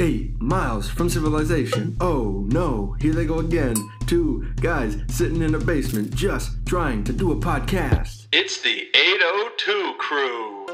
Eight miles from civilization. Oh no, here they go again. Two guys sitting in a basement just trying to do a podcast. It's the 802 crew.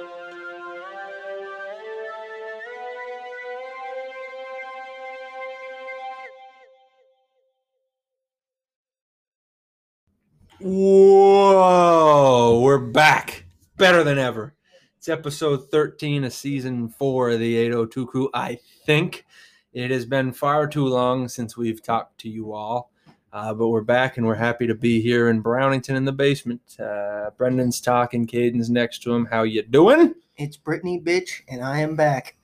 Whoa, we're back. Better than ever. It's episode 13 of season four of the 802 crew. I think it has been far too long since we've talked to you all, uh, but we're back and we're happy to be here in Brownington in the basement. Uh, Brendan's talking, Caden's next to him. How you doing? It's Brittany, bitch, and I am back.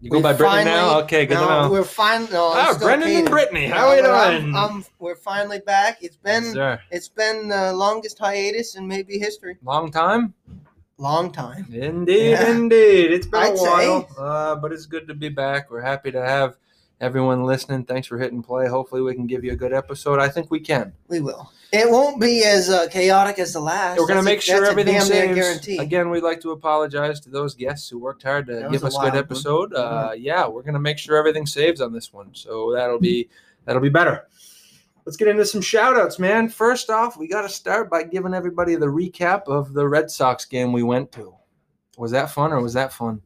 You go We by Brendan now? finally- Okay, good no, to know. We're finally. No, I'm Ah, still Brendan and Caden. Brittany, No, how are you but I'm- doing? I'm- we're finally back. It's Yes, been sir. it's been the longest hiatus in maybe history. Long time? Long time. Indeed, Yeah. indeed. It's been I'd a say. while, uh, but it's good to be back. We're happy to have everyone listening. Thanks for hitting play. Hopefully, we can give you a good episode. I think we can. We will. It won't be as uh, chaotic as the last. We're going to That's a- make sure that's a everything damn near saves. guarantee. Again, we'd like to apologize to those guests who worked hard to That was give a Mm-hmm. us a good wild one. episode. Uh, yeah, we're going to make sure everything saves on this one. So that'll be that'll be better. Let's get into some shout outs, man. First off, we got to start by giving everybody the recap of the Red Sox game we went to. Was that fun or was that fun?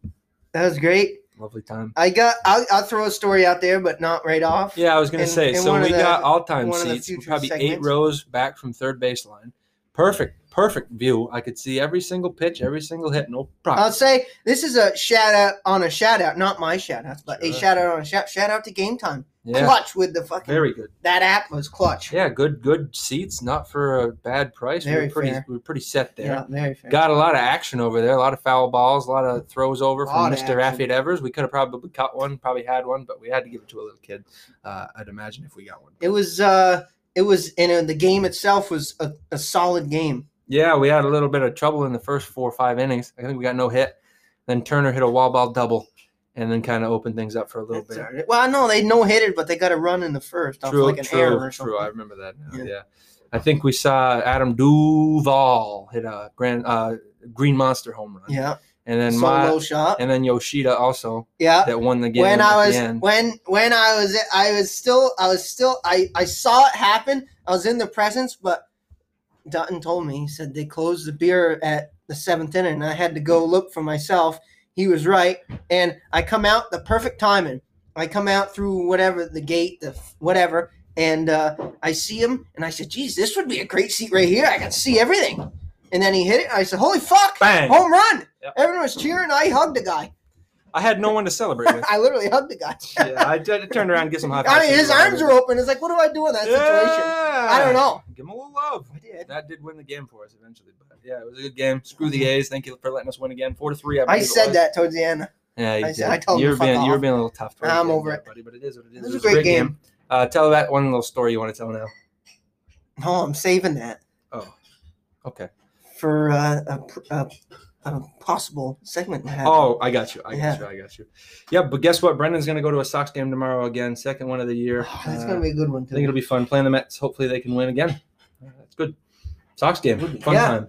That was great. Lovely time. I got. I'll, I'll throw a story out there, but not right off. Yeah, I was going in- to say. in So one of we the- got all time one of the seats, we're future probably eight segments. rows back from third baseline. Perfect, perfect view. I could see every single pitch, every single hit, no problem. I'll say this is a shout out on a shout out, not my shout outs, but a Sure. shout out on a shout shout out to Game Time. yeah, Clutch with the fucking very good. that app was clutch. Yeah, good, good seats, not for a bad price. we Very were pretty, fair. we were pretty set there. Yeah, very fair. Got a lot of action over there, a lot of foul balls, a lot of throws over from Lot of Mr. action. Raffiat Evers. We could have probably caught one, probably had one, but we had to give it to a little kid. Uh, I'd imagine if we got one. It was uh it was and uh, the game itself was a, a solid game. Yeah, we had a little bit of trouble in the first four or five innings. I think we got no hit. Then Turner hit a wall ball double and then kind of opened things up for a little That's bit. all right. Well, no, they no hit it, but they got a run in the first off True, like an true, error or something. true. I remember that now. Yeah. Yeah. I think we saw Adam Duval hit a grand uh, green monster home run. Yeah, And then solo Ma, shot. and then Yoshida also yeah. that won the game. Uh, When at I the was end. when when I was I was still I was still I I saw it happen. I was in the presence, but Dutton told me he said they closed the beer at the seventh inning, and I had to go look for myself. He was right, and I come out the perfect timing. I come out through whatever the gate, the f- whatever, and uh, I see him, and I said, "Geez, this would be a great seat right here. I can see everything." And then he hit it. And I said, "Holy fuck! Bang. Home run!" Yep. Everyone was cheering. I hugged the guy. I had no one to celebrate with. I literally hugged the guy. yeah, I, ju- turned around and get some high I fives mean, his from arms everybody. are open. It's like, what do I do in that situation? I don't know. Give him a little love. I did. that did win the game for us eventually. But yeah, it was a good game. Screw the A's. Thank you for letting us win again, four to three. I, I believe it said was. that towards the end. Yeah, you I said- did. I told him you were to fuck being you were off. being a little tough. towards I'm the end over there, it. buddy. But it is what it is. was a great game. Uh, tell that one little story you want to tell now. No, I'm saving that Oh, okay. for uh, a, a, a possible segment. that happened. Oh, I got you. I got Yeah. you. I got you. Yeah, but guess what? Brendan's gonna go to a Sox game tomorrow again. Second one of the year. Oh, that's Uh, gonna be a good one I think too. it'll be fun playing the Mets. Hopefully they can win again. Uh, That's good. Sox game, Would be- fun yeah. time.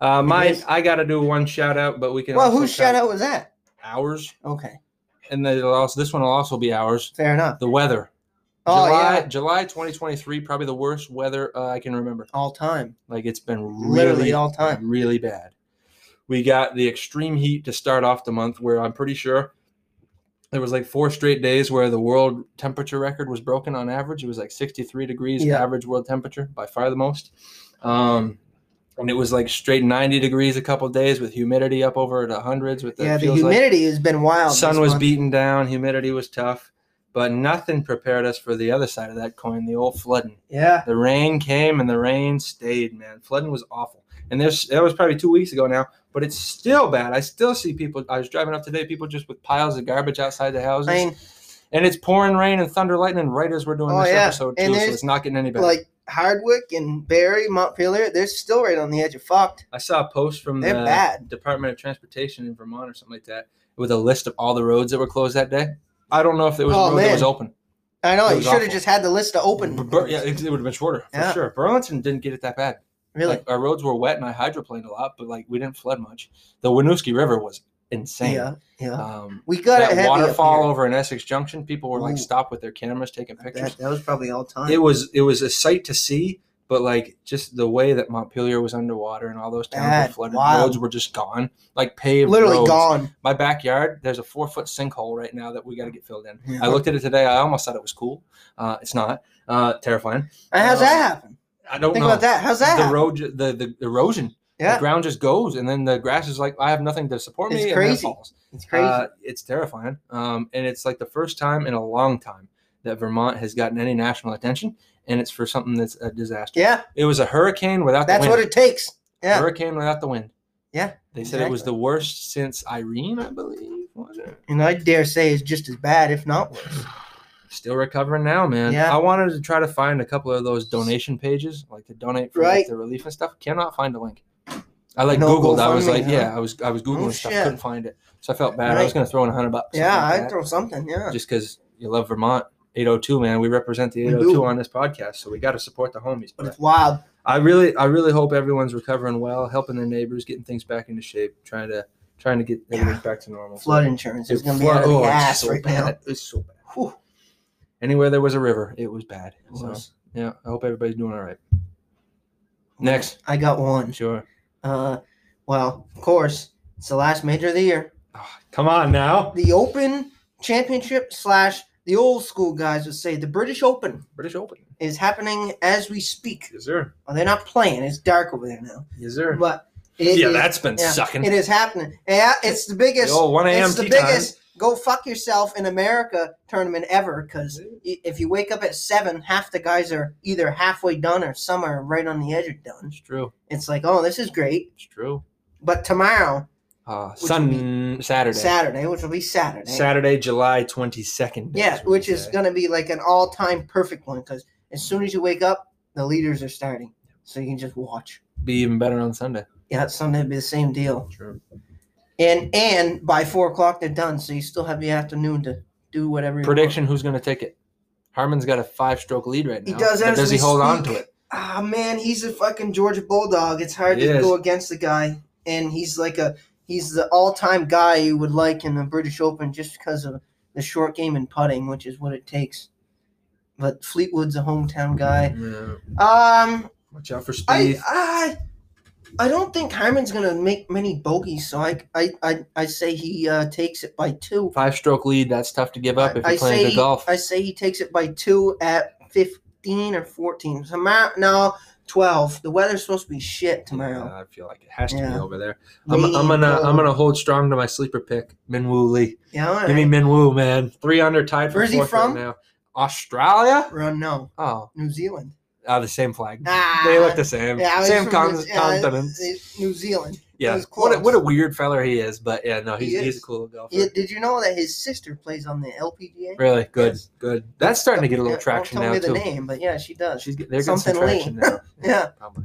Uh, It mine, is. I gotta do one shout out, but we can. Well, also whose shout out was that? Ours, Okay, and then it'll also, this one will also be ours. fair enough. The weather, Oh July, yeah, July 2023, probably the worst weather uh, I can remember. all time, Like it's been literally really, all time. really bad. We got the extreme heat to start off the month, where I'm pretty sure there was like four straight days where the world temperature record was broken on average. It was like 63 degrees Yeah. average world temperature, by far the most. Um, and it was like straight 90 degrees a couple days with humidity up over the hundreds. With the, Yeah, the feels like- humidity has been wild. sun this was month. beaten down, humidity was tough, but nothing prepared us for the other side of that coin, the old flooding. Yeah, The rain came and the rain stayed, man. Flooding was awful. And there's that was probably two weeks ago now, but it's still bad. I still see people I was driving up today, people just with piles of garbage outside the houses. I mean, and it's pouring rain and thunder lightning right as we're doing Oh, this yeah. episode too, And so there's, it's not getting any better. like Hardwick and Barry, Montpelier, they're still right on the edge of fucked. I saw a post from the They're bad. Department of Transportation in Vermont or something like that with a list of all the roads that were closed that day. I don't know if there was Oh, a road that man. was open. I know It you was should have awful. just had the list to open. B- Bur- yeah, it, would have been shorter for Yeah. sure. Burlington didn't get it that bad. really. Like, our roads were wet, and I hydroplaned a lot, but like we didn't flood much. The Winooski River was insane. Yeah, yeah. Um, We got it that heavy up waterfall here. over in Essex Junction, people were like Ooh. stopped with their cameras taking pictures. That, that was probably all time. It was it was a sight to see, but like just the way that Montpelier was underwater and all those towns Bad, were flooded, wild. roads were just gone, like paved literally roads. gone. My backyard, there's a four foot sinkhole right now that we got to get filled in. Yeah. I looked at it today. I almost thought it was cool. Uh, it's not. Uh, terrifying. And how's that happen? I don't Think know. about that. How's that? The happen? road, ju- the, the erosion. yeah, The ground just goes, and then the grass is like, I have nothing to support It's me. And then it crazy. falls. it's crazy. Uh, it's terrifying. Um, and it's like the first time in a long time that Vermont has gotten any national attention, and it's for something that's a disaster. yeah, It was a hurricane without that's the what wind. it takes. Yeah, Hurricane without the wind. Yeah, They said it was exactly. the worst since Irene, I believe. Was it? and I dare say it's just as bad, if not worse. Still recovering now, man. Yeah. I wanted to try to find a couple of those donation pages, like to donate for like, Right. the relief and stuff. Cannot find a link. I like No Googled. I was GoFundMe, like, huh? yeah, I was I was Googling stuff, Oh, shit. couldn't find it. So I felt bad. I was Right. gonna throw in a hundred bucks. something Yeah, like I'd that. throw something. Yeah, just because you love Vermont. 802 man, we represent the We 802 do. on this podcast, so we got to support the homies. but But it's wild. I really, I really hope everyone's recovering well, helping their neighbors, getting things back into shape, trying to, trying to get everything back to normal. Flood insurance is Dude, gonna be flood- out of the oh, it's ass so right now. bad. It's so bad. Whew. Anywhere there was a river, it was bad. So, Was- yeah, I hope everybody's doing all right. Next, I got one. sure. Uh, well, of course, it's the last major of the year. Ah, come on now, The Open Championship slash the old school guys would say the British Open British Open. is happening as we speak. Yes, sir. Well, they're not playing. It's dark over there now, Yes, sir. but it yeah, is- that's been yeah, sucking. it is happening. Yeah, it's the biggest. Oh, 1 a.m. It's the tea time. biggest go fuck yourself in America tournament ever because if you wake up at seven, half the guys are either halfway done or some are right on the edge of done. It's true. It's like, oh, this is great. It's true. But tomorrow, Uh, would sun Saturday. Saturday, which will be Saturday. Saturday, July 22nd. Yeah, That's what which we is say. going to be like an all time perfect one because as soon as you wake up, the leaders are starting. So you can just watch. be even better on Sunday. Yeah, Sunday would be the same deal. True. And and by four o'clock they're done, so you still have the afternoon to do whatever. You want. Prediction who's going to take it? Harmon's got a five stroke lead right He now. does. But as Does he we hold on to speak. it? Ah man, he's a fucking Georgia bulldog. It's hard He to is. go against the guy, and he's like a he's the all time guy you would like in the British Open just because of the short game and putting, which is what it takes. But Fleetwood's a hometown guy. Um, Watch out for speed. I I I don't think Hyman's gonna make many bogeys, so I I I, I say he uh, takes it by two. five stroke lead, that's tough to give up if I, you're I playing say good golf. I say he takes it by two at fifteen or fourteen. Tomorrow, no, twelve. The weather's supposed to be shit tomorrow. Uh, I feel like it has to be Yeah. over there. I'm, I'm Lean gonna I'm forward. gonna hold strong to my sleeper pick, Minwoo Lee. yeah. all Give me right. Minwoo, man. Three under tied for Where's he fourth from? right now. Australia? Run no Oh, New Zealand. ah, the same flag. Ah, they look the same. yeah, I was same from con- New- yeah, continents. it's New Zealand. It Yeah, was what a, close. what a weird feller he is, but yeah, no, He he's, he's is. a cool golfer. Yeah, did you know that his sister plays on the LPGA? Really good, Yes. good. That's starting to get a Yeah, little won't traction tell now me too. the name, but yeah, she does. She's get, they're getting some Something Lee. traction now. Yeah. probably.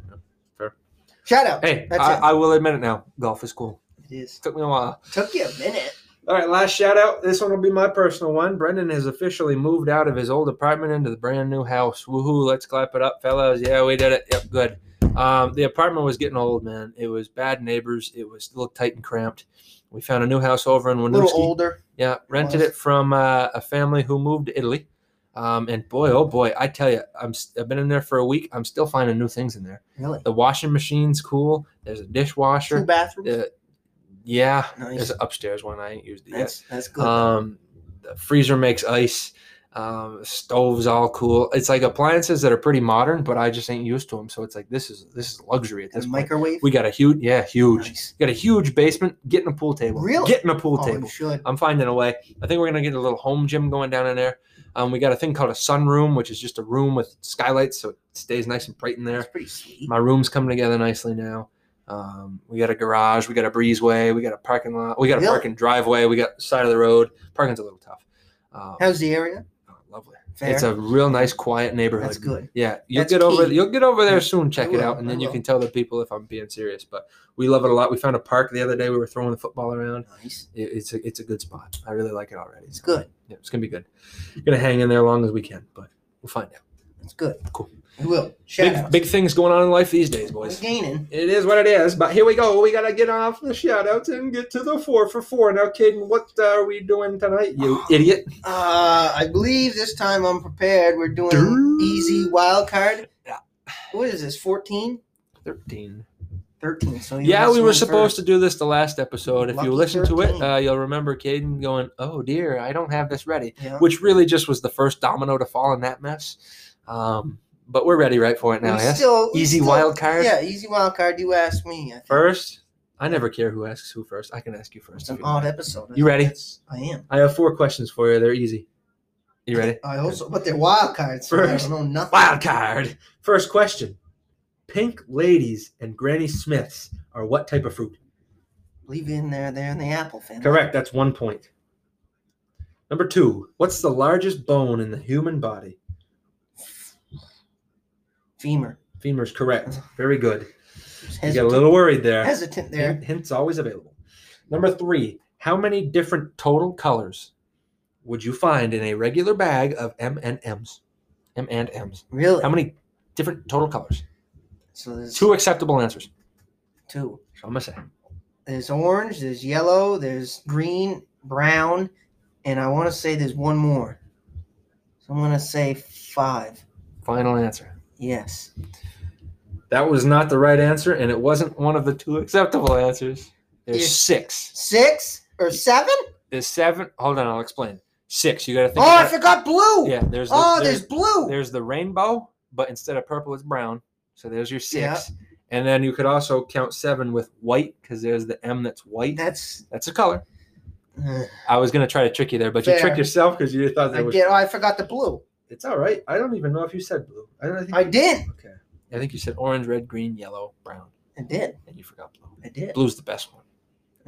Shout out. Hey, That's I, it. I will admit it now. Golf is cool. It is. Took me a while. Took you a minute. All right, last shout out. This one will be my personal one. Brendan has officially moved out of his old apartment into the brand new house. Woohoo! Let's clap it up, fellas. Yeah, we did it. Yep, good. Um, the apartment was getting old, man. It was bad neighbors. It was a little tight and cramped. We found a new house over in A little Winooski. older. Yeah, rented was. it from uh, a family who moved to Italy. Um, and boy, oh boy, I tell you, I'm s- I've been in there for a week. I'm still finding new things in there. Really? The washing machine's cool. There's a Two dishwasher. bathrooms. The, Uh, yeah, nice. there's an upstairs one. I ain't used it yet. That's that's good. Um, the freezer makes ice. Um, stove's all cool. It's like appliances that are pretty modern, but I just ain't used to them. So it's like this is this is luxury at and this a point. microwave. We got a huge, yeah, huge. Nice. Got a huge basement. Getting a pool table. Really? Getting a pool Oh, table. you should. I'm finding a way. I think we're gonna get a little home gym going down in there. Um, we got a thing called a sunroom, which is just a room with skylights, so it stays nice and bright in That's there. pretty sweet. My room's coming together nicely now. Um, we got a garage, we got a breezeway, we got a parking lot, we got a Really? parking driveway, we got side of the road. Parking's a little tough. Um, How's the area? oh, lovely. Fair. It's a real nice, quiet neighborhood. that's good. Yeah, you'll That's get over. key. You'll get over Yeah, there soon. Check I it will, out, and I then you will. can tell the people if I'm being serious. But we love it a lot. We found a park the other day. We were throwing the football around Nice. it, it's a it's a good spot. I really like it already. It's good. Yeah, it's gonna be good. Gonna hang in there as long as we can, but we'll find out. It's good. Cool. I will. Shout Big, out. big things going on in life these days, We're boys. gaining. It is what it is, but here we go. We gotta get off the shout outs and get to the four for four. Now, Caden, what are we doing tonight, you idiot? Uh, I believe this time I'm prepared. We're doing Durr. easy wild card. What is this? 14? 13. 13. So you Yeah, missed we were one supposed first. to do this the last episode. If Lucky you listen to it, 13. uh, you'll remember Caden going, "Oh dear, I don't have this ready," Yeah. which really just was the first domino to fall in that mess. Um, but we're ready right for it We now. Yes. still, we Easy still- wild card? Yeah, easy wild card. You asked me. I think First, I never care who asks who first. I can ask you first. It's if an you want. odd episode. I You think ready? that's- I am. I have four questions for you. They're easy. You ready? I also, but they're wild cards. so First. I don't know nothing. Wild card. First question: Pink ladies and Granny Smiths are what type of fruit? Leave it in there. They're in the apple family. Correct. That's one point. Number two, what's the largest bone in the human body? Femur. Femur's correct. Very good. You got a Hesitant, little worried there. hesitant there. Hint- Hints always available. Number three, how many different total colors would you find in a regular bag of M and M's? M and M's. Really? How many different total colors? So there's Two acceptable answers. two. So I'm gonna say There's orange. There's yellow. There's green, brown, and I want to say there's one more. So I'm gonna say five. final answer. Yes. That was not the right answer, and it wasn't one of the two acceptable answers. There's Yes. six. Six or seven? There's seven. Hold on, I'll explain. Six. You got to think. Oh, I about, forgot blue. yeah, there's. The, oh, there's, there's, blue. there's the rainbow, but instead of purple, it's brown. So there's your six. And then you could also count seven with white because there's the M that's white. That's. That's a color. uh, I was gonna try to trick you there, but you Fair. tricked yourself because you thought I there was. did. Oh, I forgot the blue. It's all right. I don't even know if you said blue. I don't I think. I did. Okay. I think you said orange, red, green, yellow, brown, I did. and you forgot blue. I did. Blue's the best one.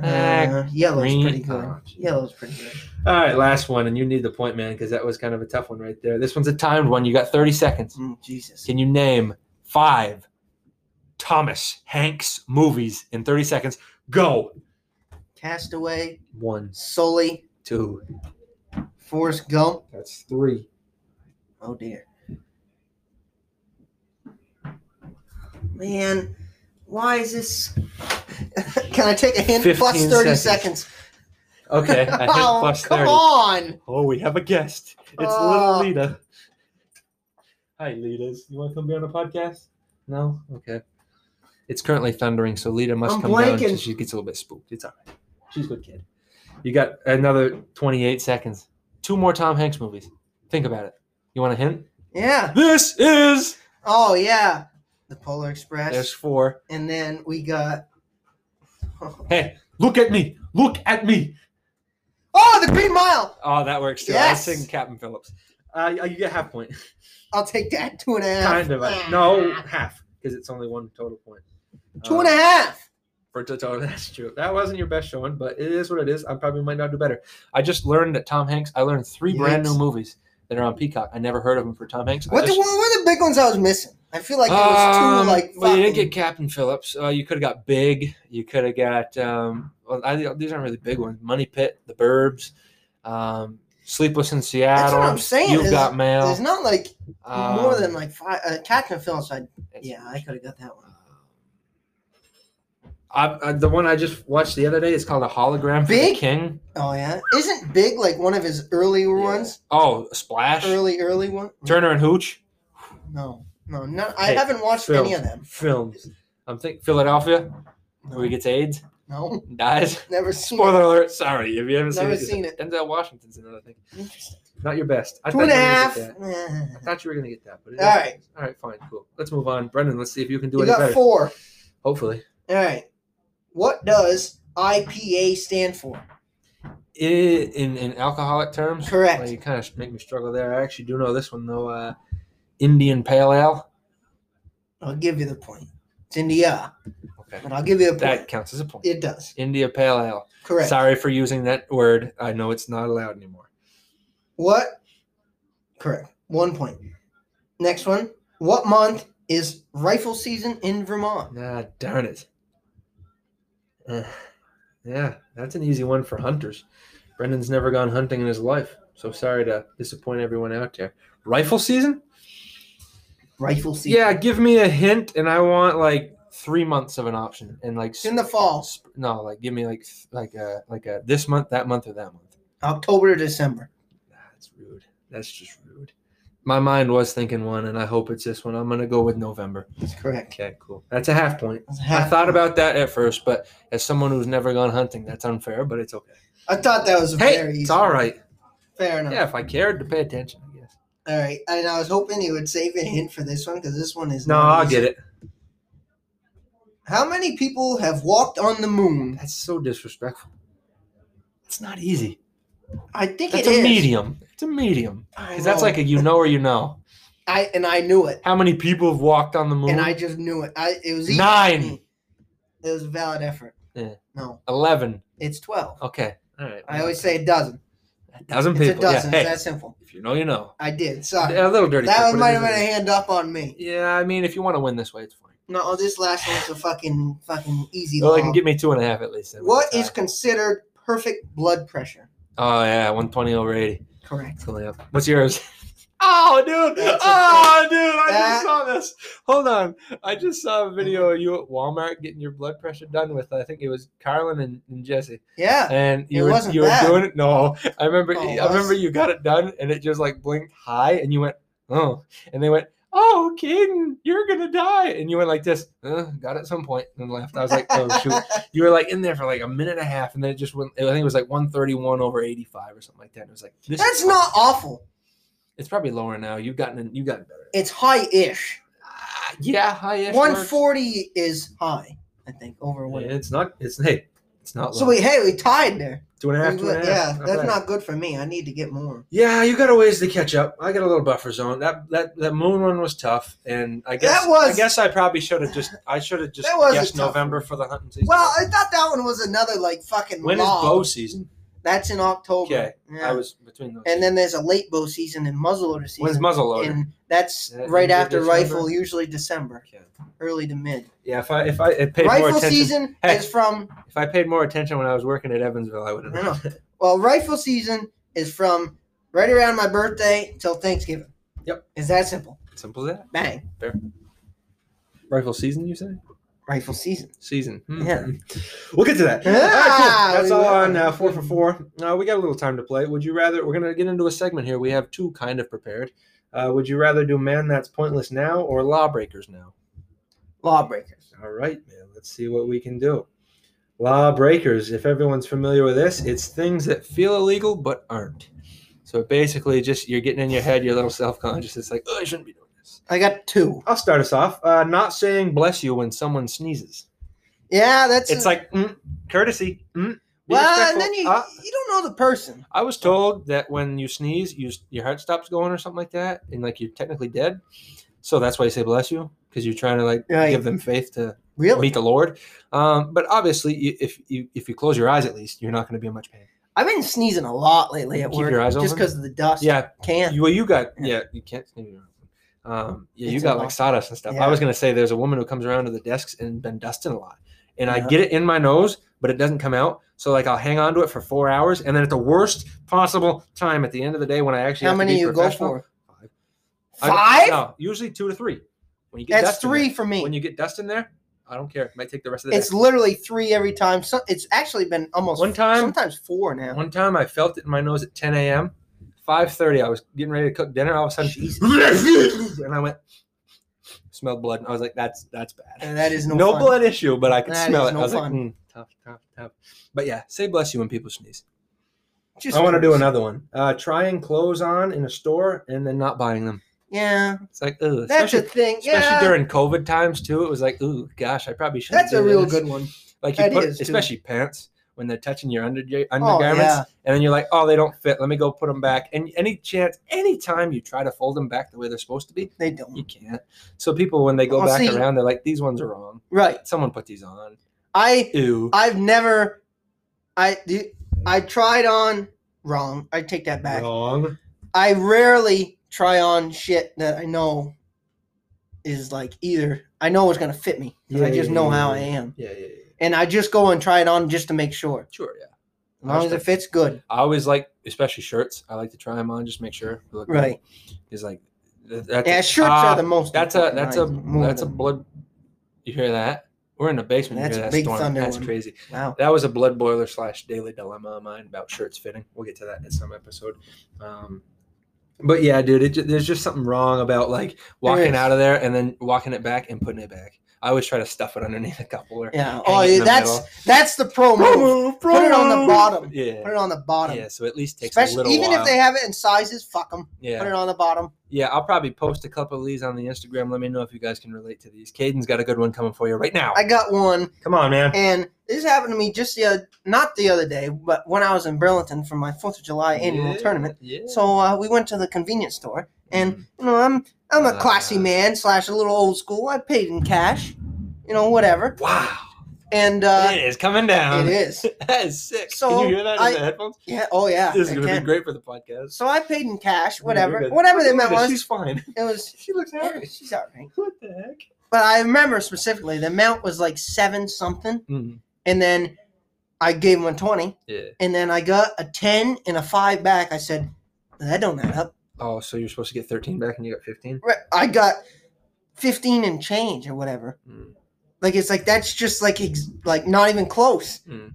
Uh, yellow's green, Oh, pretty good. orange. Yellow's pretty good. All right, last one, and you need the point, man, because that was kind of a tough one right there. This one's a timed one. You got 30 seconds. Mm, Jesus. Can you name five Thomas Hanks movies in 30 seconds? Go. Castaway, One, Sully, two, Forrest Gump. that's three. Oh dear. Man, why is this? Can I take a hint? 15 Plus thirty seconds. seconds. Okay, I think oh, plus come 30. on! Oh, we have a guest. It's Oh. little Lita. Hi, Litas. You want to come be on the podcast? No? Okay. It's currently thundering, so Lita must I'm come down blanking. so she gets a little bit spooked. It's all right. She's a good kid. You got another 28 seconds. Two more Tom Hanks movies. Think about it. You want a hint? Yeah. This is. Oh yeah. The Polar Express, There's four. and then we got. Oh, Hey, look at me! Look at me! the Green Mile. Oh, that works too. Yes! I was singing Captain Phillips. Uh, you get half point. I'll take that. Two and a half. kind of. A, no, half because it's only one total point. Two and a half. for total. That's true. That wasn't your best showing, but it is what it is. I probably might not do better. I just learned that Tom Hanks. I learned three brand new Yikes. movies that are on Peacock. I never heard of them for Tom Hanks. I What, just- the, what were the big ones I was missing? I feel like it was Uh, Um, too like. well, you didn't fucking- get Captain Phillips. Uh, you could have got Big. You could have got. Um, well, I, these aren't really big ones. Money Pit, The Burbs, um, Sleepless in Seattle. That's what I'm saying. You've is got mail. There's not like more Um, than like five. Uh, Captain Phillips. I it's- yeah, I could have got that one. um, I, I, the one I just watched the other day is called a hologram for the Big? king. Oh yeah, isn't Big like one of his earlier ones? Oh, Splash, Early, early one. Turner and Hooch No, no, no. I Hey, haven't watched Phil. any of them. films. I'm think Philadelphia, No, where he gets AIDS, no and dies. never seen. Spoiler alert! Sorry if you haven't Never seen seen it. it. Denzel Washington's another thing. it. Interesting. Not your best. I Two thought and a you were gonna half. get that. I Eh. thought you were gonna get that, but it is All what right. it is. all right, fine, cool. Let's move on, Brendan. Let's see if you can do You any got better. four. Hopefully, All right. What does IPA stand for? I- in in alcoholic terms, Correct. Well, you kind of make me struggle there. I actually do know this one though. Uh, Indian Pale Ale. I'll give you the point. It's India, Okay. but I'll give you the point. That counts as a point. it does. India Pale Ale. Correct. Sorry for using that word. I know it's not allowed anymore. What? Correct. One point. Next one. What month is rifle season in Vermont? Nah, darn it. Uh, yeah, that's an easy one for hunters. Brendan's never gone hunting in his life, so sorry to disappoint everyone out there. Rifle season? rifle season. Yeah, give me a hint, and I want like three months of an option, and like in the fall, sp- no, like give me like th- like a like a this month, that month, or that month. October to December. That's rude. That's just rude. My mind was thinking one, and I hope it's this one. I'm gonna go with November. That's correct. Okay, cool. That's a half point. That's I half- thought about that at first, but as someone who's never gone hunting, that's unfair, but it's okay. I thought that was Hey, very it's easy. all right. Fair enough. Yeah, if I cared to pay attention, I guess. All right. And I was hoping you would save a hint for this one because this one is. No, not I'll easy. get it. How many people have walked on the moon? That's so disrespectful. It's not easy. I think It's it a is. medium. It's a medium. I Because that's know. like a you know or you know. I and I knew it, How many people have walked on the moon? and I just knew it. I it was easy for Nine. me. It was a valid effort. Yeah. No, 11. it's twelve. Okay. All right. I always say a dozen. a dozen It's a people. dozen. Yeah. It's Hey, that simple. if you know, you know. I did. Sorry. A little dirty. that trick, one but might it have is been a what it hand up on me. is. Yeah, I mean, if you want to win this way, it's fine. No, this last one's a fucking fucking easy. Well, they lob. can give me two and a half at least. What is considered perfect blood pressure? Oh yeah, 120 over 80. Correct. It's only up. What's yours? Oh, dude! That's a- oh, dude! I that- just saw this. Hold on, I just saw a video of you at Walmart getting your blood pressure done with. I think it was Carlin and, and Jesse, Yeah. and you It were wasn't you were bad. doing it. No, I remember. Oh, it I remember was. you got it done, and it just like blinked high, and you went, "Oh," and they went, "Oh, Caden, you're gonna die," and you went like this. Uh, got it at some point and left. I was like, "Oh shoot." you were like in there for like a minute and a half, and then it just went. I think it was like 131 over 85 or something like that. And it was like this. That's not awful. It's probably lower now. You've gotten in- you've gotten better. It's high ish. Ah, yeah, high-ish. One works. forty is high, I think, over Yeah, what. It's not. It's hey. It's not. So low. we hey we tied there. two and a half. We two and good- a half. yeah, that's bad. not good for me. I need to get more. Yeah, you got a ways to catch up. I got a little buffer zone. That that that moon one was tough, and I guess That I was- guess I probably should have just. I should have just That was a guessed tough one. November for the hunting season. Well, I thought that one was another like fucking. when is law. bow season? That's in October. Okay, Yeah. I was between those. and then there's a late bow season and muzzleloader season. when's muzzleloader? and that's That right ends in after December? rifle, usually December, Okay. early to mid. Yeah, if I if I it paid more rifle attention, season Hey. is from if I paid more attention when I was working at Evansville, I would have. I know. well, rifle season is from right around my birthday till Thanksgiving. Yep. Is that simple? Simple as that. Bang. Rifle season, you say? Rifle season. Season. Hmm. Yeah. We'll get to that. Yeah, All right, cool. That's Ah, we all will. on uh, four for four. Uh, we got a little time to play. Would you rather? We're gonna get into a segment here. We have two kind of prepared. Uh, would you rather do man that's pointless now or lawbreakers now? Lawbreakers. All right, man. Let's see what we can do. Lawbreakers. If everyone's familiar with this, it's things that feel illegal but aren't. So basically, just you're getting in your head, your little self conscious. It's like, oh, I shouldn't be doing this. I got two. I'll start us off. Uh, not saying bless you when someone sneezes. Yeah, that's It's like mm, courtesy. Mm, be well, and respectful. then you Uh, you don't know the person. I was told that when you sneeze, you, your heart stops going or something like that, and like you're technically dead. So that's why you say bless you because you're trying to like Right. give them faith to Really? meet the Lord. Um, but obviously, you, if you if you close your eyes, at least you're not going to be in much pain. I've been sneezing a lot lately at Keep work your eyes just open? because of the dust. Yeah. Can. You, well, you got yeah. You can't sneeze. your eyes open. Um, yeah, you It's got a like lot. sawdust and stuff. Yeah. I was going to say there's a woman who comes around to the desks and been dusting a lot, and I Yeah. get it in my nose, but it doesn't come out. So like I'll hang on to it for four hours, and then at the worst possible time at the end of the day when I actually How have to many be you go professional, for? Five. I Five? don't- no, usually two to three. When you get That's dust in three there- for me. when you get dust in there, I don't care. It might take the rest of the It's day. literally three every time. So it's actually been almost One time- sometimes four now. One time I felt it in my nose at 10 a.m. 5:30. I was getting ready to cook dinner. All of a sudden, Jesus. and I went smelled blood, and I was like, "That's that's bad." And that is no, no fun. blood issue, but I could That smell is it. no I was like, fun. "Mm, tough, tough, tough. But yeah, say bless you when people sneeze. Just I want to do curious. another one. Uh, trying clothes on in a store and then not buying them. Yeah, It's like, ugh. that's especially, a thing. especially yeah, during COVID times too. It was like, ooh, gosh, I probably should. that's a real good one. Like you That put, is, too. especially pants when they're touching your under Oh undergarments, yeah, and then you're like, oh, they don't fit. Let me go put them back. And any chance, any time you try to fold them back the way they're supposed to be, they you don't. can't. So people, when they go Oh, back see. around, they're like, these ones are wrong. Right. Someone put these on. I Ew. I've never I do I tried on wrong. I take that back. Wrong. I rarely try on shit that I know is like either I know it's gonna fit me. 'cause I Yeah, just yeah, know yeah, how I yeah. am, Yeah, yeah, yeah. and I just go and try it on just to make sure. Sure, yeah. As long as it fits good, I always like, especially shirts. I like to try them on, just make sure. they look right? Is like, That's yeah, shirts ah, are the most. That's a important that's a item, more that's a than- blood. You hear that? We're in the basement. That's you a hear that big storm. thunder That's one. crazy. wow. That was a blood boiler slash daily dilemma of mine about shirts fitting. We'll get to that in some episode. Um, but yeah, dude, it, ju- there's just something wrong about like walking is. out of there and then walking it back and putting it back. I always try to stuff it underneath a couple or Yeah. hang Oh, it in yeah, the that's middle. that's the pro move. Put it on the bottom. Yeah. Put it on the bottom. Yeah, so at least takes a Especially little even while. if they have it in sizes, fuck them. yeah. Put it on the bottom. yeah, I'll probably post a couple of these on the Instagram. Let me know if you guys can relate to these. Caden's got a good one coming for you right now. I got one, Come on, man. and this happened to me just the oth- not the other day, but when I was in Burlington for my Fourth of July annual Yeah, tournament. Yeah. So uh, we went to the convenience store, and you know I'm I'm a classy Ah. man slash a little old school. I paid in cash, you know whatever, wow. and uh, it is coming down. it is. That is sick. So, Can you hear that in I- the headphones? Yeah. Oh yeah. this is I going to can. be great for the podcast. So I paid in cash, whatever, good. whatever the Look amount at her, was. She's fine. It was. She looks yeah, happy. she's alright. What the heck? But I remember specifically the amount was like seven something, Mm-hmm. and then I gave him a twenty, Yeah. and then I got a ten and a five back. I said that don't add up. Oh, so you're supposed to get 13 back and you got 15? Right, I got fifteen and change or whatever. Mm. Like it's like that's just like ex- like not even close. Mm.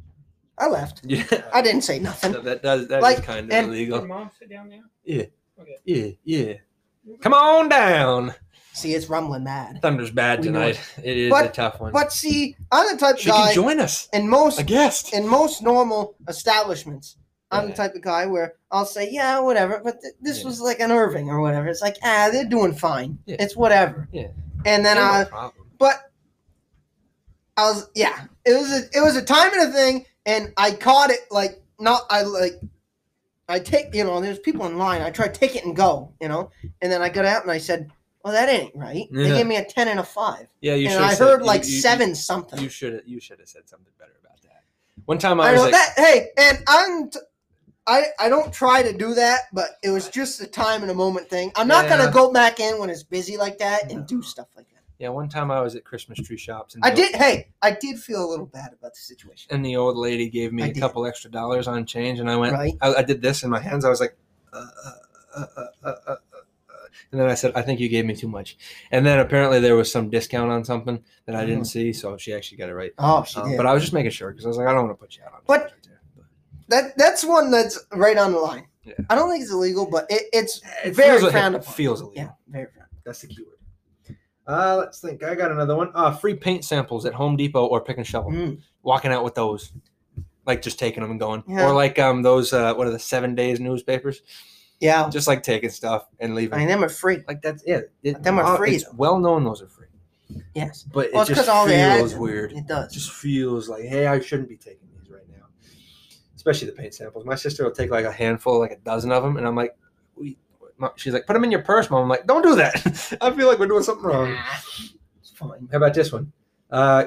I left. Yeah. I didn't say nothing. So that does that is Like, kind of and- illegal. mom sit down now? Mm-hmm. Yeah, yeah. Come on down. See, it's rumbling mad. Thunder's bad We know tonight. It is a But- tough one. But see, I'm the type of she can guy join us. in most A guest. in most normal establishments. I'm Yeah. the type of guy where I'll say, yeah, whatever. But th- this Yeah. was like an Irving or whatever. It's like, ah, they're doing fine. Yeah. It's whatever. Yeah. And then No I, problem. but I was, yeah, it was a, it was a time and a thing, and I caught it like not I like. I take you know, there's people in line. I try to take it and go, you know, and then I got out and I said, "Well, that ain't right." Yeah. They gave me a ten and a five, Yeah, you and should've I said- heard you- like you- you- seven something. You should have you should have said something better about that. One time I, I, was know like, that. Hey, and I'm. T- I, I don't try to do that, but it was just a time and a moment thing. I'm not Yeah. gonna go back in when it's busy like that and No. do stuff like that. yeah, one time I was at Christmas tree shops and I Bill- did. Hey, I did feel a little bad about the situation. and the old lady gave me I a did. couple extra dollars on change, and I went, Right. I, I did this in my hands. I was like, uh, uh, uh, uh, uh, uh, and then I said, I think you gave me too much. And then apparently there was some discount on something that I didn't see, so Mm. she actually got it right. Oh, she Um, did. But I was just making sure because I was like, I don't want to put you out on. But- notice right there. But that that's one that's right on the line. Yeah. I don't think it's illegal, but it, it's it very feels frowned like, upon. Feels illegal. yeah, very frowned. That's the keyword. Uh, let's think. I got another one. Uh, free paint samples at Home Depot or Pick and Shovel. Mm. Walking out with those, like just taking them and going, Yeah. or like um those uh what are the seven days newspapers? Yeah, Just like taking stuff and leaving. I mean them are free. Like that's it. it Them are uh, free, It's though. well known those are free, Yes. but Well, it just it's because all the feels ads. weird. It It does. just feels like hey, I shouldn't be taking these right now, especially the paint samples. My sister will take like a handful, like a dozen of them, and I'm like, we. Mom- She's like, put them in your purse, mom. I'm like, don't do that. I feel like we're doing something wrong. It's fine. How about this one? Uh,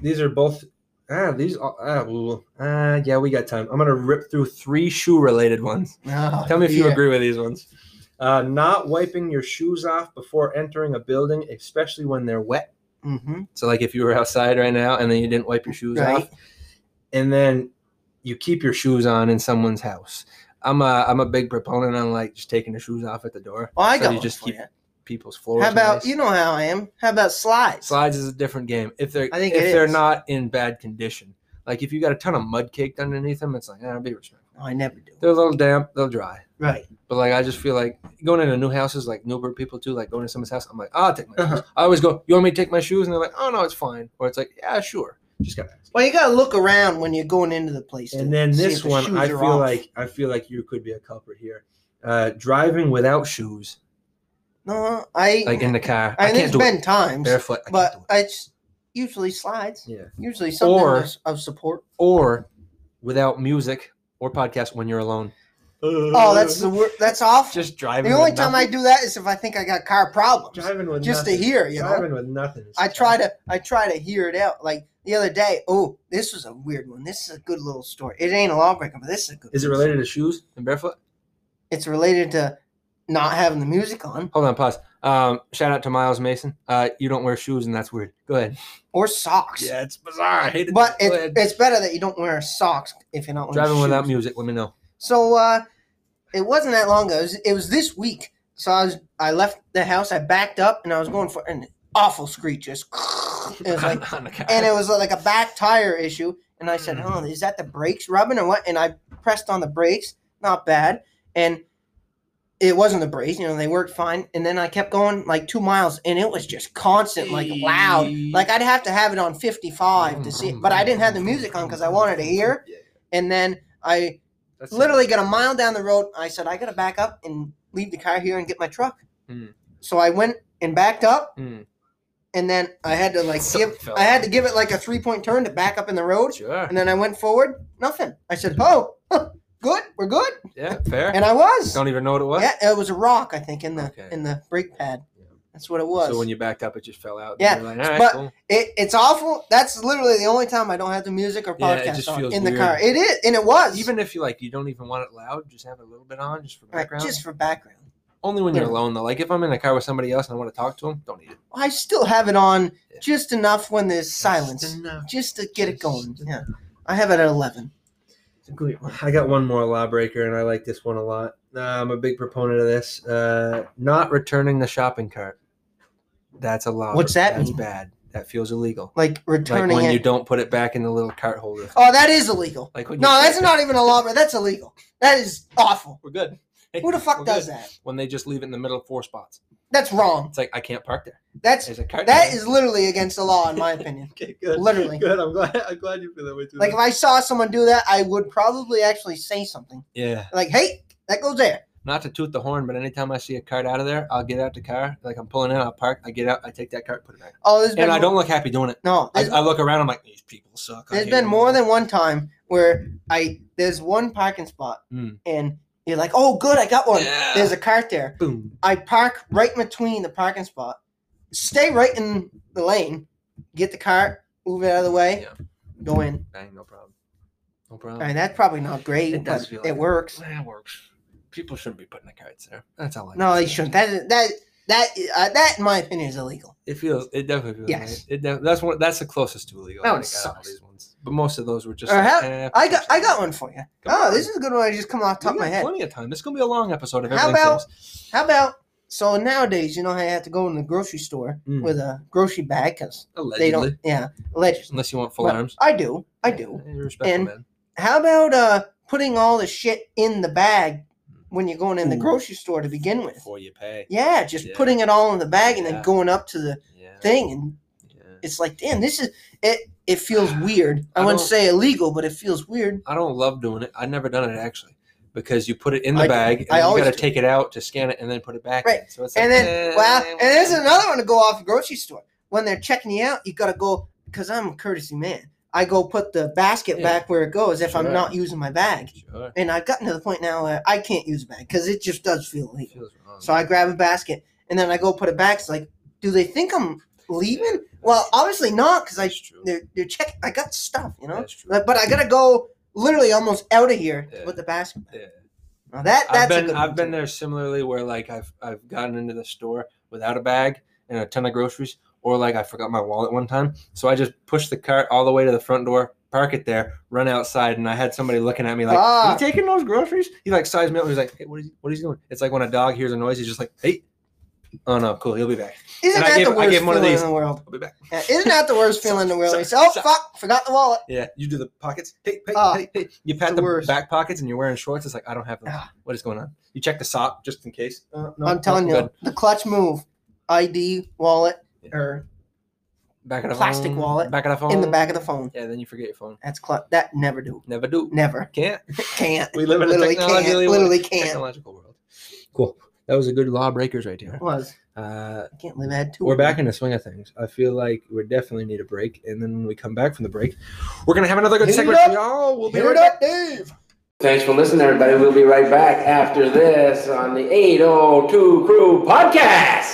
these are both. Ah, these. are- Ah, ooh, ah, yeah, we got time. I'm gonna rip through three shoe-related ones. Oh, Tell me if you dear. agree with these ones. Uh, not wiping your shoes off before entering a building, especially when they're wet. Mhm. So, like if you were outside right now and then you didn't wipe your shoes Right. off, and then you keep your shoes on in someone's house. I'm a I'm a big proponent on like just taking the shoes off at the door. Well, Oh, I So got you one just for keep ya. People's floors. How about nice. you know how I am? How about slides? Slides is a different game. If they're I think if it they're is. not in bad condition, like if you got a ton of mud caked underneath them, it's like eh, be respectful. No, I never do. They're a little damp, they'll dry. Right. But like I just feel like going into new houses, like newer people too, like going to someone's house, I'm like, I'll take my Uh-huh. shoes. I always go, you want me to take my shoes? And they're like, oh no, it's fine. Or it's like, yeah, sure, just got. Well, you gotta look around when you're going into the place. to And then see this if the one, shoes I are feel off. like I feel like you could be a culprit here. Uh, driving without shoes, no, I like in the car, I, I think can't it's do it been times, barefoot. I but can't do it. it's usually slides. Yeah. Usually something Or- of, of support. Or without music or podcast when you're alone. Oh, that's the wor- that's off. just driving. The only with time I nothing. do that is if I think I got car problems, driving with just nothing. to hear. You know, driving with nothing. is I tough. try to I try to hear it out. Like the other day, oh, this was a weird one. This is a good little story. It ain't a lawbreaker, but this is a good. Is it related to shoes and barefoot? It's related to not having the music on Hold on, pause. Um, shout out to Miles Mason. Uh, you don't wear shoes and that's weird. Go ahead. or socks. it's bizarre. I hate But Go it, ahead. it's better that you don't wear socks if you're not wearing driving shoes. without music. Let me know. So uh, it wasn't that long ago. It was, it was this week. so I was I left the house. I backed up and I was going for an awful screech. Just it was like, on the car. and it was like a back tire issue. And I said, "Oh, is that the brakes rubbing or what?" And I pressed on the brakes. Not bad. And it wasn't the brakes. You know, they worked fine. And then I kept going like two miles, and it was just constant, like loud. Like I'd have to have it on fifty-five to see. It. But I didn't have the music on because I wanted to hear. Yeah, And then I that's it. literally got a mile down the road. I said, I got to back up and leave the car here and get my truck. Hmm. So I went and backed up, Hmm, and then I had to like Something give, fell I had to give it like a three point turn to back up in the road, sure. and then I went forward. Nothing. I said, oh, huh, good, we're good, Yeah, fair. and I was. Don't even know what it was. Yeah, it was a rock, I think, in the Okay. in the brake pad. That's what it was. So when you backed up, it just fell out. and Yeah, you're like, "All right, but- cool." It, it's awful. That's literally the only time I don't have the music or Yeah, it podcast just on feels in the weird. car. It is, and it was even if you like, you don't even want it loud. Just have it a little bit on, just for Right, background. just for background. Only when you're Yeah. alone though. Like if I'm in a car with somebody else and I want to talk to them, don't need it. I still have it on Yeah. just enough when there's silence. Just enough. just to get it Just going. Yeah, I have it at eleven. It's a great one. I got one more lawbreaker, and I like this one a lot. Uh, I'm a big proponent of this. Uh, not returning the shopping cart. That's a law. What's that That's mean? bad. That feels illegal. Like Like returning when it. you don't put it back in the little cart holder. oh, that is illegal. Like when No, you- that's not even a law, but that's illegal. That is awful. We're good. Hey, Who the fuck we're does good. that? When they just leave it in the middle of four spots. That's wrong. It's like I can't park there. That's There's a cart. that there. is literally against the law, in my opinion. okay, good. literally. good. I'm glad. I'm glad you feel that way too. Like if I saw someone do that, I would probably actually say something. yeah. Like, "Hey, that goes there." Not to toot the horn, but anytime I see a cart out of there, I'll get out the car. Like I'm pulling in, I'll park. I get out. I take that cart, put it back. Oh, there's been And I don't look happy doing it. no. I, There's, I look around. I'm like, these people suck. I there's hate been them." more than one time where I there's one parking spot Mm. and you're like, "Oh, good, I got one." Yeah. There's a cart there. boom. I park right in between the parking spot, stay right in the lane, get the car, move it out of the way, Yeah. go in. Bang, no problem. No I problem. mean, that's probably not great, It does but feel it like- works. That works. People shouldn't be putting the carts there. That's all I. No, they shouldn't. That is- that that uh, that in my opinion is illegal. It feels. It definitely feels. Yes. right. It def- that's one. That's the closest to illegal. That I one think, out of all sucks. these ones. But most of those were just. Or like, how- eh, I got I got come one for you. on. Oh, this is a good one. I just come off the top We of my got head. Plenty of time. This is gonna be a long episode of How everything. about- Sims. How about so nowadays? You know how you have to go in the grocery store Mm. with a grocery bag because allegedly? they don't. Yeah, allegedly. Unless you want full But arms. I do. I do. Eh, you're respectful, And- man. How about uh putting all the shit in the bag when you're going in the Ooh. grocery store to begin with? Before you pay. Yeah, just Yeah. putting it all in the bag and Yeah. then going up to the Yeah. thing and yeah. it's like, damn, this is it it feels weird. I, I wouldn't don't- say illegal, but it feels weird. I don't love doing it. I've never done it actually because you put it in the I do. bag and I then you always got to do. take it out to scan it and then put it back. Right. In. So it's And like, then eh, well and there's another one to go off the grocery store. When they're checking you out, you gotta go because I'm a courtesy man. I go put the basket Yeah. back where it goes if Sure. I'm not using my bag. Sure. And I've gotten to the point now where I can't use a bag because it just does feel It illegal. feels wrong. So I grab a basket and then I go put it back. It's like, do they think I'm leaving? Well, obviously not because I That's true. they're, they're checking. I got stuff, you know. That's true. But, but I gotta go literally almost out of here Yeah. with the basket. Yeah. Now that that's I've a been good I've one, been too. there similarly where like I've I've gotten into the store without a bag and a ton of groceries or like I forgot my wallet one time so I just pushed the cart all the way to the front door park it there run outside and I had somebody looking at me like Ah. you taking those groceries he like sized me up and he's like hey what is what is he doing it's like when a dog hears a noise he's just like hey oh no cool he'll be back Isn't and I that gave- the I worst gave one of feeling in these. the world? I'll be back Yeah, isn't that the worst feeling in the world? Sorry, You say, oh sorry. fuck, forgot the wallet. Yeah, you do the pockets. Hey, hey, Ah, hey, hey. You pat the the, worst. Ah. back pockets and you're wearing shorts. It's like I don't have them. What is going on? You check the sock just in case. Uh, no, I'm telling no, you, good. the clutch move, ID, wallet, Yeah. or back of the plastic phone, wallet back of the phone, in the back of the phone. Yeah, then you forget your phone. That's clutch. That never do. Never do. Never Can't. can't. We live in a Literally can't. technologically Literally can't. technological world. Cool. That was a good lawbreakers right there. Was Uh, I can't believe I had two. we're of them. back in the swing of things. I feel like we definitely need a break, and then when we come back from the break, we're gonna have another good Hit it segment up. for y'all. We'll be Hear right it back. up, Dave. Thanks for listening, everybody. We'll be right back after this on the 802 Crew Podcast.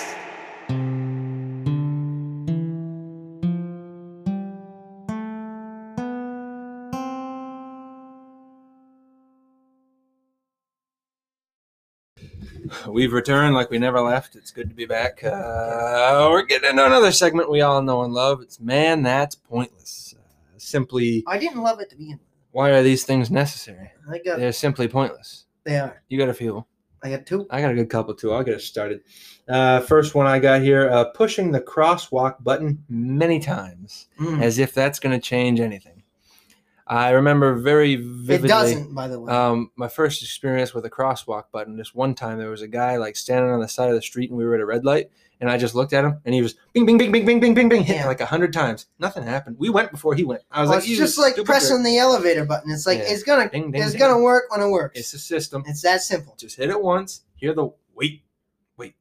We've returned like we never left. It's good to be back. Uh, we're getting into another segment we all know and love. It's Man That's Pointless. Uh, simply, I didn't love it to begin why are these things necessary? with. I got They're simply pointless. they are. You got to feel. I got two. I got a good couple too. I'll get us started. Uh, first one I got here uh, pushing the crosswalk button many times Mm. as if that's going to change anything. I remember very vividly. It doesn't, by the way. Um, my first experience with a crosswalk button. Just one time, there was a guy like standing on the side of the street, and we were at a red light, and I just looked at him, and he was bing, bing, bing, bing, bing, bing, bing, bing, hit me Yeah. like a hundred times. Nothing happened. We went before he went. I was Well, like, it's just like pressing the elevator button. It's like Yeah. it's gonna Ding, ding, it's ding. gonna work when it works. It's It's, a system. that simple. Just hit it once. Hear the wait, wait.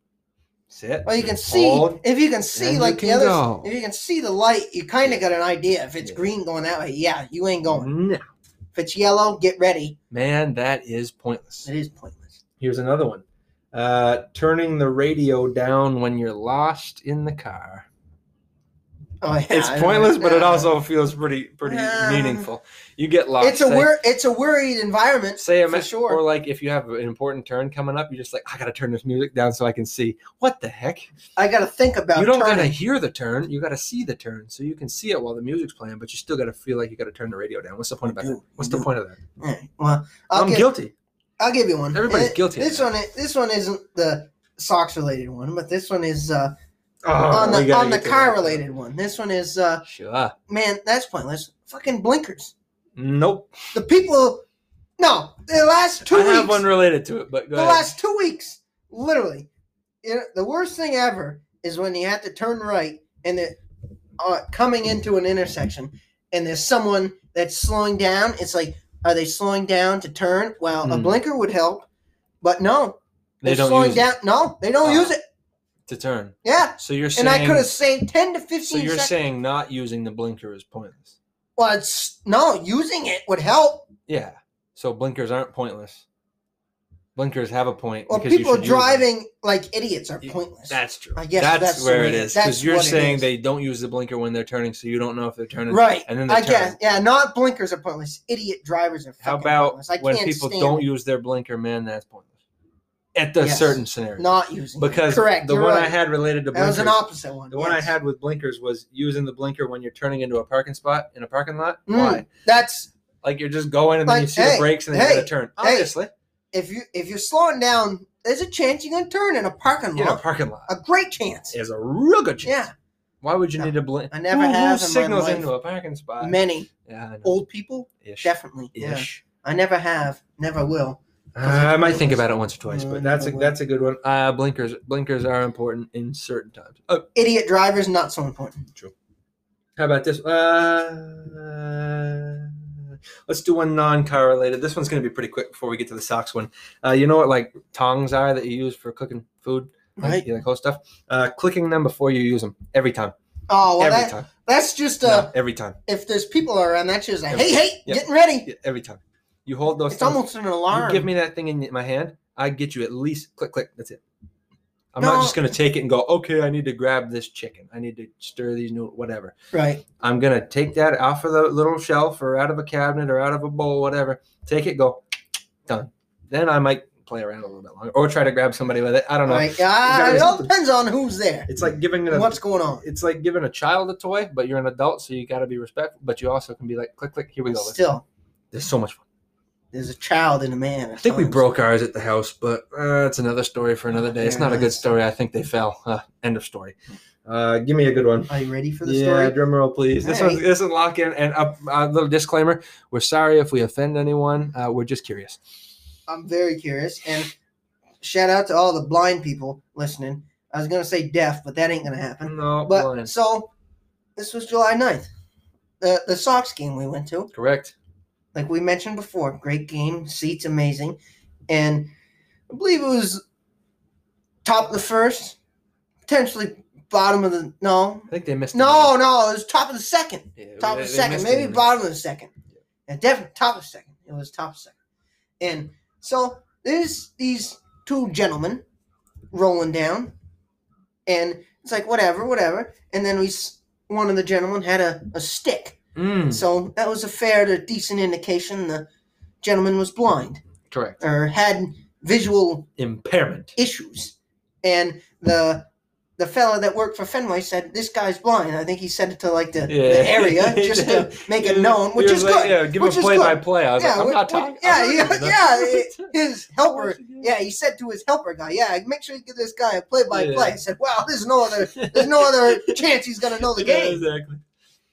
Sit. Well, you can see Hold. if you can see and like you can the others. go. If you can see the light, you kind of got an idea. If it's Yeah. Mm-hmm. green going that way, yeah, you ain't going. No. If it's yellow, get ready. Man, that is pointless. It is pointless. Here's another one. Uh, turning the radio down when you're lost in the car. Oh, yeah, It's I know. pointless, but it Yeah. also feels pretty pretty Yeah. meaningful. You get lost. it's a say- wor- it's a worried environment. Say a for ma- sure. or like if you have an important turn coming up, you're just like, I gotta turn this music down so I can see. What the heck? I got to think about. you don't gotta turning. hear the turn. You gotta see the turn, so you can see it while the music's playing. But you still gotta feel like you gotta turn the radio down. What's the point about do. that? What's the You do. point of that? All right, well, I'll I'm give, guilty. I'll give you one. Everybody's And it- guilty of This that. one, i- this one isn't the socks related one, but this one is uh, Oh, on we the gotta on the get to car that. related one. This one is uh, Sure. man, that's pointless. Fucking blinkers. Nope. The people, no, the last two I weeks, have one related to it, but go the ahead. last two weeks, literally, you know, the worst thing ever is when you have to turn right and it uh, coming into an intersection, and there's someone that's slowing down. It's like, are they slowing down to turn? Well, a Mm. blinker would help, but no, they they're don't slowing use down. No, they don't Ah. use it. it to turn. Yeah, So you're saying and I could have saved ten to fifteen. So you're seconds. saying not using the blinker is pointless. well, it's no using it would help. Yeah. So blinkers aren't pointless. Blinkers have a point. Well, because you people should use them. driving like idiots are You- pointless. That's true. I guess that's, that's where what it it is. is. Because That's you're what it saying is. they don't use the blinker when they're turning, so you don't know if they're turning. right. And then they I turn. guess yeah, not blinkers are pointless. Idiot drivers are. How fucking about pointless. I when can't people stand don't use their blinker, man? That's pointless. At the Yes. certain scenario. not using it. because correct the you're one I right. had related to that was blinkers. an opposite one. the one yes. I had with blinkers was using the blinker when you're turning into a parking spot in a parking lot. Mm. Why? That's Like you're just going and then you Like, see the hey, brakes and then hey, you gotta turn. hey. Obviously. if you if you're slowing down, there's a chance you're gonna turn in a parking in a lot. parking lot A great chance. is a real good chance. Yeah, Why would you No, need a blink? I never have in my signals life. into a parking spot. many yeah, I know. old people ish. definitely. Yeah, ish. I never have, never will. Uh, I might think about it once or twice, No, but that's a uh, no way. that's a good one. Uh, blinkers blinkers are important in certain times. Oh, Idiot drivers not so important. how about this? Uh, let's do one non-car related. This one's going to be pretty quick before we get to the socks one. Uh, you know what like tongs are that you use for cooking food, like, Right. You know, close stuff. Uh, clicking them before you use them every time. Oh well, every that, time. that's just uh, No, every time. if there's people around, that's just like, Every- hey, hey, yeah. getting ready. Yeah, every time. You hold those. It's things- almost an alarm. You give me that thing in my hand, I get you at least click click. That's it. I'm No. not just gonna take it and go, okay, I need to grab this chicken. I need to stir these new whatever. right. I'm gonna take that off of the little shelf or out of a cabinet or out of a bowl, whatever. Take it, go, done. Then I might play around a little bit longer or try to grab somebody with it. I don't know. Like, ah, gotta- it all depends on who's there. It's like giving it a What's going on? it's like giving a child a toy, but you're an adult, so you gotta be respectful. But you also can be like, click click, here we go. Still, There's so much fun. there's a child and a man. I think we broke ours at the house, but uh, it's another story for another day. It's not a good story. I think they fell. Uh, end of story. Uh, give me a good one. Are you ready for the Yeah, story? drum roll, please. This All one, right. this is lock in. And a, a little disclaimer: we're sorry if we offend anyone. Uh, we're just curious. I'm very curious. And shout out to all the blind people listening. I was going to say deaf, but that ain't going to happen. No, But blind. so, this was July 9th. The, the Sox game we went to, correct. like we mentioned before, great game, seats amazing. And I believe it was top of the first, potentially bottom of the. No. I think they missed. No, no, it was top of the second. it. Yeah, top they- of the they second, missed maybe it. bottom of the second, and definitely top of the second. It was top of the second, and so there's these two gentlemen rolling down, and it's like whatever, whatever, and then we s- one of the gentlemen had a, a stick, Mm, so that was a fair to decent indication the gentleman was blind correct. or had visual Impairment. issues, and the the fella that worked for Fenway said this guy's blind. I think he said it to like the, Yeah. the area just to make it known, which He is was like, good. Yeah, give which a is play good. by play. I was like, Yeah, I'm we- not we- talking. yeah, I'm yeah, not doing yeah. that. His helper, yeah, he said to his helper guy, "Yeah, make sure you give this guy a play-by-play." Yeah. He said, "Wow, there's no other, there's no other chance he's gonna know the Yeah, game." Exactly.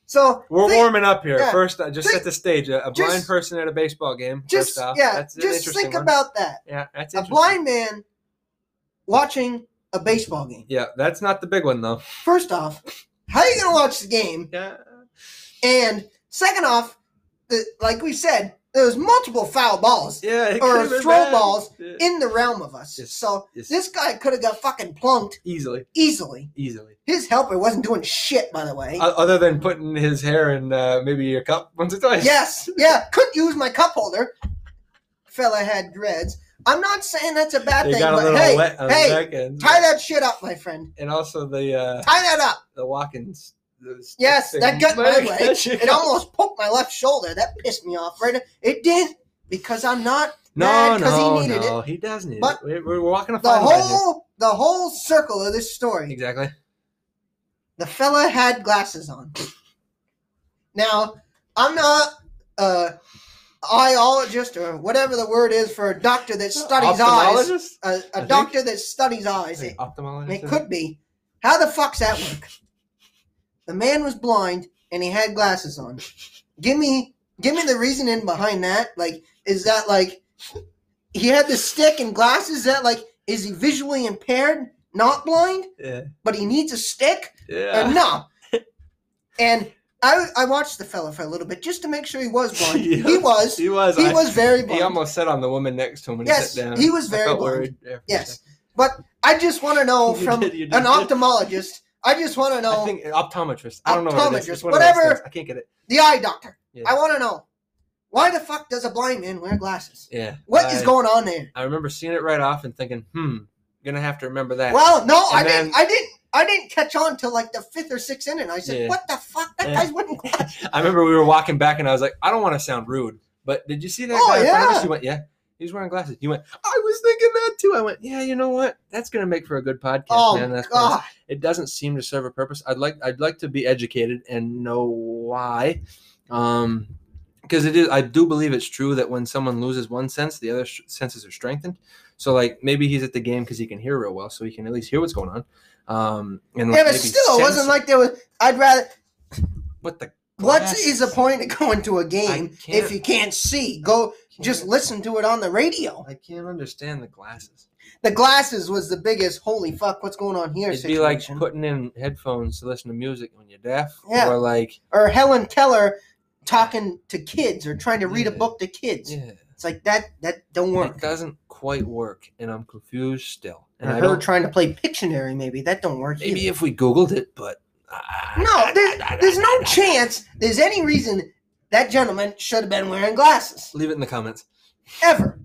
So We're think- warming up here. yeah. First, I just Think- set the stage. A, a blind just- person at a baseball game. Just first off. yeah, That's an just interesting think one. about that. Yeah, that's A interesting. blind man watching a baseball game. Yeah, that's not the big one though. First off, how are you gonna watch the game? Yeah. And second off, the, like we said, there was multiple foul balls Yeah. it Or could've been throw bad. balls Yeah. in the realm of us. Yes, So yes. this guy could have got fucking plunked easily, easily. easily. His helper wasn't doing shit, by the way. O- Other than putting his hair in uh, maybe a cup once or twice. yes, yeah, couldn't use my cup holder. Fella had dreads. I'm not saying that's a bad They thing, got a but little hey, wet on the hey, back end. tie that shit up, my friend. And also the uh, Tie that up. the Watkins. the stick Yes, thing. that got my Like, way. that shit It got- almost poked my left shoulder. That pissed me off. Right, it did because I'm not. No, mad 'cause he no, needed no. He does need But it. We- We're walking a The fine line here. whole the whole circle of this story Exactly. the fella had glasses on. Now, I'm not a iologist or whatever the word is for a doctor that studies eyes. Ophthalmologist? A, a think. doctor that studies eyes. It, Ophthalmologist. it is could be. How the fuck's that work? The man was blind and he had glasses on. Give me, give me the reasoning behind that. Like, is that like he had the stick and glasses? That like, is he visually impaired, not blind, Yeah. but he needs a stick? Yeah. Uh, no. And I I watched the fella for a little bit just to make sure he was blind. Yeah. He was. He He was. I- was very blind. He almost sat on the woman next to him when Yes, he sat down. he was I very felt blind. worried there for a yes. second. But I just want to know You from did, you did. an ophthalmologist. I just want to know I think optometrist. I don't know what it is. It's Optometrist, one of those whatever. things. I can't get it. the eye doctor. Yeah. I want to know why the fuck does a blind man wear glasses? Yeah. What is I- going on there? I remember seeing it right off and thinking, hmm, gonna have to remember that. Well, no, I And didn't. then- I didn't. I didn't catch on till like the fifth or sixth inning. I said, Yeah. "What the fuck? That Yeah. guy's wearing glasses." I remember we were walking back and I was like, I don't want to sound rude, but did you see that Oh, guy in front of yeah. us? You went, yeah. He was wearing glasses. You went, I was thinking that too. I went, yeah, you know what? That's gonna make for a good podcast, Oh man. That's gonna- God! it doesn't seem to serve a purpose. I'd like I'd like to be educated and know why, um, because it is. I do believe it's true that when someone loses one sense, the other sh- senses are strengthened. So like maybe he's at the game because he can hear real well, so he can at least hear what's going on. Um, and Yeah, like, but maybe still, it wasn't sense like there was. I'd rather. what the What Glasses. is the point of going to a game can't- if you can't see? Go just listen to it on the radio. I can't understand the glasses. The glasses was the biggest. Holy fuck! What's going on here? It'd be like situation. putting in headphones to listen to music when you're deaf, Yeah. or like or Helen Keller talking to kids or trying to read a Yeah. book to kids. yeah, It's like that. That don't it work. doesn't quite work, and I'm confused still. And Or I her don't trying to play Pictionary, maybe that don't work. Maybe either. if we Googled it, but uh, no, there's, there's no chance. There's any reason that gentleman should have been wearing glasses leave it in the comments. ever.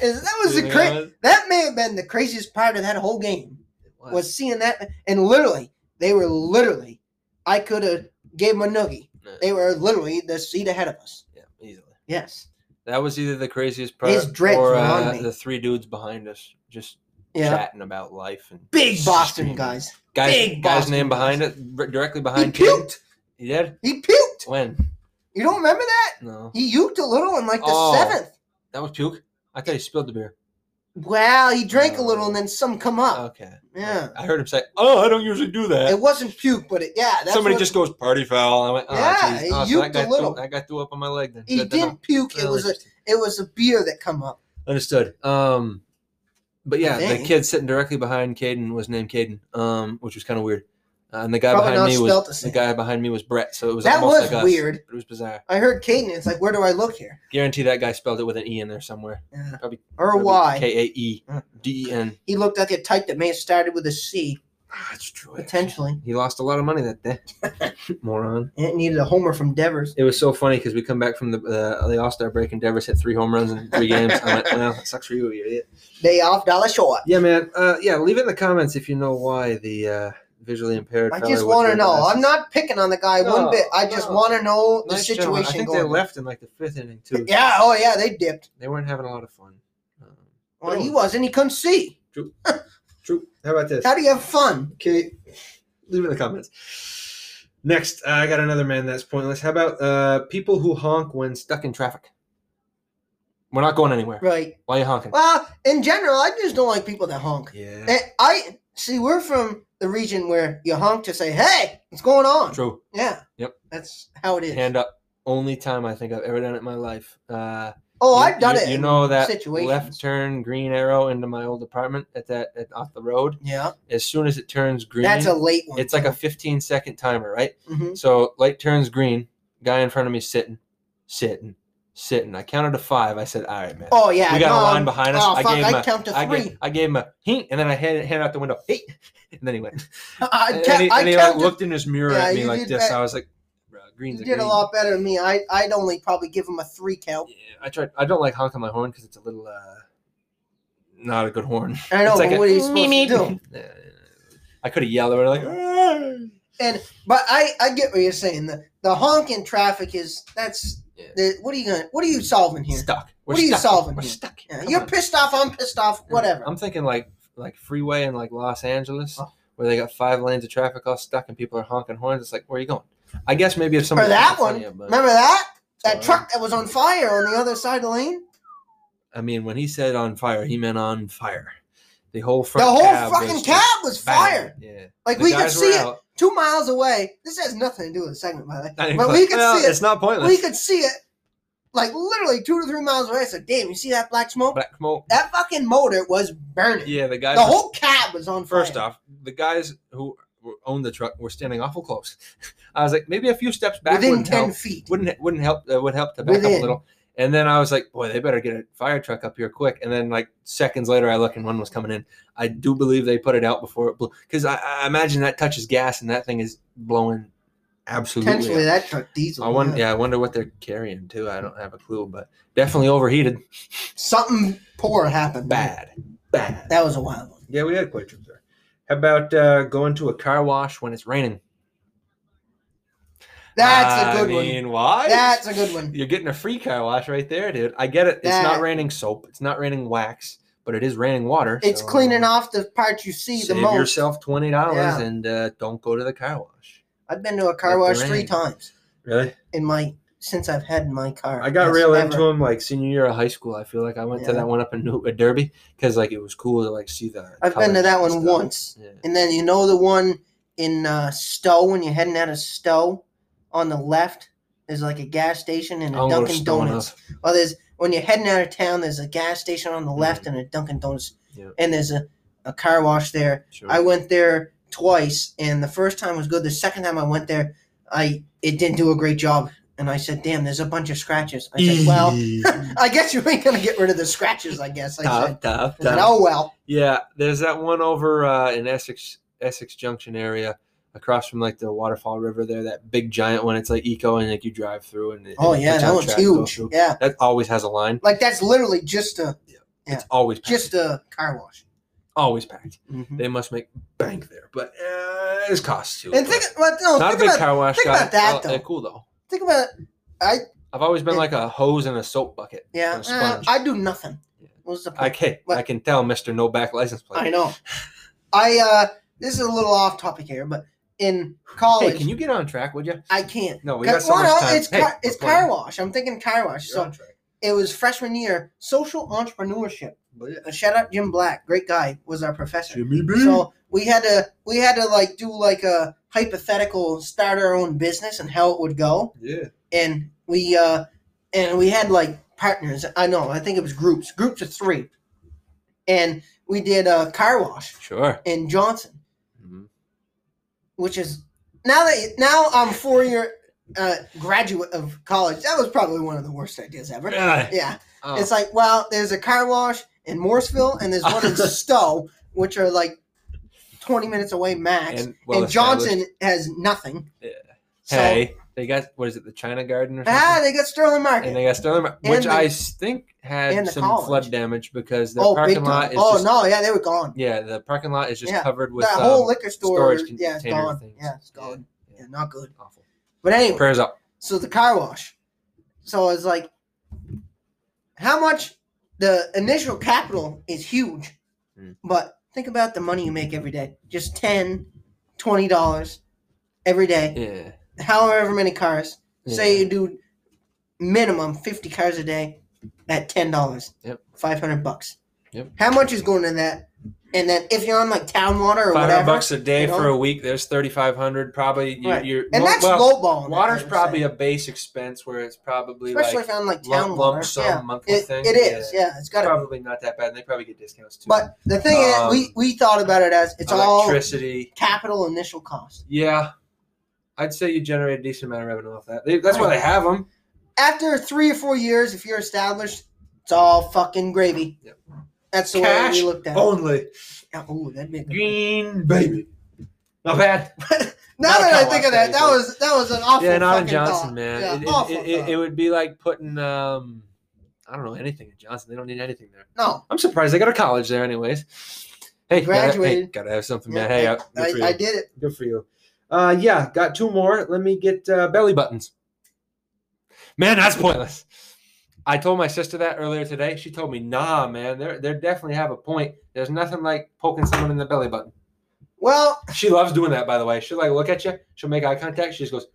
Is- That was the Leave it in cra- comments. That may have been the craziest part of that whole game. It was seeing that, and literally, they were literally. I could have gave them a noogie. Yeah. They were literally the seat ahead of us. yeah, easily. Yes. That was either the craziest part His dreads or were on uh, me. the three dudes behind us just Yeah. chatting about life and Big Boston screaming. guys. Guys, big guy's Boston name guys. behind it, r- directly He behind. Kid. puked. He did. He puked. When? You don't remember that? No, He uked a little in like the Oh. seventh. that was puke. I thought he spilled the beer. Wow, he drank a Oh. little and then some come up. Okay. Yeah. I heard him say, "Oh, I don't usually do that." It wasn't puke, but it, yeah, that's Somebody what- just goes party foul. I went, "Oh, Yeah, geez. he Oh, so uked a that guy threw- little. that guy threw up on my leg. Then he That- that- didn't puke. It Oh, was a interesting. it was a beer that come up. Understood. Um, but yeah, the think. kid sitting directly behind Caden was named Caden, um, which was kind of weird. Uh, and the guy Probably not behind me spelled the was the same. guy behind me was Brett, so it was That almost was like us. weird. It was bizarre. I heard Caden. It's like, where do I look here? Guarantee that guy spelled it with an e in there somewhere. Yeah. Probably- Or why? K A E D E N. He looked like a type that may have started with a C, That's true. potentially. He lost a lot of money that day. Moron. And it needed a homer from Devers. It was so funny because we come back from the uh, the All Star break and Devers hit three home runs in three games. I went, well, that sucks for you, you idiot. Day off, dollar short. Yeah, man. Uh, yeah, leave it in the comments if you know why the uh, visually impaired. I fella just would want to wear know. glasses. I'm not picking on the guy one No, bit. I just no. want to know the Nice situation gentleman. I think going. they on. left in like the fifth inning too. Yeah. Oh yeah, they dipped. they weren't having a lot of fun. Um, Well, Really? he wasn't. He couldn't see. True. True. How about this? How do you have fun? Okay, leave it in the comments. Next, uh, I got another man that's pointless. How about uh, people who honk when stuck in traffic? We're not going anywhere. Right. Why are you honking? Well, in general, I just don't like people that honk. Yeah. Eh, I see. We're from the region where you honk to say, "Hey, what's going on?" True. Yeah. Yep. That's how it is. Hand up. Only time I think I've ever done it in my life. Uh, oh, you- I've done you- it. You in know that situations. left turn green arrow into my old apartment at that at, off the road. Yeah. As soon as it turns green, That's a late one. it's like a 15 second timer, right? hmm So light turns green. Guy in front of me sitting, sitting, sitting. I counted to five. I said, "All right, man." Oh yeah. we got no, a line I'm- behind us. Oh I fuck! gave him I a- count to I three. gave, I gave him a hint, and then I handed hand out the window, hey, and then he went. I, and count- he, I and he like, count to- looked in his mirror Yeah, at me you like did this. that. I was like, bro, green's You a did a green." lot better than me. I I'd only probably give him a three count. Yeah, I tried. I don't like honking my horn because it's a little, uh, not a good horn. I know, It's like but a what are you supposed to do? Yeah, I could have yelled at her like, "Ah, "Arr!" But I I get what you're saying. The the honk in traffic is that's Yeah. the, what are you gonna what are you solving here? stuck. We're What are you stuck. solving We're here? stuck. Yeah, Come you're on. pissed off. I'm pissed off. Whatever. I'm thinking like like freeway in like Los Angeles Oh. where they got five lanes of traffic all stuck and people are honking horns. It's like, where are you going? I guess maybe if somebody that honks in front one. of you, but- uh, Remember that that Sorry. truck that was on fire on the other side of the lane? I mean, when he said on fire, he meant on fire. The whole The front whole cab fucking was cab just was bang. fired. Yeah, Like The we could guys were see it out. two miles away. This has nothing to do with the segment, by the I way. didn't But click. we could Well, see it. It's not pointless. We could see it, like literally two to three miles away. I said, "Damn, you see that black smoke? Black smoke. That fucking motor was burning. Yeah, the guys. the were- whole cab was on fire." first off, the guys who were- owned the truck were standing awful close. I was like, maybe a few steps back within wouldn't ten help. feet. Wouldn't wouldn't help. Uh, would help to back up Within. a little. And then I was like, boy, they better get a fire truck up here quick. And then like seconds later, I look and one was coming in. I do believe they put it out before it blew because I, I imagine that touches gas and that thing is blowing absolutely. up. Potentially, that truck diesel. I wonder. Yeah, I wonder what they're carrying too. I don't have a clue, but definitely overheated. Mm-hmm. Something poor happened. Bad, bad. That was a wild one. Yeah, we had quite a trip there. How about uh, going to a car wash when it's raining? That's a I good one. mean, Why? That's a good one. You're getting a free car wash right there, dude. I get it. It's not That- raining soap. It's not raining wax, but it is raining water. It's so cleaning off the part you see Save the most. yourself twenty dollars Yeah. and uh, don't go to the car wash. I've been to a car Let the wash three rain. times Really? in my since I've had my car. I got Yes, real ever. into him like senior year of high school. I feel like I went to Yeah. that one up in New- at Derby because like it was cool to like see the. I've been colours to that and one stuff. once, Yeah. and then you know the one in uh, Stowe when you're heading out of Stowe on the left. There's like a gas station and I don't a go to Dunkin' Stone Donuts. enough. Well, there's when you're heading out of town, there's a gas station on the left and a Dunkin' Donuts, Yeah. and there's a, a car wash there. Sure. I went there twice, and the first time was good. The second time I went there, I it didn't do a great job, and I said, "Damn, there's a bunch of scratches." I said, "Well, I guess you ain't gonna get rid of the scratches." I guess I Tough, said, tough, I said, tough. "Oh well." Yeah, there's that one over uh, in Essex, Essex Junction area, across from like the waterfall river there. That big giant one. It's like eco, and like you drive through, and it- Oh it yeah, puts that out one's track, go huge. through. Yeah, That always has a line. like that's literally just a It's always packed. just a car wash. always packed. Mhm. They must make bank there, but uh, it's cost too. And think, well, no, Not a think big about, car wash think guy. about that, Oh, yeah, though. cool though. think about, I I've always been It- like a hose and a soap bucket. yeah, A uh, sponge. I do nothing. What's the I point? can I What? can tell, Mister No Back License Plate. I know. I uh, this is a little off topic here, but in college, Hey, can you get on track, would you? I can't. No, we got 'Cause- so well, much no, time. it's Hey, car, it's we're playing. car wash. I'm thinking car wash. You're So on track. it was freshman year, social entrepreneurship. But yeah. Uh, Shout out Jim Black, great guy, was our professor. Jimmy B. So we had to we had to like do like a hypothetical start our own business and how it would go. yeah. and we uh and we had like partners i know i think it was groups groups of three and we did a car wash Sure. in johnson Mm-hmm. which is now that now i'm four year uh, graduate of college that was probably one of the worst ideas ever Really? yeah Oh. it's like well there's a car wash in morrisville and there's one in stowe which are like 20 minutes away max and, johnson has nothing Yeah. so hey, they got what is it, the China Garden or something? ah they got sterling market and they got Sterling, Mar- And which the- I s- think had and the some college. flood damage because the oh, big parking time. lot is oh just no, yeah, they were gone. yeah, the parking lot is just Yeah, covered with That um, whole liquor store, storage con- yeah, it's container gone. things. Yeah, it's Yeah. gone. Yeah. Yeah. not good. awful. But anyway, Prayers up. so the car wash. So I was like, how much? The initial capital is huge, Mm. but Think about the money you make every day. Just 10 $20 every day. Yeah. However many cars. Say Yeah. you do minimum 50 cars a day at $10. Yep. 500 bucks. Yep. How much is going in that? And then if you're on like town water or 500 whatever. bucks a day you know? for a week, there's 3500 probably you, Right. you're and well- that's well, lowballing. it, Water's I would probably say. a base expense where it's probably especially like if I'm like lump, town lump water. sum yeah. monthly It, thing. it is. Yeah, it's got to. Probably not that bad. And they probably get discounts too. But the thing is, we Um, we thought about it as it's all electricity. capital initial cost. Yeah. I'd say you generate a decent amount of revenue off that. They, that's why they have them. After three or four years, if you're established, it's all fucking gravy. Yep. That's the Cash way we looked at it. Only Yeah, ooh, that'd be a good one. green baby. Not bad. Now that I Malachi think of that, that Watson, was that was an awful. yeah, not in fucking Johnson, thought. man. Yeah, it, it- awful it- it- thought. it would be like putting, um, I don't know, anything in Johnson. They don't need anything there. no, I'm surprised they got a college there, anyways. Hey, Gotta, hey, Graduated. gotta have something, Yeah, man. Hey, uh, I, good for you. I did it. Good for you. Uh, yeah, got two more. Let me get uh, belly buttons. Man, that's pointless. I told my sister that earlier today. She told me, "Nah, man, they they definitely have a point. There's nothing like poking someone in the belly button." Well, She loves doing that, by the way. She'll like look at you. She'll make eye contact. She just goes,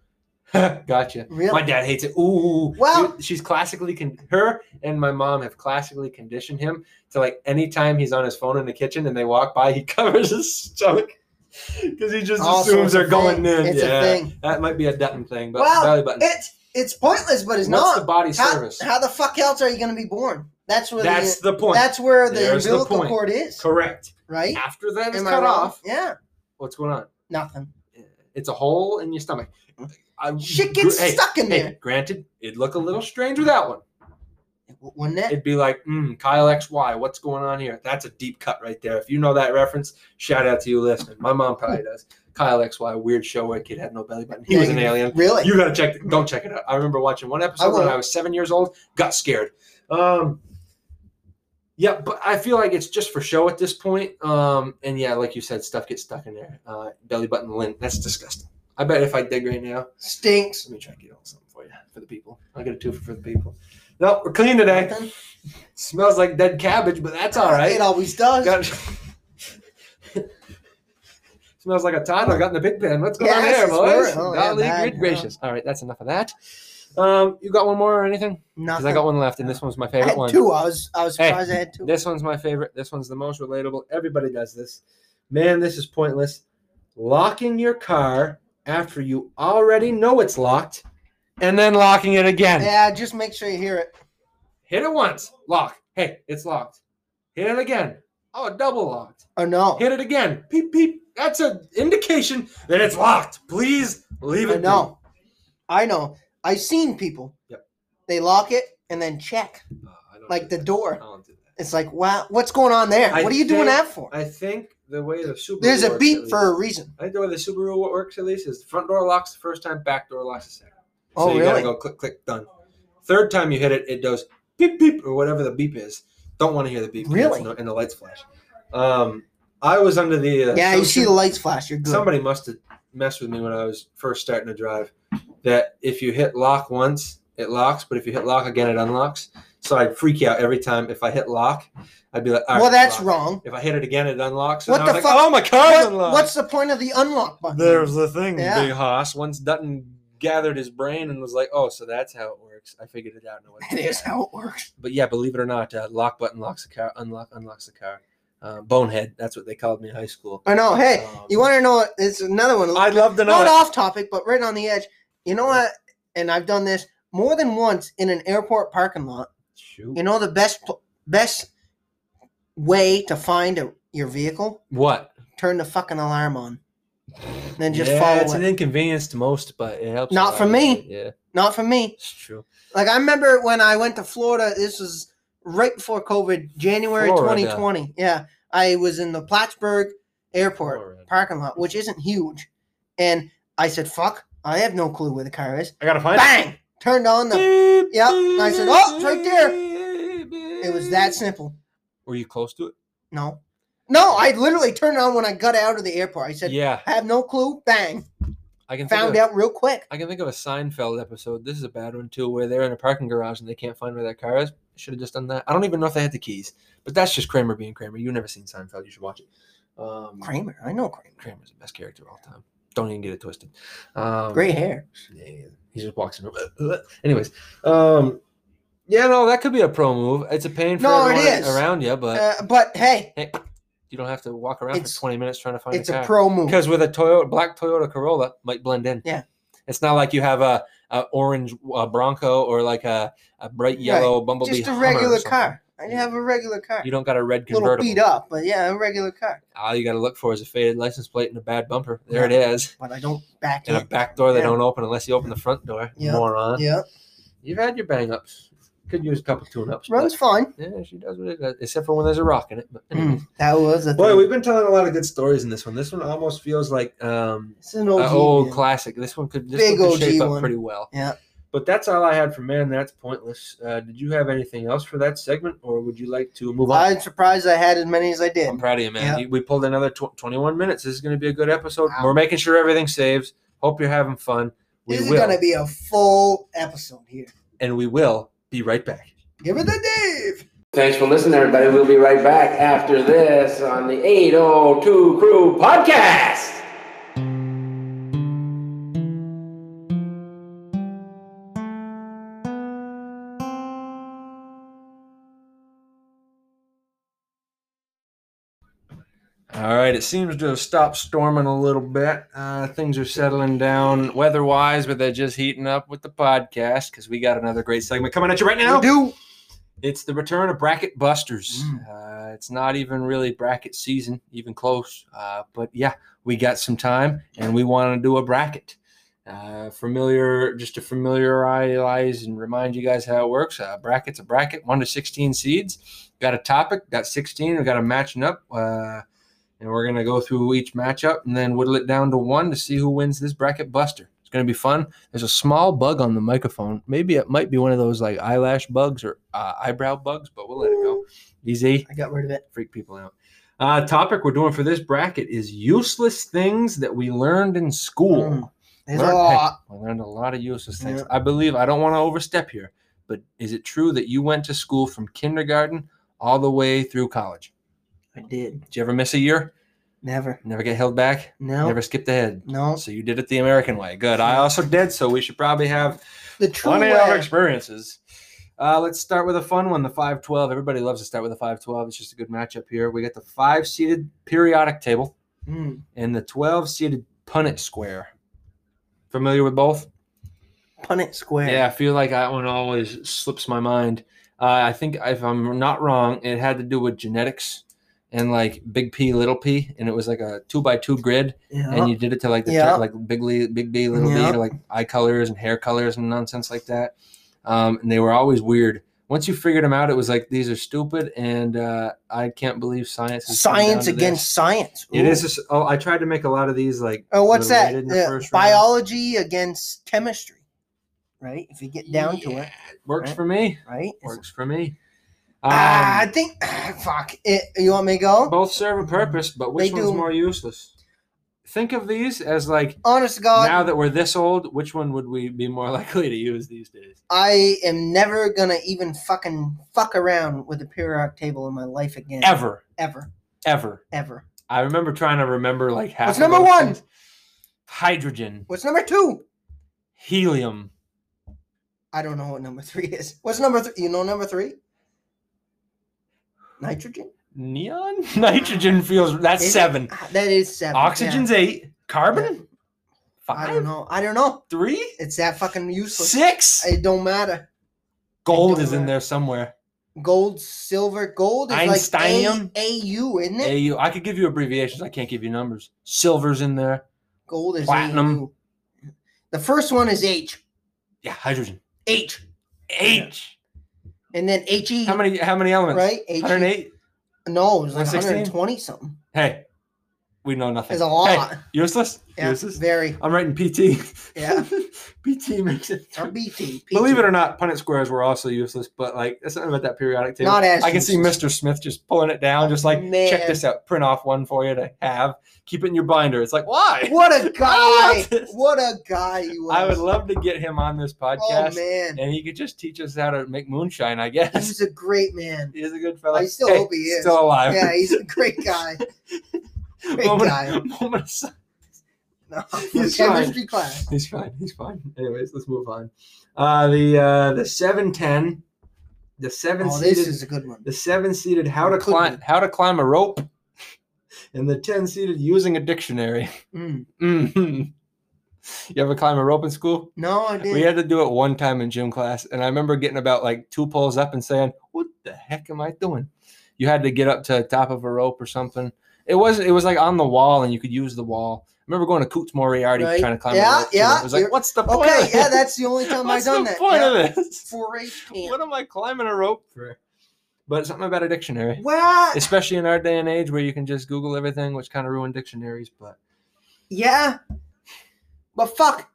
"Gotcha." really, My dad hates it. Ooh. Well- she's classically con- her and my mom have classically conditioned him to like anytime he's on his phone in the kitchen and they walk by, he covers his stomach because he just Also, assumes it's a they're going thing. in. It's a yeah, thing. that might be a Dutton thing, but Well, belly button. it's it's pointless, but What's it's not. the body how, service? how the fuck else are you going to be born? That's where That's the, the point. that's where the There's the umbilical point. cord is, correct. right? After that is Am I cut wrong? off, Yeah, what's going on? nothing. It's a hole in your stomach. I, Mm-hmm. Shit gets hey, stuck in Hey, there. Mm-hmm. granted, it'd look a little strange without one. W- Wouldn't it? it'd be like, mm, Kyle XY, what's going on here? That's a deep cut right there. If you know that reference, shout out to you listening. My mom probably does. Kyle XY, weird show where a kid had no belly button. He was an Negative. alien. Really? You gotta check. Don't check it out. I remember watching one episode when will. I was seven years old. Got scared. Um, yeah, but I feel like it's just for show at this point. Um, and yeah, like you said, stuff gets stuck in there. Uh, belly button lint. That's disgusting. I bet if I dig right now, Stinks. let me try and get on something for you for the people. I'll get a two for the people. No, we're clean today. Nothing. Smells like dead cabbage, but that's all right. It always does. Got- Smells like a toddler got in the big pen. What's going Yes, it's on there, boys? worth- oh, yeah, Golly, bad, good yeah. gracious. All right, that's enough of that. Um, you got one more or anything? Because Nothing. I got one left, and this one's my I favorite had one. two. I was I was Hey, surprised I had two. This one's my favorite. This one's the most relatable. Everybody does this. Man, this is pointless. Locking your car after you already know it's locked, and then locking it again. Yeah, just make sure you hear it. Hit it once, lock. Hey, it's locked. Hit it again. Oh, double locked. Oh no. Hit it again. Peep, peep. That's an indication that it's locked. Please leave I it. know. Oh, I know. I've seen people. Yep. They lock it and then check be. No, Oh, I don't like do the that. I door. don't do that. It's like, wow, what's going on there? I what are you doing think- that for? I think the way the Subaru There's a works, at beep for a least- reason. I think the way the Subaru works at least is the front door locks the first time, back door locks the second. Oh so you really? gotta go click, click, done. Third time you hit it, it goes beep, beep, or whatever the beep is. Don't want to hear the beep. Really? And the- And the lights flash. Um, I was under the uh, yeah, you see assumption- the lights flash. You're good. somebody must have messed with me when I was first starting to drive. That if you hit lock once, it locks, but if you hit lock again, it unlocks. So I'd freak out every time. If I hit lock, I'd be like, "All well, right, that's lock." wrong. If I hit it again, it unlocks. What And I the was fuck? Like, oh my car's What, unlocked. what's the point of the unlock button? There's the thing, Yeah. Big Hoss. Once Dutton gathered his brain and was like, "Oh, so that's how it works." I figured it out. No, That is how it works. but yeah, believe it or not, uh, lock button locks the car. Unlock unlocks the car. Uh, bonehead. That's what they called me in high school. I know. Hey, you want to know? what- It's another one. I'd love to know. Not it. off topic, but right on the edge. You know what? And I've done this more than once in an airport parking lot. Shoot. You know the best pl- best way to find a, your vehicle? What? Turn the fucking alarm on, then just yeah, it's follow an it. inconvenience to most, but it helps. a Not lot, for me. doesn't it? Yeah, Not for me. it's true. Like I remember when I went to Florida. This was right before COVID, January Florida. 2020. Yeah, I was in the Plattsburgh airport Florida. parking lot, which isn't huge, and I said, "Fuck, I have no clue where the car is." I gotta find Bang! Turned on the. it. Yep, and I said, "Oh, it's right there. It was that simple. Were you close to it? No, no, I literally turned it on when I got out of the airport. I said, yeah, "I have no clue." Bang! I can Found think of, out real quick. I can think of a Seinfeld episode. This is a bad one too, where they're in a parking garage and they can't find where their car is. Should have just done that. I don't even know if they had the keys, but that's just Kramer being Kramer. You've never seen Seinfeld. You should watch it. Um, Kramer. I know Kramer. Kramer's the best character of all time. Don't even get it twisted. Um, Great hair. Yeah, yeah. he just walks in. Anyways, um, yeah, no, that could be a pro move. It's a pain for No, it everyone is. around you, but Uh, but hey, you don't have to walk around for it's- 20 minutes trying to find it's a car. a pro move. because with a Toyota black Toyota Corolla it might blend in. Yeah. it's not like you have a, a orange uh Bronco or like a, a bright yellow Bumblebee. Just a Hummer or regular something. car. I have a regular car. You don't got a red little convertible. beat up, but yeah, a regular car. All you got to look for is a faded license plate and a bad bumper. There it is. But I don't back And a it. back door they Yeah. don't open unless you open the front door. Yeah. Moron. Yeah, You've had your bang ups. Could use a couple tune ups. runs fine. Yeah, she does what it does, except for when there's a rock in it. But anyway. Mm, that was a Boy, thing. we've been telling a lot of good stories in this one. This one almost feels like um, It's an an OG. old man. classic. This one could this Big one could OG shape up one. pretty well. Yeah. But that's all I had for man. That's pointless. Uh, did you have anything else for that segment, or would you like to move on? I'm surprised I had as many as I did. I'm proud of you, man. Yeah. You- We pulled another tw- 21 minutes. This is going to be a good episode. Wow. We're making sure everything saves. Hope you're having fun. We This is will, gonna be a full episode here. and we will be right back. Give it to Dave. Thanks for listening, everybody. We'll be right back after this on the 802 Crew Podcast. All right, it seems to have stopped storming a little bit. Uh, things are settling down weather wise, but they're just heating up with the podcast because we got another great segment coming at you right now. We do. Mm. It's the return of Bracket Busters. Uh, it's not even really bracket season, even close. Uh, but yeah, we got some time and we want to do a bracket. Uh, familiar, just to familiarize and remind you guys how it works. Uh, brackets a bracket, one to sixteen seeds. Got a topic, got sixteen. We got a matching up, uh, and we're gonna go through each matchup and then whittle it down to one to see who wins this bracket buster. It's gonna be fun. There's a small bug on the microphone. Maybe it might be one of those like eyelash bugs or uh, eyebrow bugs, but we'll let it go. Easy, I got rid of it. freak people out. Uh, topic we're doing for this bracket is useless things that we learned in school. Mm. There's Learn- a lot. hey, I learned a lot of useless things. Yeah. I believe I don't want to overstep here, but is it true that you went to school from kindergarten all the way through college? I did. Did you ever miss a year? Never. Never get held back? No. Never skipped ahead? No. So you did it the American way. Good. I also did, so we should probably have The true Plenty way. of experiences. Uh, let's start with a fun one, the 512. Everybody loves to start with a 512. It's just a good matchup here. We got the five seated periodic table Mm. and the 12 seated Punnett square. Familiar with both? Punnett square. Yeah, I feel like that one always slips my mind. Uh, I think, if I'm not wrong, it had to do with genetics and like big P, little p. And it was like a two by two grid. Yeah. And you did it to like the Yeah. tur- like big le- big B, little Yeah. B, to like eye colors and hair colors and nonsense like that. Um, and they were always weird. Once you figured them out, it was like these are stupid, and uh, I can't believe science. has come down science to this. against science. It is. Ooh. just- oh, I tried to make a lot of these like. Oh, what's that? related in the Uh, first round. biology against chemistry. Right. If you get down to it. Works right? for me. Right. It's- Works for me. Ah, I Um, think. fuck it. You want me to go? both serve a purpose, but which They one's do. more useless? Think of these as like Honest to God, now that we're this old, which one would we be more likely to use these days? I am never gonna even fucking fuck around with a periodic table in my life again. Ever, Ever. ever. Ever. I remember trying to remember like half. What's of number those one? things. Hydrogen, What's number two? helium, I don't know what number three is. What's number three? You know number three? Nitrogen. neon, nitrogen feels that's Is it? seven. Ah, That is seven. yeah. Oxygen's eight. Carbon, I don't five, know. I don't know. three, It's that fucking useless. six. It don't matter. Gold don't is in know. there somewhere. Gold, silver, gold is Einsteinium? like A- AU, isn't it? AU. I could give you abbreviations. I can't give you numbers. Silver's in there. gold is platinum. AU. The first one is H. Yeah, hydrogen. H. H. And then HE. How many? How many elements? Right? H. E. Hundred eight. No, it was like 116? 120 something. Hey, we know nothing. It's a lot. Hey, useless. Yeah, Useless. very. I'm writing PT. Yeah. Oh. PT makes it. Or BT. Believe it or not, Punnett squares were also useless, but like that's something about that periodic table. Not as I can see useless. Mr. Smith just pulling it down, just like check Man. this out, print off one for you to have, keep it in your binder. It's like why? What a I guy. love this. what a guy you was. I would love to get him on this Oh, podcast, man. and he could just teach us how to make moonshine. I He guess was a great man. he is a good fellow. I still hope he is. Still alive. Yeah, he's a great guy. Big moment, guy. moment of silence. No, He's chemistry class. He's fine. He's fine. Anyways, let's move on. Uh, the uh, the seven ten, the seven Oh, seated, this is a good one. the seven seated how to Include climb me. how to climb a rope, and the ten seated using a dictionary. Mm. Mhm. you ever climb a rope in school? No, I didn't. We had to do it one time in gym class, and I remember getting about like two pulls up and saying, "What the heck am I doing?" You had to get up to the top of a rope or something. It was it was like on the wall, and you could use the wall. I remember going to Coots Moriarty Right. trying to climb. Yeah, a rope too. yeah, It was like, you're- what's the point? Okay, of yeah, this? that's the only time I've What's done the that. point yeah. of this? 4-H camp. What am I climbing a rope for? But something about a dictionary, What? especially in our day and age where you can just Google everything, which kind of ruined dictionaries. But Yeah. But fuck,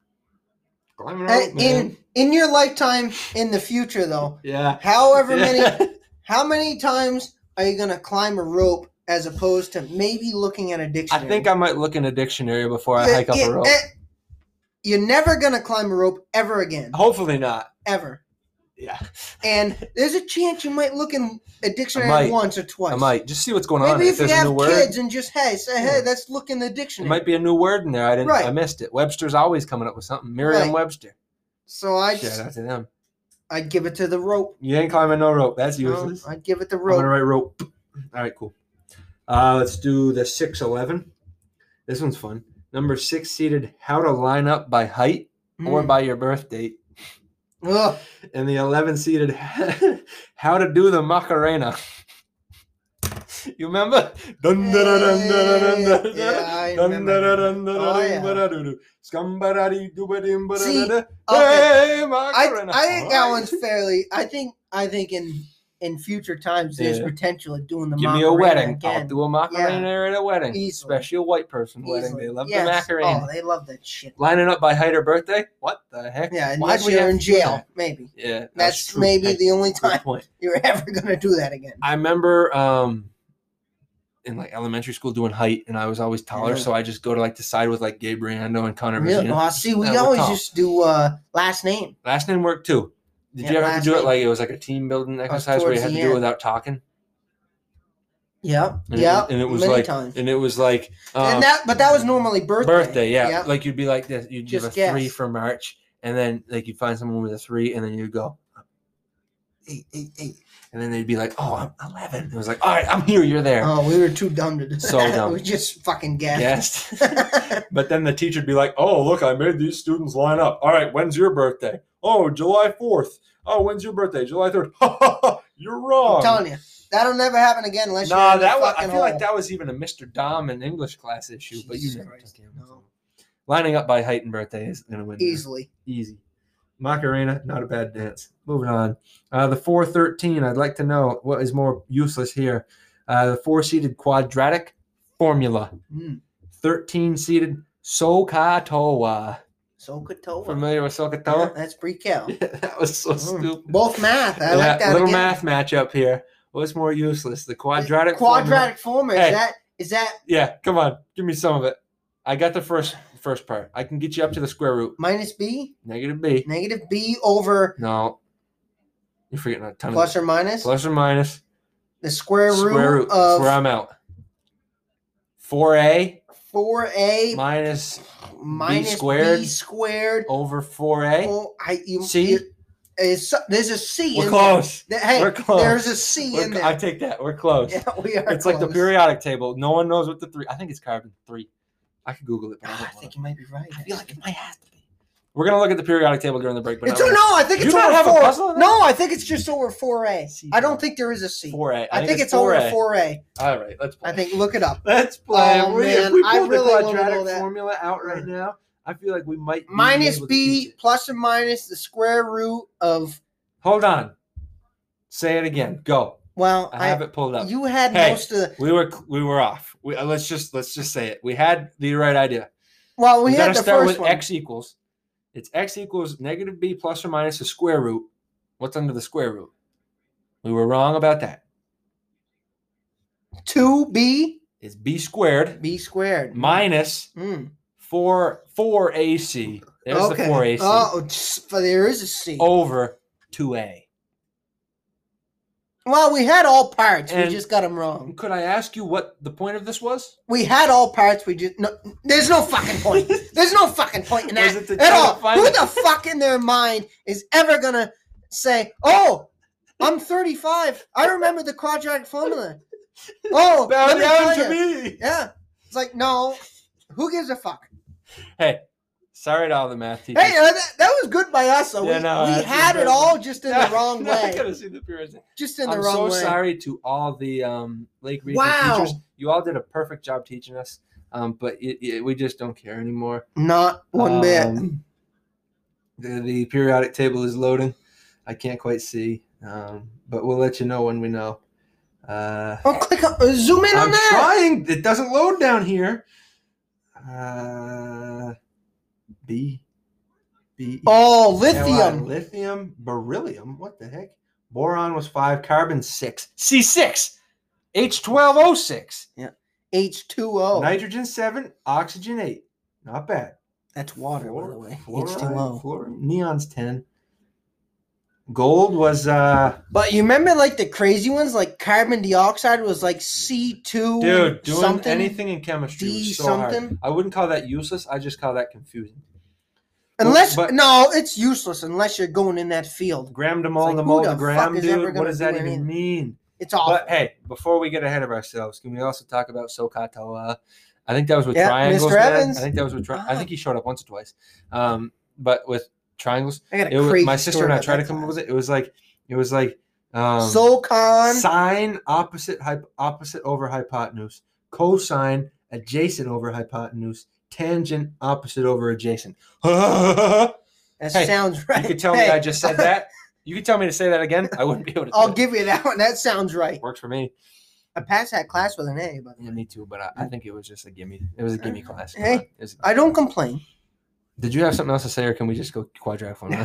climbing a uh, rope, Oh, man. in in your lifetime, in the future though, yeah, however Yeah. many, how many times are you gonna climb a rope as opposed to maybe looking at a I dictionary? think I might look in a dictionary before I Yeah, hike up yeah, a rope. eh, you're never gonna climb a rope ever again, Hopefully not. ever. Yeah, And there's a chance you might look in a dictionary might. once or twice. I might just see what's going on. Maybe if you there's a have new word, kids and just hey, say hey, Yeah. let's look in the it dictionary. might be a new word in there. I didn't. I Right. missed it. Webster's always coming up with something. Merriam-Webster. So I'd Shout out to them. I'd give it to the rope. You ain't climbing no rope. That's you know? useless. I'd give it the I'm gonna rope. write rope. All right, cool. Uh, let's do the six eleven. This one's fun. Number six seated. How to line up by height or Mm. by your birth date, Ugh. and the eleven seated. how to do the macarena. You remember? Dun, da, da, dun, da, da, dun, da, da, Yeah, I dun, remember da, da, that. dun, da, da, Oh, ding, yeah. ba, da, doo, doo. Scum, ba, da, dee, doo, ba, ding, ba, da, See, da, da. okay. Hey, I, Macarena. I think that Alright. one's fairly. I think I think in in future times there's Yeah. potential of doing the Give me a Macarena wedding. I'll again. do a Macarena at a wedding. Easily. Especially a white person wedding. Easily. They love Yes. the Macarena. Oh, they love that shit. Lining up by height or birthday? What the heck? Yeah, Why'd unless we you're have in to do that? jail, maybe Yeah. that's, true. maybe Hey, the only good time point. you're ever gonna do that again. I remember um in like elementary school doing height and I was always taller, Yeah. so I just go to like the side with like Gabe Briando and Connor Really? Messina. Oh, see, we Yeah, we're always tall. used to do uh, last name. Last name worked too. Did Yeah, you ever have last to do it name. Oh, like it was like a team building exercise where you towards had to the do it end. without talking? Yep. And Yep. It, and it was many like times. and it was like um, and that, but that was normally birthday. birthday, yeah. Yep. Like you'd be like this, you'd give Just a three guess. for March, and then like you'd find someone with a three, and then you'd go eight, eight, eight, and then they'd be like, "Oh, I'm 11. It was like, "All right, I'm here, you're there." Oh, we were too dumb to do So that. dumb. We just fucking guessed. Yes. but then the teacher'd be like, "Oh, look, I made these students line up. All right, when's your birthday? Oh, July 4th. Oh, when's your birthday? July 3rd. you're wrong." I'm telling you, that'll never happen again unless you're No, in the that was. I fucking feel like hole. that was even a Mr. Dom and English class issue, but you Jesus never Christ, took him. no. Lining up by height and birthday is gonna win. there. easily. easy. Macarena, not a bad dance. Moving on. Uh, the 413, I'd like to know what is more useless here. Uh, the four seated quadratic formula, Mm. 13 seated Sokatoa. So Katoa. Familiar with Yeah, Sokatoa? that's Brickell. that was so Mm. stupid. Both math. I Yeah, like that. little again. math matchup here. What's more useless? The quadratic formula- Quadratic form. Is Hey. that is that Yeah, come on. Give me some of it. I got the first first part. I can get you up to the square root. minus b Negative b. negative b over No. You're forgetting a ton of plus or minus plus or minus the square root, square root. That's where of I'm out. Four a four a minus minus b squared squared. squared over four a. Oh, I you, C. you- it's, there's a C We're E in close. there. Th- Hey, We're close. there's a C We're in cl- there. I take that. We're close. yeah, we are. it's like the close. periodic table. No one knows what the three. I think it's carbon three. I could Google it. But I, Ah, don't I wanna. think you might be right. I feel like it might have to be. We're gonna look at the periodic table during the break. But it's oh, no, I think Do it's you not over have a four. puzzle in no, I think it's just over four A. C. I don't think there is a C. four a. I I, think, it's, over 4A. four A. All right, let's play. I think look it up. let's play. Oh, we, if man, we pull I really the wanna know quadratic that. formula out right now, I feel like we might be Minus able to teach B it. plus or minus the square root of Hold on. Say it again. Go. well, I have it pulled up. You had Hey. most of the we were we were off. We, uh, let's just let's just say it. We had the right idea. well, we you Oh, had gotta the start with first one. x equals. It's x equals negative b plus or minus the square root. What's under the square root? We were wrong about that. Two B It's b squared B squared. minus Mm. four four ac. There's the Okay. Uh, four Oh. ac Oh, just- but there is a C. over two a. Well, we had all parts. And- we just got them wrong. Could I ask you what the point of this was? We had all parts. We just no. There's no fucking point. there's no fucking point in Was that it to at try to all. find- Who the fuck in their mind is ever gonna say, "Oh, I'm 35. I remember the quadratic formula." Oh, Bow let me down tell to you. me. Yeah, it's like no. Who gives a fuck? Hey, sorry to all the math teachers. Hey, uh, that, that was good by us. Though. Yeah, we no, we that's had it incredible. all just in the wrong No, I way. gotta see the pure- Just in the I'm wrong so way. sorry to all the um, Lake Region Wow. teachers. You all did a perfect job teaching us, um, but it, it, we just don't care anymore. Not one bit. Um, The, the periodic table is loading. I can't quite see, um, but we'll let you know when we know. Uh, Oh, click on, uh, zoom in on I'm that. trying. It doesn't load down here. Uh, B. B. Oh, Li- lithium. lithium, beryllium. What the heck? Boron was five, carbon six, C six, H twelve O six, H2O. nitrogen seven, oxygen eight. Not bad. That's water, by the Fluor- way. fluoride- H2O. fluorine- neon's ten. Gold was uh But you remember like the crazy ones, like carbon dioxide was like C2 dude doing something. anything in chemistry D was so hard. something? I wouldn't call that useless. I just call that confusing. Unless but- no, it's useless unless you're going in that field. Gram to mole like, to who mole the to fuck gram, is ever dude. What gonna Oh. does that do even anything? mean? It's awful. But hey, before we get ahead of ourselves, can we also talk about SoCatoa? I think that was with Yeah, triangles. Mr. man. Evans. I think that was with tri- I Ah. think he showed up once or twice. Um, but with triangles, I got it a was, crazy my sister story and I about tried to that come up time. with it. It was like it was like um, Solcon. sine opposite hyp- opposite over hypotenuse, cosine adjacent over hypotenuse, tangent opposite over adjacent. you that hey, sounds right. could tell me Hey, I just said that. You could tell me to say that again. I wouldn't be able to. do I'll it. give you that one. That sounds right. works for me. I passed that class with an A, but Yeah, me too. But I, I think it was just a gimme. It was a gimme class. Come Uh, Hey, on, it was a I don't complain. Did you have something else to say, or can we just go quadratic formula? No,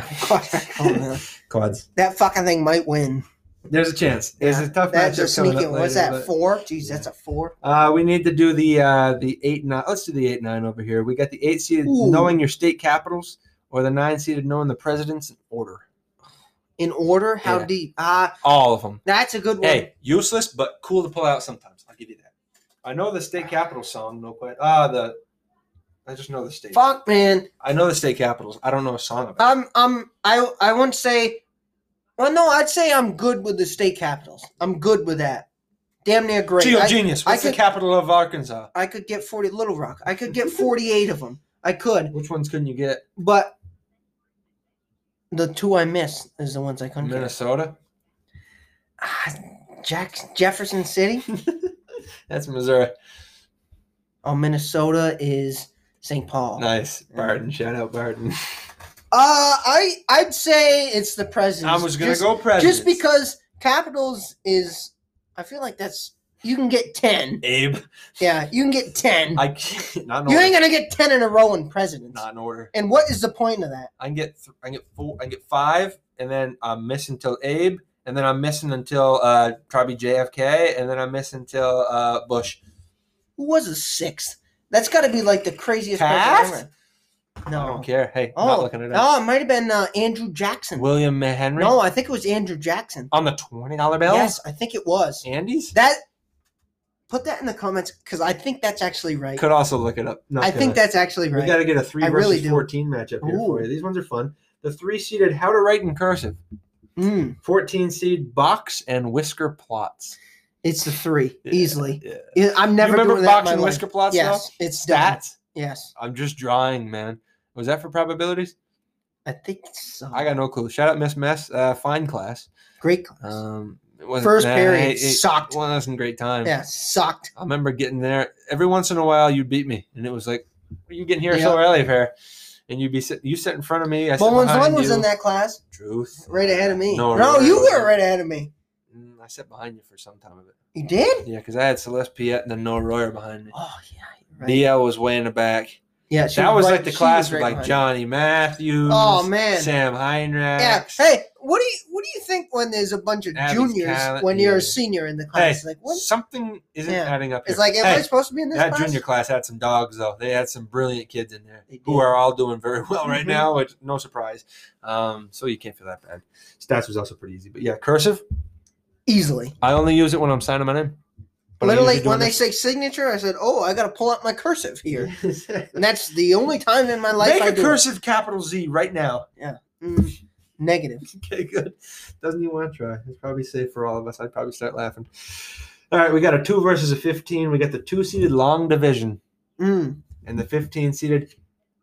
oh, man. Quads. that fucking thing might win. There's a chance. There's a tough That's a matchup coming sneaky. up one. What's later, that? but- Four? Jeez, Yeah. that's a four. Uh, we need to do the uh, the eight nine. Let's do the eight nine over here. We got the eight seeded Ooh. knowing your state capitals, or the nine seeded knowing the presidents in order. In order, how Yeah. deep? Ah, All of them. that's a good one. Hey, useless but cool to pull out sometimes. I'll give you that. I know the state capital song. No question. Ah, the. I just know the state. Fuck, man. I know the state capitals. I don't know a song about. it. I'm, I'm, I, I wouldn't say. Well, no, I'd say I'm good with the state capitals. I'm good with that. Damn near great. Geo I, Genius. I What's the could- capital of Arkansas? I could get forty Little Rock. I could get forty-eight of them. I could, Which ones couldn't you get? but the two I miss is the ones I couldn't get. Minnesota. Ah, Jack Jefferson City. That's Missouri. Oh, Minnesota is St. Paul. Nice, Barton. Shout out Barton. Uh, I I'd say it's the president. I was gonna go president. just because capitals is. I feel like that's you can get ten. Abe. Yeah, you can get ten. I can't. Not in you order. ain't gonna get ten in a row in presidents. Not in order. And what is the point of that? I can get. Th- I can get four. I can get five, and then I'm missing until Abe, and then I'm missing until uh, probably JFK, and then I'm missing until uh, Bush. Who was a sixth? That's got to be like the craziest Taft? president ever. I No. don't care. Hey, I'm Oh, not looking it up. oh, it might have been uh, Andrew Jackson. William Henry. no, I think it was Andrew Jackson. On the twenty dollar bill. Yes, I think it was. Andy's. That put that in the comments because I think that's actually right. Could also look it up. Not I gonna. think that's actually right. We got to get a three I versus really do. fourteen matchup here for Ooh. you. These ones are fun. The three seeded how to write in cursive. Mm, Fourteen seed box and whisker plots. it's the three Yeah. easily. Yeah. Yeah, I'm never you remember doing that box in and my life. whisker plots? now? Yes, it's done. Stats. Yes, I'm just drawing, man. Was that for probabilities? I think so. I got no clue. Shout out Miss Mess, uh, fine class. great class. Um, it wasn't- First nah, period it- it sucked. Well, wasn't a great time. yeah, sucked. I remember getting there every once in a while. You'd beat me, and it was like, "What are you getting here so Yeah. early, here?" And you'd be sit, you sit in front of me. I sit Bowens behind one was you. in that class, Truth. right ahead of me. No, No, no, you no, were no. right ahead of me. Mm, I sat behind you for some time of it. You did? Yeah, because I had Celeste Piet and then Noah Royer behind me. Oh yeah, right. DL was way in the back. yeah, she that was right- like the she class was with right like behind Johnny Matthews. Oh, man. Sam Heinrich. you. Yeah. Hey, what do you what do you think when there's a bunch of Abby's juniors talent, when you're yeah. a senior in the Hey, class? like what? something isn't Yeah. adding up. Here. It's like am Hey, I supposed to be in this that class? junior class had some dogs though. They had some brilliant kids in there They who did. are all doing very well right Mhm. now, which no surprise. Um, so you can't feel that bad. Stats was also pretty easy, but yeah, cursive easily. I only use it when I'm signing my name. But I Literally, usually do when they this- say signature, I said, "Oh, I got to pull up my cursive here," and that's the only time in my life I make a do it. cursive capital Z right now. Mm, negative. Okay, good. Doesn't he want to try? It's probably safe for all of us. I'd probably start laughing. All right, we got a two versus a fifteen. We got the two seated long division Mm, and the fifteen seated.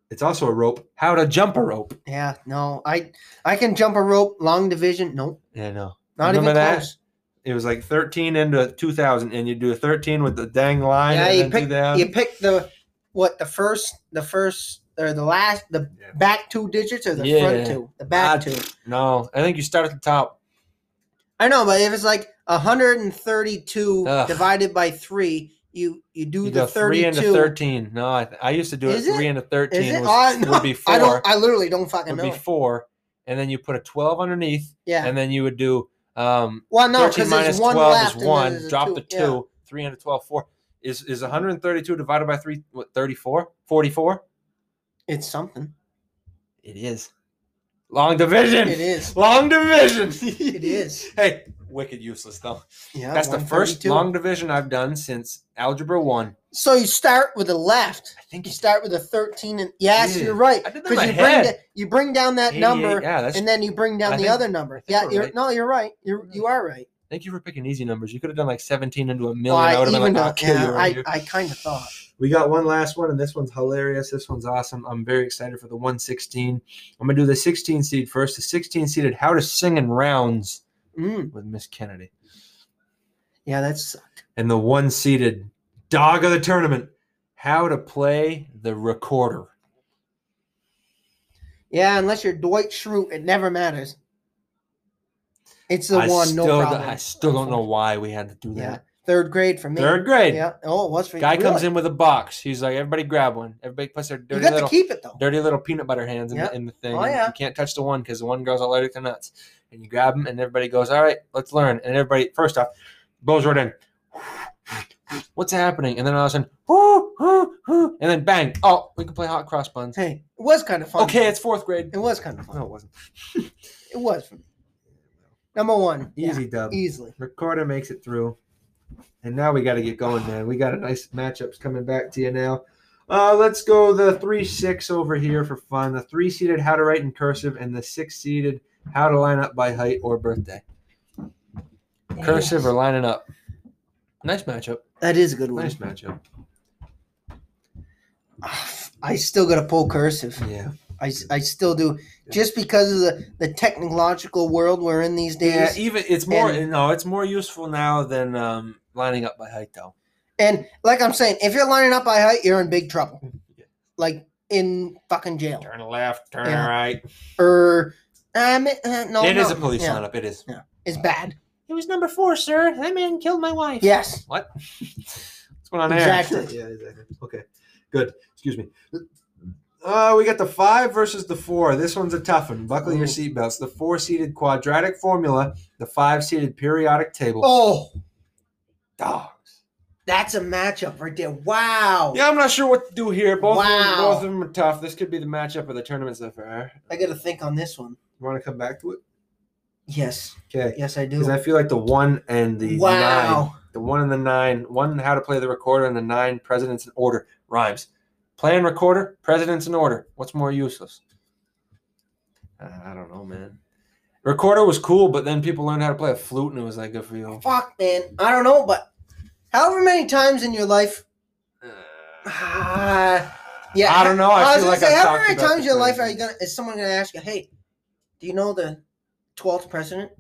It's also a rope. How to jump a rope? yeah, no, I I can jump a rope, long division. Nope, Yeah, no. not Remember even that? close. It was like thirteen into two thousand, and you do a thirteen with the dang line. Yeah, and you then pick- do that. You pick the what the first, the first or the last, the Yeah. back two digits or the Yeah. front two, the back Ah, two. No, I think you start at the top. I know, but if it's like 132 Ugh. divided by three, you you do You the go three 32. into thirteen. No, I, I used to do it Is it? three into thirteen. Is it? Was, Oh, I- no, would be four. I don't. I literally don't fucking would know. be four, and then you put a twelve underneath, yeah. and then you would do um, well, no, 13 because minus there's one 12 left. is and then 1. there's a Drop the 2. yeah. 3 into 12, 4. Is, is 132 divided by 3, what, 34? 44? It's something. It is. Long division. It is. Long division. It is. Hey, wicked useless, though. Yeah. That's the first 132. long division I've done since Algebra 1. So you start with the left. I think You it's start with a 13, and yes, Yeah. you're right. I did that in Because my you head. bring da- you bring down that 88. number, Yeah, that's, and then you bring down I the think- other number. think Yeah, we're you're right. no, you're right. You you are right. thank you for picking easy numbers. You could have done like 17 into a million. Well, I, I would have been even like, I'll know. kill you Yeah, right I here. I kind of thought. We got one last one, and this one's hilarious. This one's awesome. I'm very excited for the 116. I'm gonna do the 16 seed first. The 16 seeded How to Sing in Rounds Mm. with Miss Kennedy, Yeah, that's and the one seeded Dog of the Tournament How to Play the Recorder. Yeah, unless you're Dwight Schrute, it never matters. It's the I one, still, no don't- problem. I still don't know why we had to do Yeah, that. third grade for me. Third grade, Yeah. Oh, it was for guy you. comes Really? in with a box. He's like, "Everybody grab one. Everybody puts their You dirty got little." to keep it though. dirty little peanut butter hands in, Yeah. the, in the thing. Oh, and yeah. You can't touch the one because the one girl's allergic to nuts. And you grab them, and everybody goes, All right, let's learn. And everybody, first off, blows right in. What's happening? And then all of a sudden, "Whoo, whoo, whoo," and then bang. Oh, we can play hot cross buns. Hey, it was kind of fun. Okay, it's fourth grade. it was kind of fun. No, it wasn't. It was for me. Number one, yeah, E- Easy dub. easily. Recorder makes it through. And now we got to get going, man. We got a nice matchups coming back to you now. Uh, let's go the three six over here for fun. The three seated how to write in cursive, and the six seated how to line up by height or birthday. Cursive or lining up. Nice matchup. That is a good one. Nice matchup. Ah, I still got to pull cursive. Yeah. I, s- I still do, just because of the, the technological world we're in these days. Yeah. Even it's more And- no, it's more useful now than um, lining up by height though. And like I'm saying, if you're lining up by height, you're in big trouble. Yeah. Like in fucking jail. Turn left, turn Yeah. right. Or um, uh, no, It is no, a police yeah, lineup. It is. It's bad. It was number four, sir. That man killed my wife. Yes. What? What's going on there? Exactly. Yeah, exactly. Okay, good. Excuse me. Uh, we got the five versus the four. This one's a tough one. Buckle your Ooh. seatbelts. The four-seated quadratic formula, the five-seated periodic table. Oh, Dogs. that's a matchup right there. Wow. Yeah, I'm not sure what to do here. Both, of, them, Wow. both of them are tough. This could be the matchup of the tournament so far. I got to think on this one. You want to come back to it? Yes. Okay. Yes, I do. Because I feel like the one and the nine wow. the one and the nine, one how to play the recorder, and the nine presidents in order rhymes. Plan recorder, presidents in order. What's more useless? Uh, I don't know, man. Recorder was cool, but then people learned how to play a flute, and it was like good for you. Fuck, man. I don't know, but however many times in your life. Ah, yeah. I don't know. I, I was feel gonna like say, I've how talked many about times in this your life are already. you gonna? Is someone gonna ask you, "Hey, do you know the twelfth president?"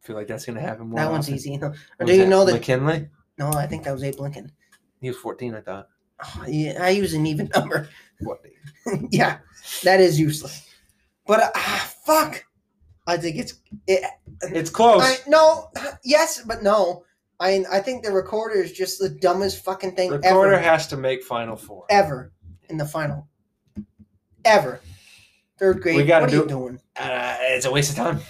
feel like that's gonna happen more. that one's often. easy. You know? Or What do was you know that? McKinley? No, I think that was Abe Lincoln. He was fourteen, I thought. Oh, yeah, I use an even number. What? yeah, that is useless. But uh, ah, fuck, I think it's it, It's close. I, no, yes, but no. I I think the recorder is just the dumbest fucking thing recorder ever, has to make final four. ever in the final, ever. Third grade. We gotta what do- are you doing? uh, it's a waste of time.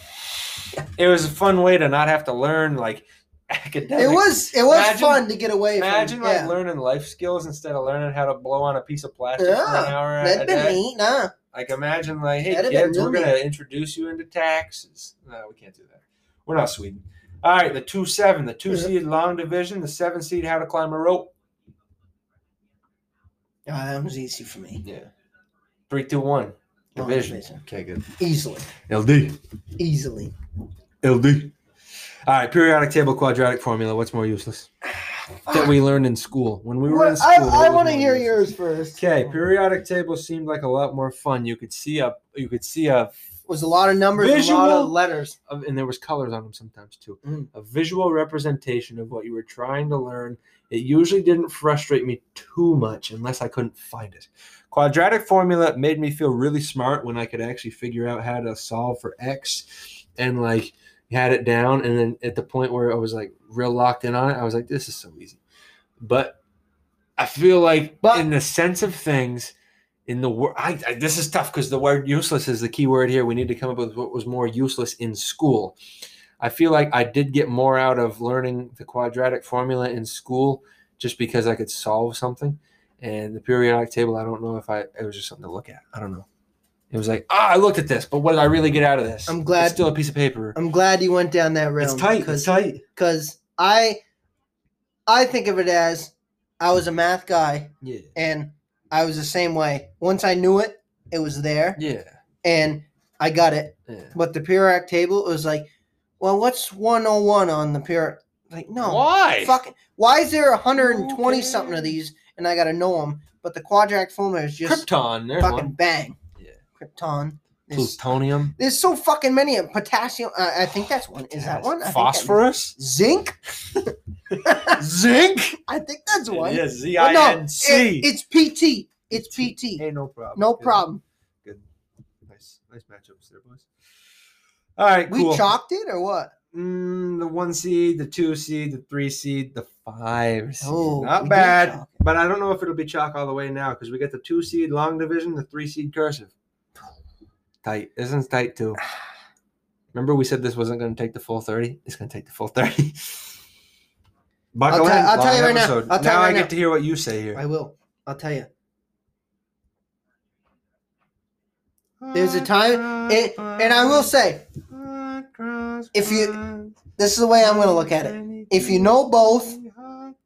It was a fun way to not have to learn like academic. It was it was Imagine- fun to get away. Imagine from, like yeah. learning life skills instead of learning how to blow on a piece of plastic for Yeah, an hour a that'd been day. neat, nah. Like imagine like, hey That'd have been kids, we're really- gonna introduce you into taxes. No, we can't do that. We're not Sweden. All right, the two seven, the two seed long division, the seven seed how to climb a rope. Ah, that was easy for me. Yeah. Three, two, one. Long Division. Okay, good. Easily. LD. Easily. LD. All right, periodic table, quadratic formula. What's more useless that we learned in school when we were in What- school? I, what I was want to more hear useless? yours first. Okay, periodic table seemed like a lot more fun. You could see a, you could see a, was a lot of numbers, a lot Visual- of letters. of- and there was colors on them sometimes too. Mm. A visual representation of what you were trying to learn. It usually didn't frustrate me too much unless I couldn't find it. Quadratic formula made me feel really smart when I could actually figure out how to solve for x, and like had it down. And then at the point where I was like real locked in on it, I was like, this is so easy. But I feel like But- in the sense of things, in the word, I, I, this is tough because the word useless is the key word here. We need to come up with what was more useless in school. I feel like I did get more out of learning the quadratic formula in school just because I could solve something. And the periodic table, I don't know if I, it was just something to look at. I don't know. It was like, ah, I looked at this, but what did I really get out of this? I'm glad- It's still a piece of paper. I'm glad you went down that realm. it's tight. It's Because tight. because I I think of it as I was a math guy Yeah. and I was the same way. Once I knew it, it was there Yeah. and I got it. Yeah. But the periodic table it was like, well, what's 101 on the period? Like, no. Why? Fuck, why is there 120 Who something of cares? these and I got to know them? But the quadratic formula is just Krypton. There's fucking one. bang. Yeah. Krypton. There's, Plutonium. there's so fucking many. of Potassium. Uh, I think that's one. Is that one? I think that- Phosphorus. Zinc? Zinc. I think that's one. Yes, Z Well, I no, N it- C. it's PT. It's PT. Hey, no problem. No Good. problem. Good. Nice, nice matchups there, boys. All right, We cool. chalked it or what? Mm, the one seed, the two seed, the three seed, the five seed. Oh, we Not did bad, chalk but I don't know if it'll be chalk all the way now because we get the two seed long division, the three seed cursive. Tight. This one's tight too. Remember, we said this wasn't going to take the full 30? It's going to take the full 30. Buckle I'll in. tell- I'll tell long you right now. episode. I'll tell now you I right get now. to hear what you say here. I will. I'll tell you. There's a time, it, and I will say if you- this is the way I'm going to look at it. If you know both,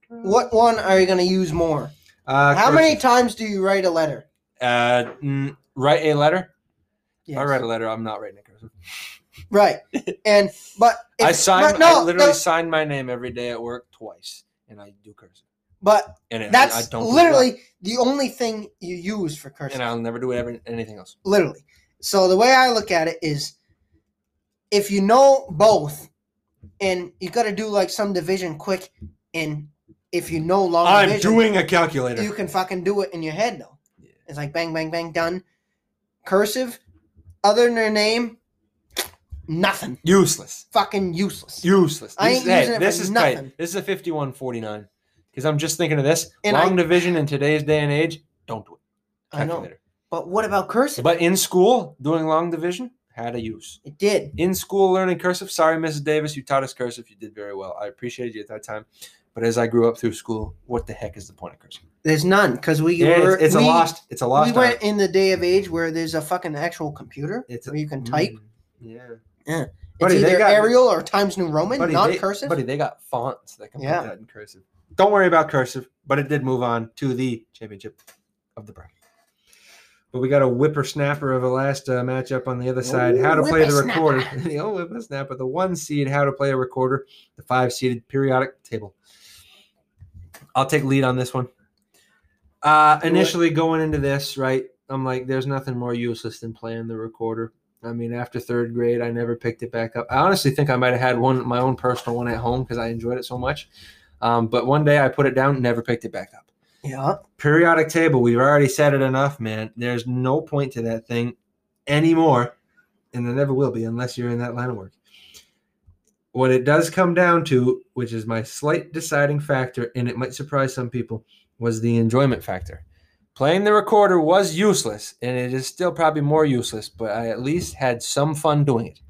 What one are you going to use more? Uh, How many cursive. times do you write a letter? Uh, mm, write a letter. Yes. I write a letter. I'm not writing a cursive. Right. And but if- I sign. But no, I literally no, sign my name every day at work twice, and I do cursive. but And it, I that's don't do it literally well, the only thing you use for cursive. and I'll never do ever, anything else. literally. So the way I look at it is, if you know both, and you got to do like some division quick, and if you know long division, a calculator. Oh, you can fucking do it in your head though. Yeah. It's like bang, bang, bang, done. Cursive, other than their name, nothing. useless. Fucking useless. Useless. I This- ain't hey, using it this for is nothing. tight. This is a fifty-one forty-nine. Because I'm just thinking of this And long I- division in today's day and age. Don't do it. I know. Calculator. But what about cursive? But in school, doing long division had a use. it did. in school learning cursive. Sorry, Mrs. Davis, you taught us cursive. You did very well. I appreciated you at that time. But as I grew up through school, what the heck is the point of cursive? There's none because we Yeah, were. it's, it's we, a lost. It's a We lost. went art. in the day of age where there's a fucking actual computer It's a- where you can type. Mm, yeah, It's Buddy, they either got- Arial or Times New Roman, buddy, not they, cursive. Buddy, they got fonts that can Yeah. put that in cursive. Don't worry about cursive. But it did move on to the championship of the bracket. But we got a whippersnapper of a last uh, matchup on the other side. how to play the recorder. the old whippersnapper. The one seed, how to play a recorder. The five seeded periodic table. I'll take lead on this one. Uh, Do it. initially going into this, right? I'm like, there's nothing more useless than playing the recorder. I mean, after third grade, I never picked it back up. I honestly think I might have had one, my own personal one at home because I enjoyed it so much. Um, but one day I put it down, never picked it back up yeah. periodic table we've already said it enough man there's no point to that thing anymore and there never will be unless you're in that line of work what it does come down to which is my slight deciding factor and it might surprise some people was the enjoyment factor playing the recorder was useless and it is still probably more useless but i at least had some fun doing it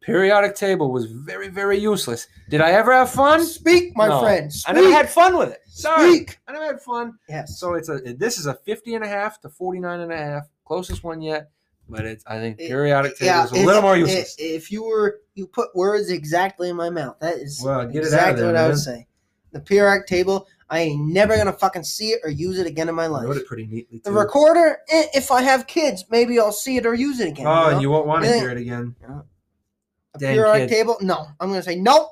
periodic table was very very useless did i ever have fun Speak, my No. friend. i Speak. never had fun with it sorry Speak. i never had fun Yes. so it's a this is a 50 and a half to 49 and a half, closest one yet. but it's I think It- periodic table is a it's- little more i- useless. if you were you put words exactly in my mouth, that is Well, get it out of exactly there, what I man. was saying. The periodic table, I ain't never gonna fucking see it or use it again in my I wrote life. it pretty neatly. The too. recorder, eh, if I have kids, maybe I'll see it or use it again. oh, you know? and you won't want to Yeah. hear it again. a dang periodic kids. table? No, I'm gonna say nope.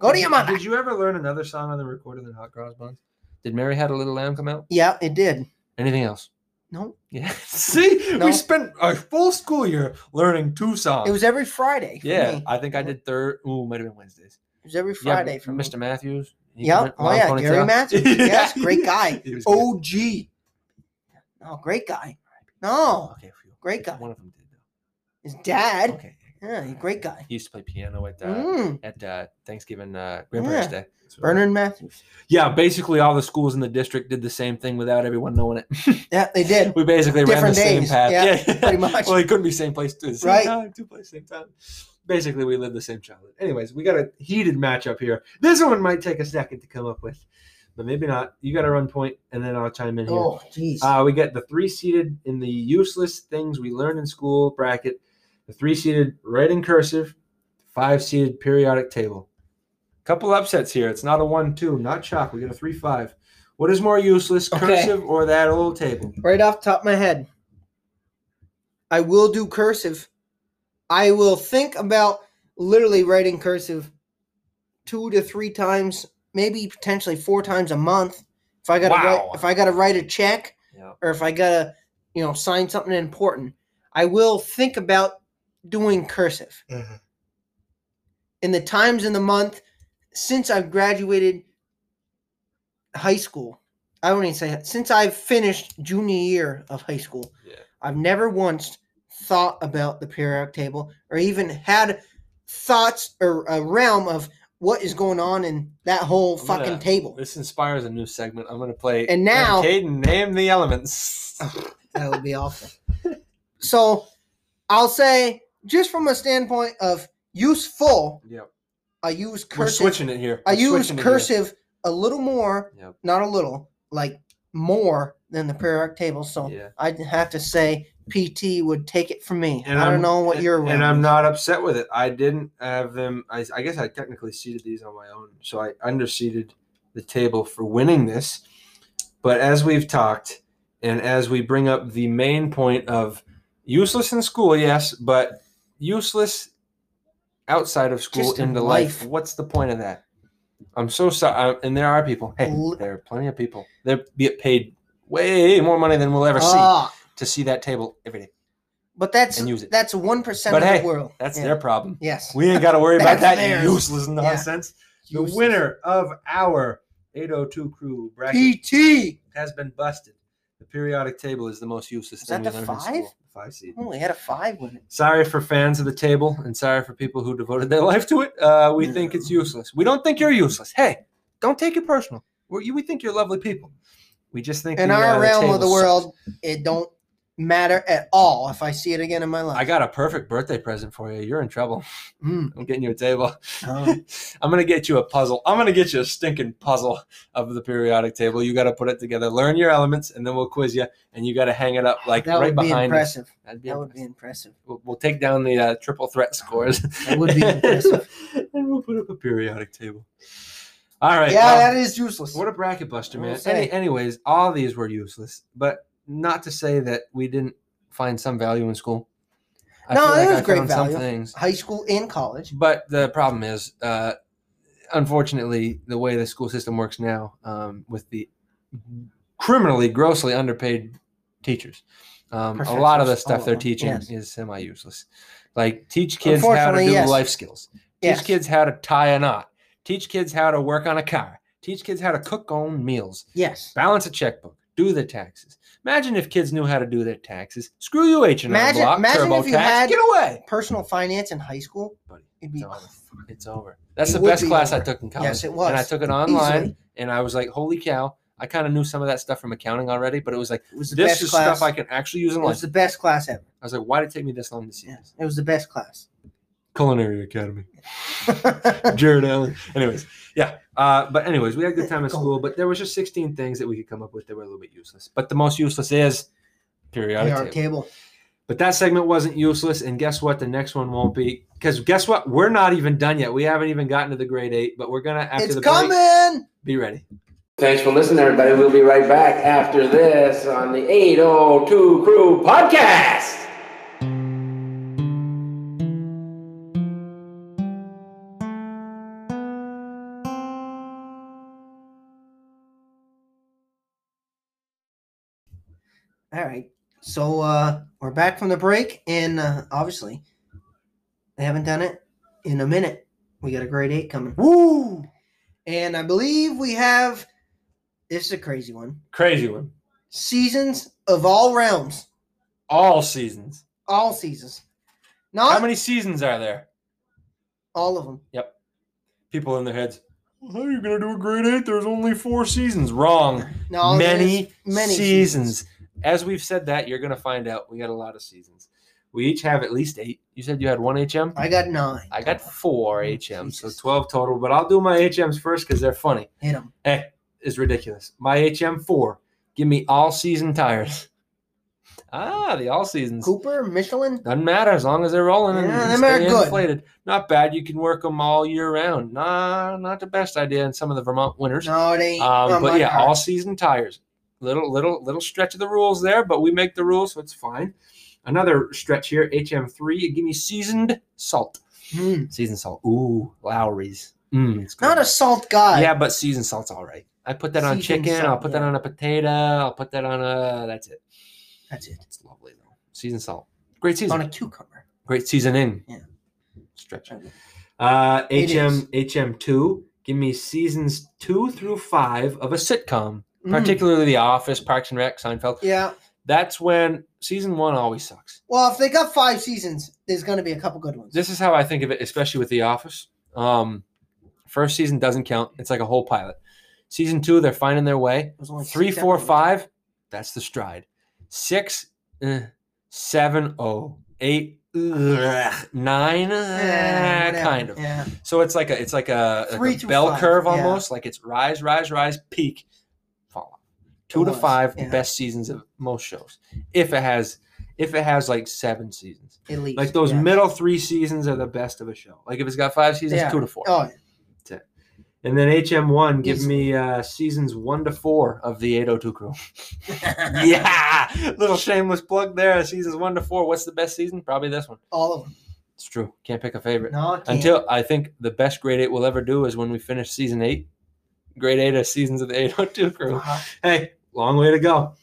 Go to your mother. Did you ever learn another song on the recorder than Hot Cross Buns? Did Mary Had a Little Lamb come out? Yeah, it did. Anything else? No, Yeah. See, No. we spent a full school year learning two songs. it was every Friday. For yeah, me. I think I Mhm. did third. Ooh, might have been Wednesdays. it was every Yeah, Friday for me. Mr. Matthews. he Yeah. went Oh, long yeah, Gary ponytail. Matthews. Yes, great guy. He was good. OG. Oh, great guy. No, okay, phew. great Except guy. One of them did though. his dad. Okay, Yeah, he's a great guy. he used to play piano at uh, Mm, at uh, Thanksgiving uh, Grandparents Day. So- Bernard Matthews. Yeah, basically all the schools in the district did the same thing without everyone knowing it. Yeah, they did. we basically ran Different the same days, path. yeah, pretty much. well, it couldn't be same place, two, same Right. time, two places, same time. Basically, we lived the same childhood. Anyways, we got a heated matchup here. This one might take a second to come up with, but maybe not. You got a run point, and then I'll chime in here. Oh, jeez. Uh, we get the three seated in the useless things we learned in school bracket, the three seated red and cursive, five seated periodic table. Couple upsets here. It's not a one two, not chalk. We get a three five. What is more useless, Okay. cursive or that old table? right off the top of my head. I will do cursive. I will think about literally writing cursive two to three times, maybe potentially four times a month. If I gotta Wow. write, if I gotta write a check Yeah. or if I gotta, you know, sign something important, I will think about doing cursive. Mhm. In the times in the month since I've graduated high school, I wouldn't even say that. Since I've finished junior year of high school, Yeah. I've never once thought about the periodic table or even had thoughts or a realm of what is going on in that whole I'm gonna- fucking table. This inspires a new segment. I'm gonna play And now- Caden name the elements. That would be awful. So I'll say, just from a standpoint of useful, yep. I use We're cursive. switching it here. I We're use switching it here. cursive a little more, Yep. not a little, like more than the periodic table. So Yeah. I'd have to say PT would take it from me. And I don't I'm- know what and- you're. And I'm not upset with it. I didn't have them. I, I guess I technically seeded these on my own, so I underseeded the table for winning this. But as we've talked, and as we bring up the main point of useless in school, yes, but useless outside of school Just in into life. life. What's the point of that? I'm so sorry. And there are people. Hey, L- there are plenty of people. They get paid way more money than we'll ever see Ah, to see that table every day. but that's and use it. that's one percent But of hey, the world. That's Yeah. their problem. Yes. We ain't got to worry about that That's theirs. useless nonsense. The Useless. winner of our 802 crew bracket PT. has been busted. The periodic table is the most useless Is thing that we the learned five? in school. The Five seed. Oh, we had a five with it. Sorry for fans of the table, and sorry for people who devoted their life to it. Uh, we think it's useless. We don't think you're useless. Hey, don't take it personal. We're, you, we think you're lovely people. We just think In the, uh, our the realm table of the sucks. world, it don't matter at all if I see it again in my life. I got a perfect birthday present for you. You're in trouble. Mm. I'm getting you a table. Oh. I'm gonna get you a puzzle. I'm gonna get you a stinking puzzle of the periodic table. You got to put it together, learn your elements, and then we'll quiz you. And you got to hang it up like that right would be behind. us. impressive. That'd be That would be impressive. impressive. We'll, we'll take down the uh, triple threat scores. That would be impressive. and we'll put up a periodic table. All right. yeah, well, that is useless. what a bracket buster, I will man. say. Any, anyways, all these were useless, but not to say that we didn't find some value in school. I No, feel there like was I great found value. Some things. High school and college. But the problem is, uh, unfortunately, the way the school system works now, um, with the criminally, grossly underpaid teachers, um, a lot of the Professors, all stuff of they're them, teaching yes. is semi useless. Like, teach kids how to Unfortunately, do yes. life skills, teach Yes. kids how to tie a knot, teach kids how to work on a car, teach kids how to cook own meals, Yes. balance a checkbook, do the taxes. Imagine if kids knew how to do their taxes. Screw you, H and M Imagine- Block, imagine if TurboTax, you had- get away, Personal finance in high school, buddy. it'd be It's over. It's over. That's It the would best be class I over. took in college. Yes, it was. And I took it online, Easily. and I was like, "Holy cow!" I kind of knew some of that stuff from accounting already, but it was like, It was the "This best is class. stuff I can actually use in it was life." the best class ever. I was like, "Why did it take me this long to see Yeah, this?" it was the best class. Culinary Academy, Jared Allen. Anyways, yeah. Uh, but anyways, we had a good time at school, but there was just 16 things that we could come up with that were a little bit useless. But the most useless is periodic Periodic table. table. But that segment wasn't useless. And guess what? The next one won't be. Because guess what? We're not even done yet. We haven't even gotten to the grade eight, but we're going to, after it's the coming. break, be ready. Thanks for listening, everybody. We'll be right back after this on the 802 Crew Podcast. All right. So uh, we're back from the break, and uh, obviously, they haven't done it in a minute. We got a grade eight coming. Woo! And I believe we have this is a crazy one Crazy one. seasons of all realms, All seasons. all seasons, How not many seasons are there? all of them. People in their heads. How are you going to do a grade eight? There's only four seasons. Wrong. No, there's Um, many, many seasons. As we've said that, you're going to find out we got a lot of seasons. We each have at least eight. You said you had one HM? I got nine. I got four HMs, so Jesus. 12 total, but I'll do my HMs first because they're funny. Hit them. It's ridiculous. My HM4, give me all season tires. Ah, the all seasons. Cooper, Michelin. Doesn't matter as long as they're rolling and Yeah, and them are stay good. inflated. Not bad. You can work them all year round. Nah, not the best idea in some of the Vermont winters. No, it ain't. Um, on but my yeah, card. all season tires. Little little little stretch of the rules there, but we make the rules, so it's fine. Another stretch here, HM3. Give me seasoned salt. Mm. Seasoned salt. Ooh, Lowry's. Mm, it's good. Not a salt guy. yeah, but seasoned salt's all right. I put that on Seasoned chicken. I'll salt, put that yeah. on a potato. I'll put that on a. That's it. that's it. It's lovely though. Seasoned salt. Great season. On a cucumber. Great seasoning. Yeah. Stretch. Uh, It HM HM2. Give me seasons two through five of a sitcom Mm. particularly The Office, Parks and Rec, Seinfeld. Yeah. That's when season one always sucks. Well, if they got five seasons, there's going to be a couple good ones. This is how I think of it, especially with The Office. Um, first season doesn't count; it's like a whole pilot. Season two, they're finding their way. There's only Three, six four, episodes. five, that's the stride. Six, eh, seven, oh, eight, ugh, nine, Eh, eh, whatever. kind of. Yeah. So it's like a it's like a, like a Three to bell five, curve yeah. almost. Like it's rise, rise, rise, peak, fall off. Two It to was, five yeah. best seasons of most shows. If it has if it has like seven seasons. At least. Like those yeah. middle three seasons are the best of a show. Like if it's got five seasons, Yeah. two to four. Oh, And then HM1, give Easily. me uh seasons one to four of the 802 crew. yeah. Little shameless plug there. Seasons one to four. What's the best season? Probably this one. all of them. It's true. Can't pick a favorite. No, I can't. Until I think the best grade eight we'll ever do is when we finish season eight, grade eight of seasons of the 802 crew. Uh-huh. Hey, long way to go.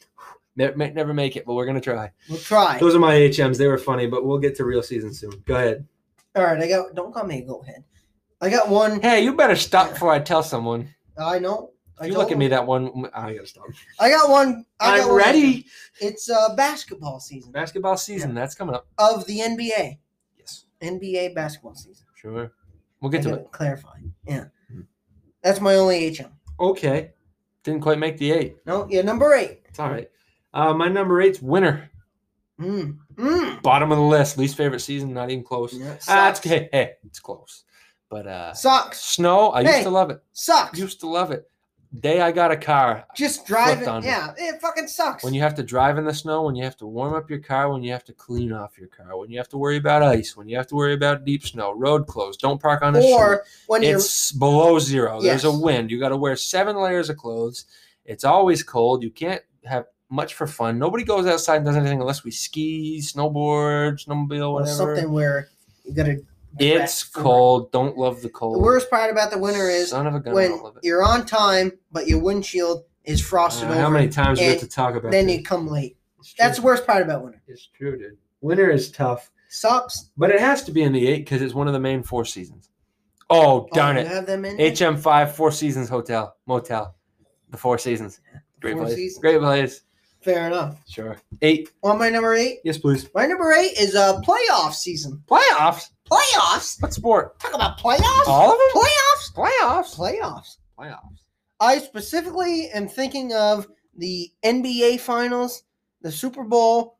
Ne- may- Never make it, but we're gonna try. We'll try. Those are my HMs. They were funny, but we'll get to real season soon. Go ahead. All right, I got. Don't call me a goat head. I got one. Hey, you better stop before I tell someone. I know. I You told look at him. me that one. I gotta stop. I got one. I got I'm one. ready. It's uh, basketball season Basketball season. That's coming up. of the NBA. Yes. NBA basketball season. Sure. We'll get I to gotta it. Clarify. Yeah. Mhm. That's my only HM. Okay. Didn't quite make the eight. No, yeah, number eight. It's all right. Uh, my number eight's winner. Mm. Mm. Bottom of the list. Least favorite season. Not even close. Yeah, Ah, it's, socks. hey, hey, it's close. But uh, Socks. snow, I Hey. used to love it. Socks. Used to love it. Day I got a car. Just driving. on me. Yeah, it fucking sucks. When you have to drive in the snow, when you have to warm up your car, when you have to clean off your car, when you have to worry about ice, when you have to worry about deep snow, road closed, don't park on a or when you're It's below zero. There's a Yes. wind. You got to wear seven layers of clothes. It's always cold. You can't have much for fun. Nobody goes outside and does anything unless we ski, snowboard, snowmobile, or whatever. something where you gotta. it's for it. cold. Don't love the cold. The worst part about the winter is Son of a gun, I when don't love it. you're on time, but your windshield is frosted Uh, over. how many times we and have to talk about Then this? you come late. It's true. That's the worst part about winter. It's true, dude. Winter is tough, Socks. but it has to be in the eight because it's one of the main four seasons. Oh darn oh, it! You have them in. there? HM five Four Seasons Hotel Motel, the Four Seasons. Great Four place. Seasons. Great place. Fair enough. Sure. Eight. On my number eight. Yes, please. My number eight is uh playoff season. Playoffs. Playoffs. What sport? Talk about playoffs. All of them. Playoffs. Playoffs. Playoffs. Playoffs. I specifically am thinking of the NBA Finals, the Super Bowl,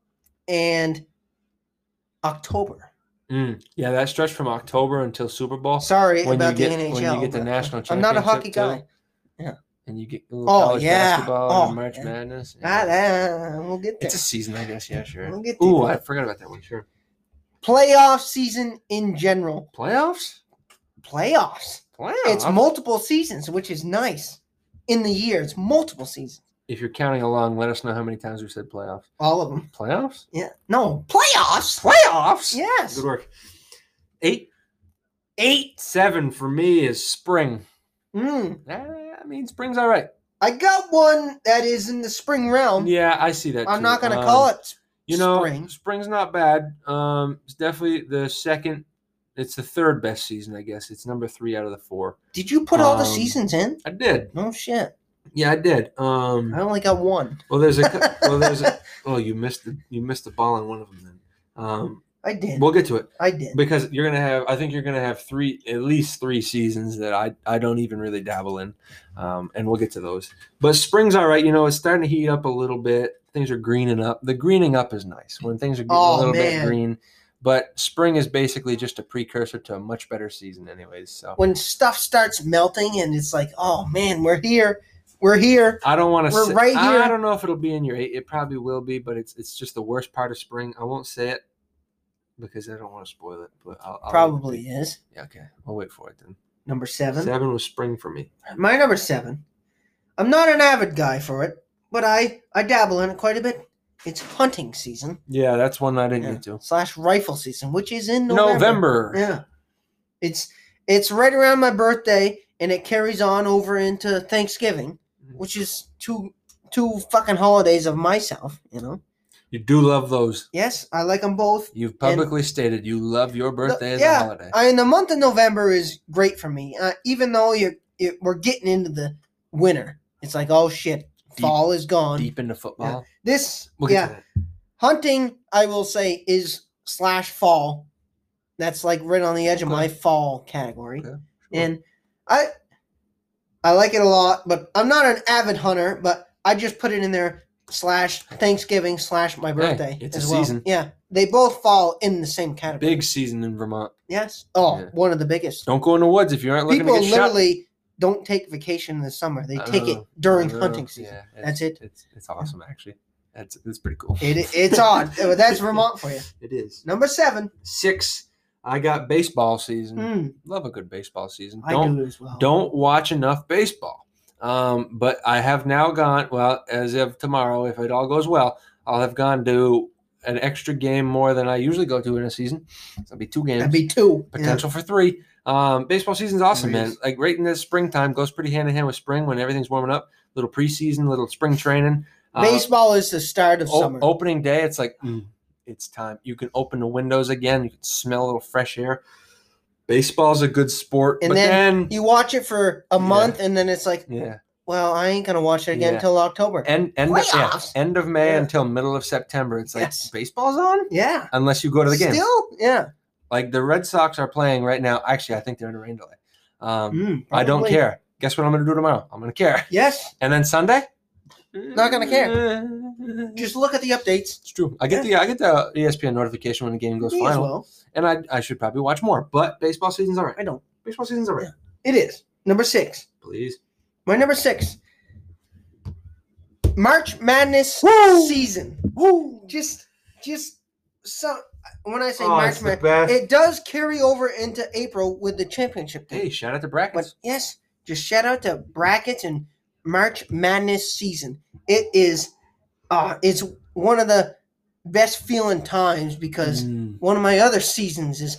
and October. Mm. Yeah, that stretch from October until Super Bowl. Sorry When you about get the NHL. when you get the but national championship. I'm not a hockey too. guy. Yeah. and you get a little Oh, college yeah. basketball Oh, and March yeah. Madness. Ah, that- we'll get there. It's a season, I guess. Yeah, sure. we'll get there. Ooh, I forgot about that one. Sure. Playoff season in general. Playoffs? Playoffs. Playoffs? It's multiple seasons, which is nice. In the year, it's multiple seasons. if you're counting along, let us know how many times we said playoffs. All of them. Playoffs? Yeah. No. Playoffs? Playoffs? Yes. Good work. Eight, eight, seven for me is spring. Mm. Ah, I mean, spring's all right. I got one that is in the spring realm. Yeah, I see that. Um, I'm too. not going to Um, call it. You know, spring. spring's not bad. Um, it's definitely the second. It's the third best season, I guess. It's number three out of the four. Did you put all the um, seasons in? I did. No shit. Yeah, I did. I Um, only got one. well, there's a. cou- Well, there's a. Oh, you missed the. You missed the ball on one of them. Then. Um, I did. we'll get to it. I did. because you're gonna have i think you're gonna have three at least three seasons that i i don't even really dabble in um, and we'll get to those but spring's all right you know it's starting to heat up a little bit things are greening up the greening up is nice when things are getting Oh, a little man. bit green but spring is basically just a precursor to a much better season anyways so when stuff starts melting and it's like, oh man, we're here, we're here. I don't want to. We're say, right here. I don't know if it'll be in your eight. It probably will be, but it's it's just the worst part of spring. I won't say it because I don't want to spoil it. But I'll, I'll Probably is Yeah, okay. I'll wait for it then. number seven. Seven was spring for me. My number seven. I'm not an avid guy for it, but I I dabble in it quite a bit. It's hunting season Yeah, that's one I didn't yeah, get to. slash rifle season, which is in November. November. Yeah, it's it's right around my birthday, and it carries on over into Thanksgiving, Mm-hmm. which is two two fucking holidays of myself. You know. You do love those. Yes, I like them both. You've publicly stated you love your birthday as yeah, a holiday. I, and the month of November is great for me, uh, even though you it, we're getting into the winter. It's like, oh shit, Deep- fall is gone. Deep into football. This, We'll get yeah, to that. hunting, I will say, is slash fall. That's like right on the edge of Okay. my fall category, Okay, and I I like it a lot, but I'm not an avid hunter, but I just put it in there slash Thanksgiving slash my birthday it's a as well. season. Yeah, they both fall in the same category. Big season in Vermont. Yes. Oh, one Yeah. of the biggest. Don't go in the woods if you aren't looking People to get shot. literally don't take vacation in the summer. They I take it know, during I know, hunting season. oh, yeah, it's- That's it. It's, it's awesome, actually. That's, it's pretty cool. It, it's odd. but That's Vermont for you. It is. Number seven. Six, I got baseball season. Mm, Love a good baseball season. I Don't do as well. don't watch enough baseball. Um, but I have now gone, well, as of tomorrow, if it all goes well, I'll have gone to an extra game more than I usually go to in a season. So it'll be two games, That'd be two. yeah. potential for three. Um, baseball season's awesome, There man. Like right in the springtime goes pretty hand in hand with spring when everything's warming up. Little preseason, little spring training. Uh, Oh, Baseball is the start of o- summer. opening day, it's like mm, it's time. You can open the windows again. You can smell a little fresh air. Baseball's a good sport, And but then then you watch it for a Yeah. month, and then it's like, yeah. well, I ain't gonna watch it again Yeah. until October. end end of, yeah, Playoffs? end of May Yeah. until middle of September. It's like Yes. baseball's on yeah. unless you go to the game. Still, yeah. Like the Red Sox are playing right now. Actually, I think they're in a rain delay. Um, Mm, I don't probably. care. Guess what I'm going to do tomorrow? I'm going to care. Yes. And then Sunday, Not gonna care. Just Just look at the updates. it's true. I get the I get the E ESPN notification when the game goes Me as final, well. and I I should probably watch more. But baseball season's all right. I don't. Baseball season's all right. It is number six. Please. My number six. March Madness Woo! season. Just, just so when I say Oh, it's March the Madness, best. it does carry over into April with the championship game. Hey, shout out to But brackets. yes, just shout out to brackets and March Madness season. It is, uh, it's one of the best feeling times because Mm. one of my other seasons is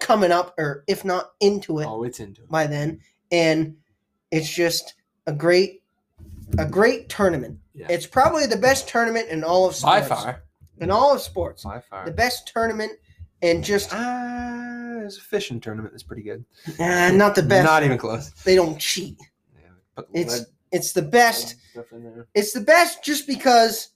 coming up, or if not into it Oh, it's into it. by then, and it's just a great, a great tournament. Yeah. It's probably the best tournament in all of By sports. far. In all of sports, By far. the best tournament, and just Ah, there's a fishing tournament that's pretty good. nah, not the best. Not even close. they don't cheat. Yeah, put It's lead it's the best. stuff in there. It's the best just because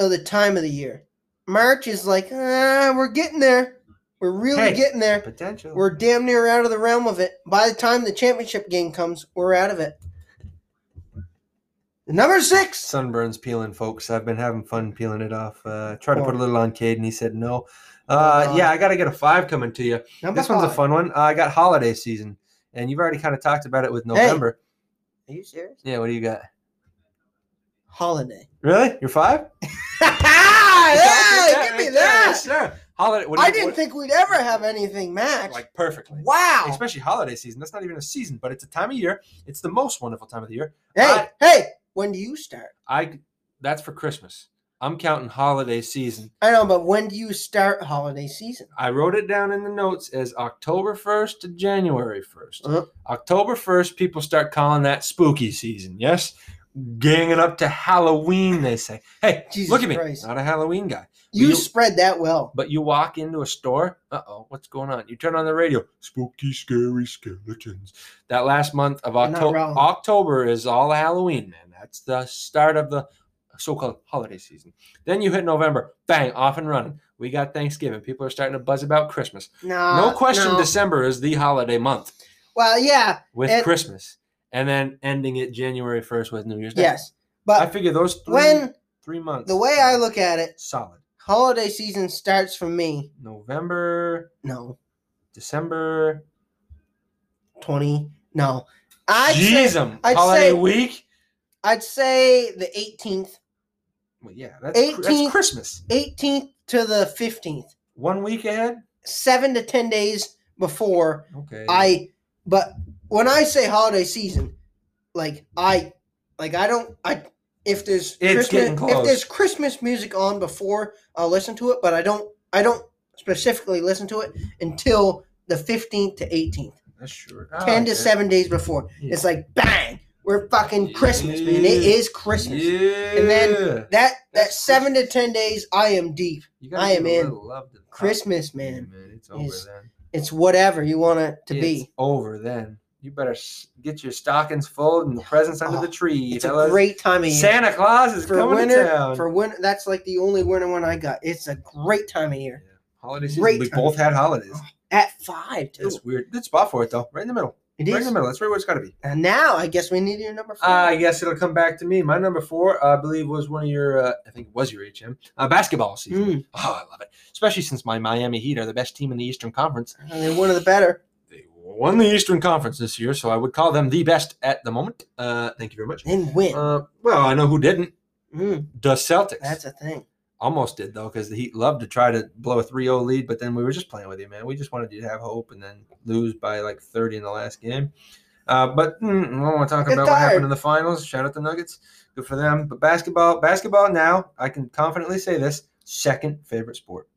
of the time of the year. March is like ah, we're getting there. We're really Hey. getting there. Potential. We're damn near out of the realm of it. By the time the championship game comes, we're out of it. Number six. sunburns peeling, folks. I've been having fun peeling it off. Uh, tried to put a Oh. little on Cade, and he said no. Uh, God. yeah, I got to get a five coming to you. Number This one's a Uh, five. fun one. I got holiday season, and you've already kind of talked about it with November. Are you serious? Yeah, what do you got? Holiday. Really? You're five? yeah, give me that. Sure. Holiday. What do I you- didn't what- think we'd ever have anything matched. like perfectly. wow. Especially holiday season. That's not even a season, but it's a time of year. It's the most wonderful time of the year. hey, I- hey, when do you start? I that's for Christmas. I'm counting holiday season. I know, but when do you start holiday season? I wrote it down in the notes as October 1st to January 1st. Uh-huh. October 1st, people start calling that spooky season. Yes? Ganging up to Halloween, they say. Hey, Jesus look at me. Christ. Not a Halloween guy. You You- spread that well. But you walk into a store, uh oh, what's going on? You turn on the radio, spooky, scary skeletons. That last month of You're not October, wrong. October is all Halloween, man. That's the start of the so-called holiday season. Then you hit November, bang, off and running. We got Thanksgiving. People are starting to buzz about Christmas. No, no question, Uh, no. December is the holiday month well, yeah, with And- Christmas, and then ending it January first with New Year's Day. yes, I but figure those three, when three months. the way I look at it, solid holiday season starts for me. November, No, December, twenty. No, I'd say, Jeez, um, I'd holiday say- week. I'd say the eighteenth, Well, yeah, that's, cr- that's 18th. Christmas. eighteenth to the fifteenth, One week ahead. seven to ten days before Okay. I but when I say holiday season, like I like I don't I if there's It's Christmas, getting if close. there's Christmas music on before I'll listen to it, but I don't I don't specifically listen to it until the fifteenth to eighteenth. that's sure. Ten to seven days before. Yeah. It's like bang, we're fucking Christmas, man. It Yeah. is Christmas. Yeah. And then that that That's seven to ten days I am deep. you gotta I give am a in little love to the Christmas, pop- Yeah, man. man. It's over is then. It's whatever you want it to It's be. over then. You better s- get your stockings full and the presents under Oh, the tree. It's a fellas. great time of year. Santa Claus is for coming winter to town. for winter that's like the only winter one i got it's a great time of year holiday season. great we time. Oh, both had holidays. at five too It's weird. Good spot for it though. Right in the middle. it Right in is Uh, the middle. That's right where it's gotta be. and now i guess we need your number four I guess Ah, it'll come back to me. My number four, I believe, was one of your, uh, I think it was your HM, uh, basketball season. Mm. Oh, I love it. Especially since my Miami Heat are the best team in the Eastern Conference. I mean, one of the better They won the Eastern Conference this year, so I would call them the best at the moment. Uh, thank you very much. and win Uh, well, I know who didn't. Mm, The Celtics. that's a thing Almost did, though, because the Heat loved to try to blow a 3 0 lead, but then we were just playing with you, man. We just wanted you to have hope and then lose by like 30 in the last game. Uh, but mm, I don't want to talk Get about what tired. happened in the finals. Shout out the Nuggets. Good for them. But basketball, basketball now, I can confidently say this second favorite sport.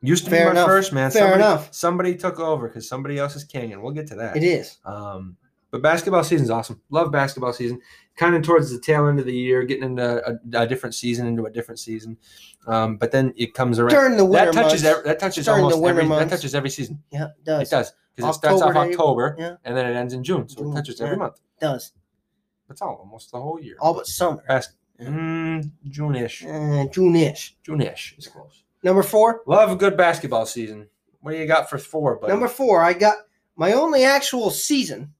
Used to Fair be my enough. first, man. Fair somebody, enough. Somebody took over because somebody else is king, and we'll get to that. it is Um, but basketball season's awesome. Love basketball season. Kind of towards the tail end of the year, getting into a, a different season, into a different season. Um, but then it comes around. during the winter that touches months. ev- that touches During the almost winter every that months. touches every season. yeah it It does it does because it starts off October to April, October yeah. and then it ends in June, so June, it touches every yeah. month. does That's all, almost the whole year. all but summer Bas- Yeah. mm, June-ish, uh, june-ish June-ish is close. number four Love a good basketball season. What do you got for four, buddy? number four i got my only actual season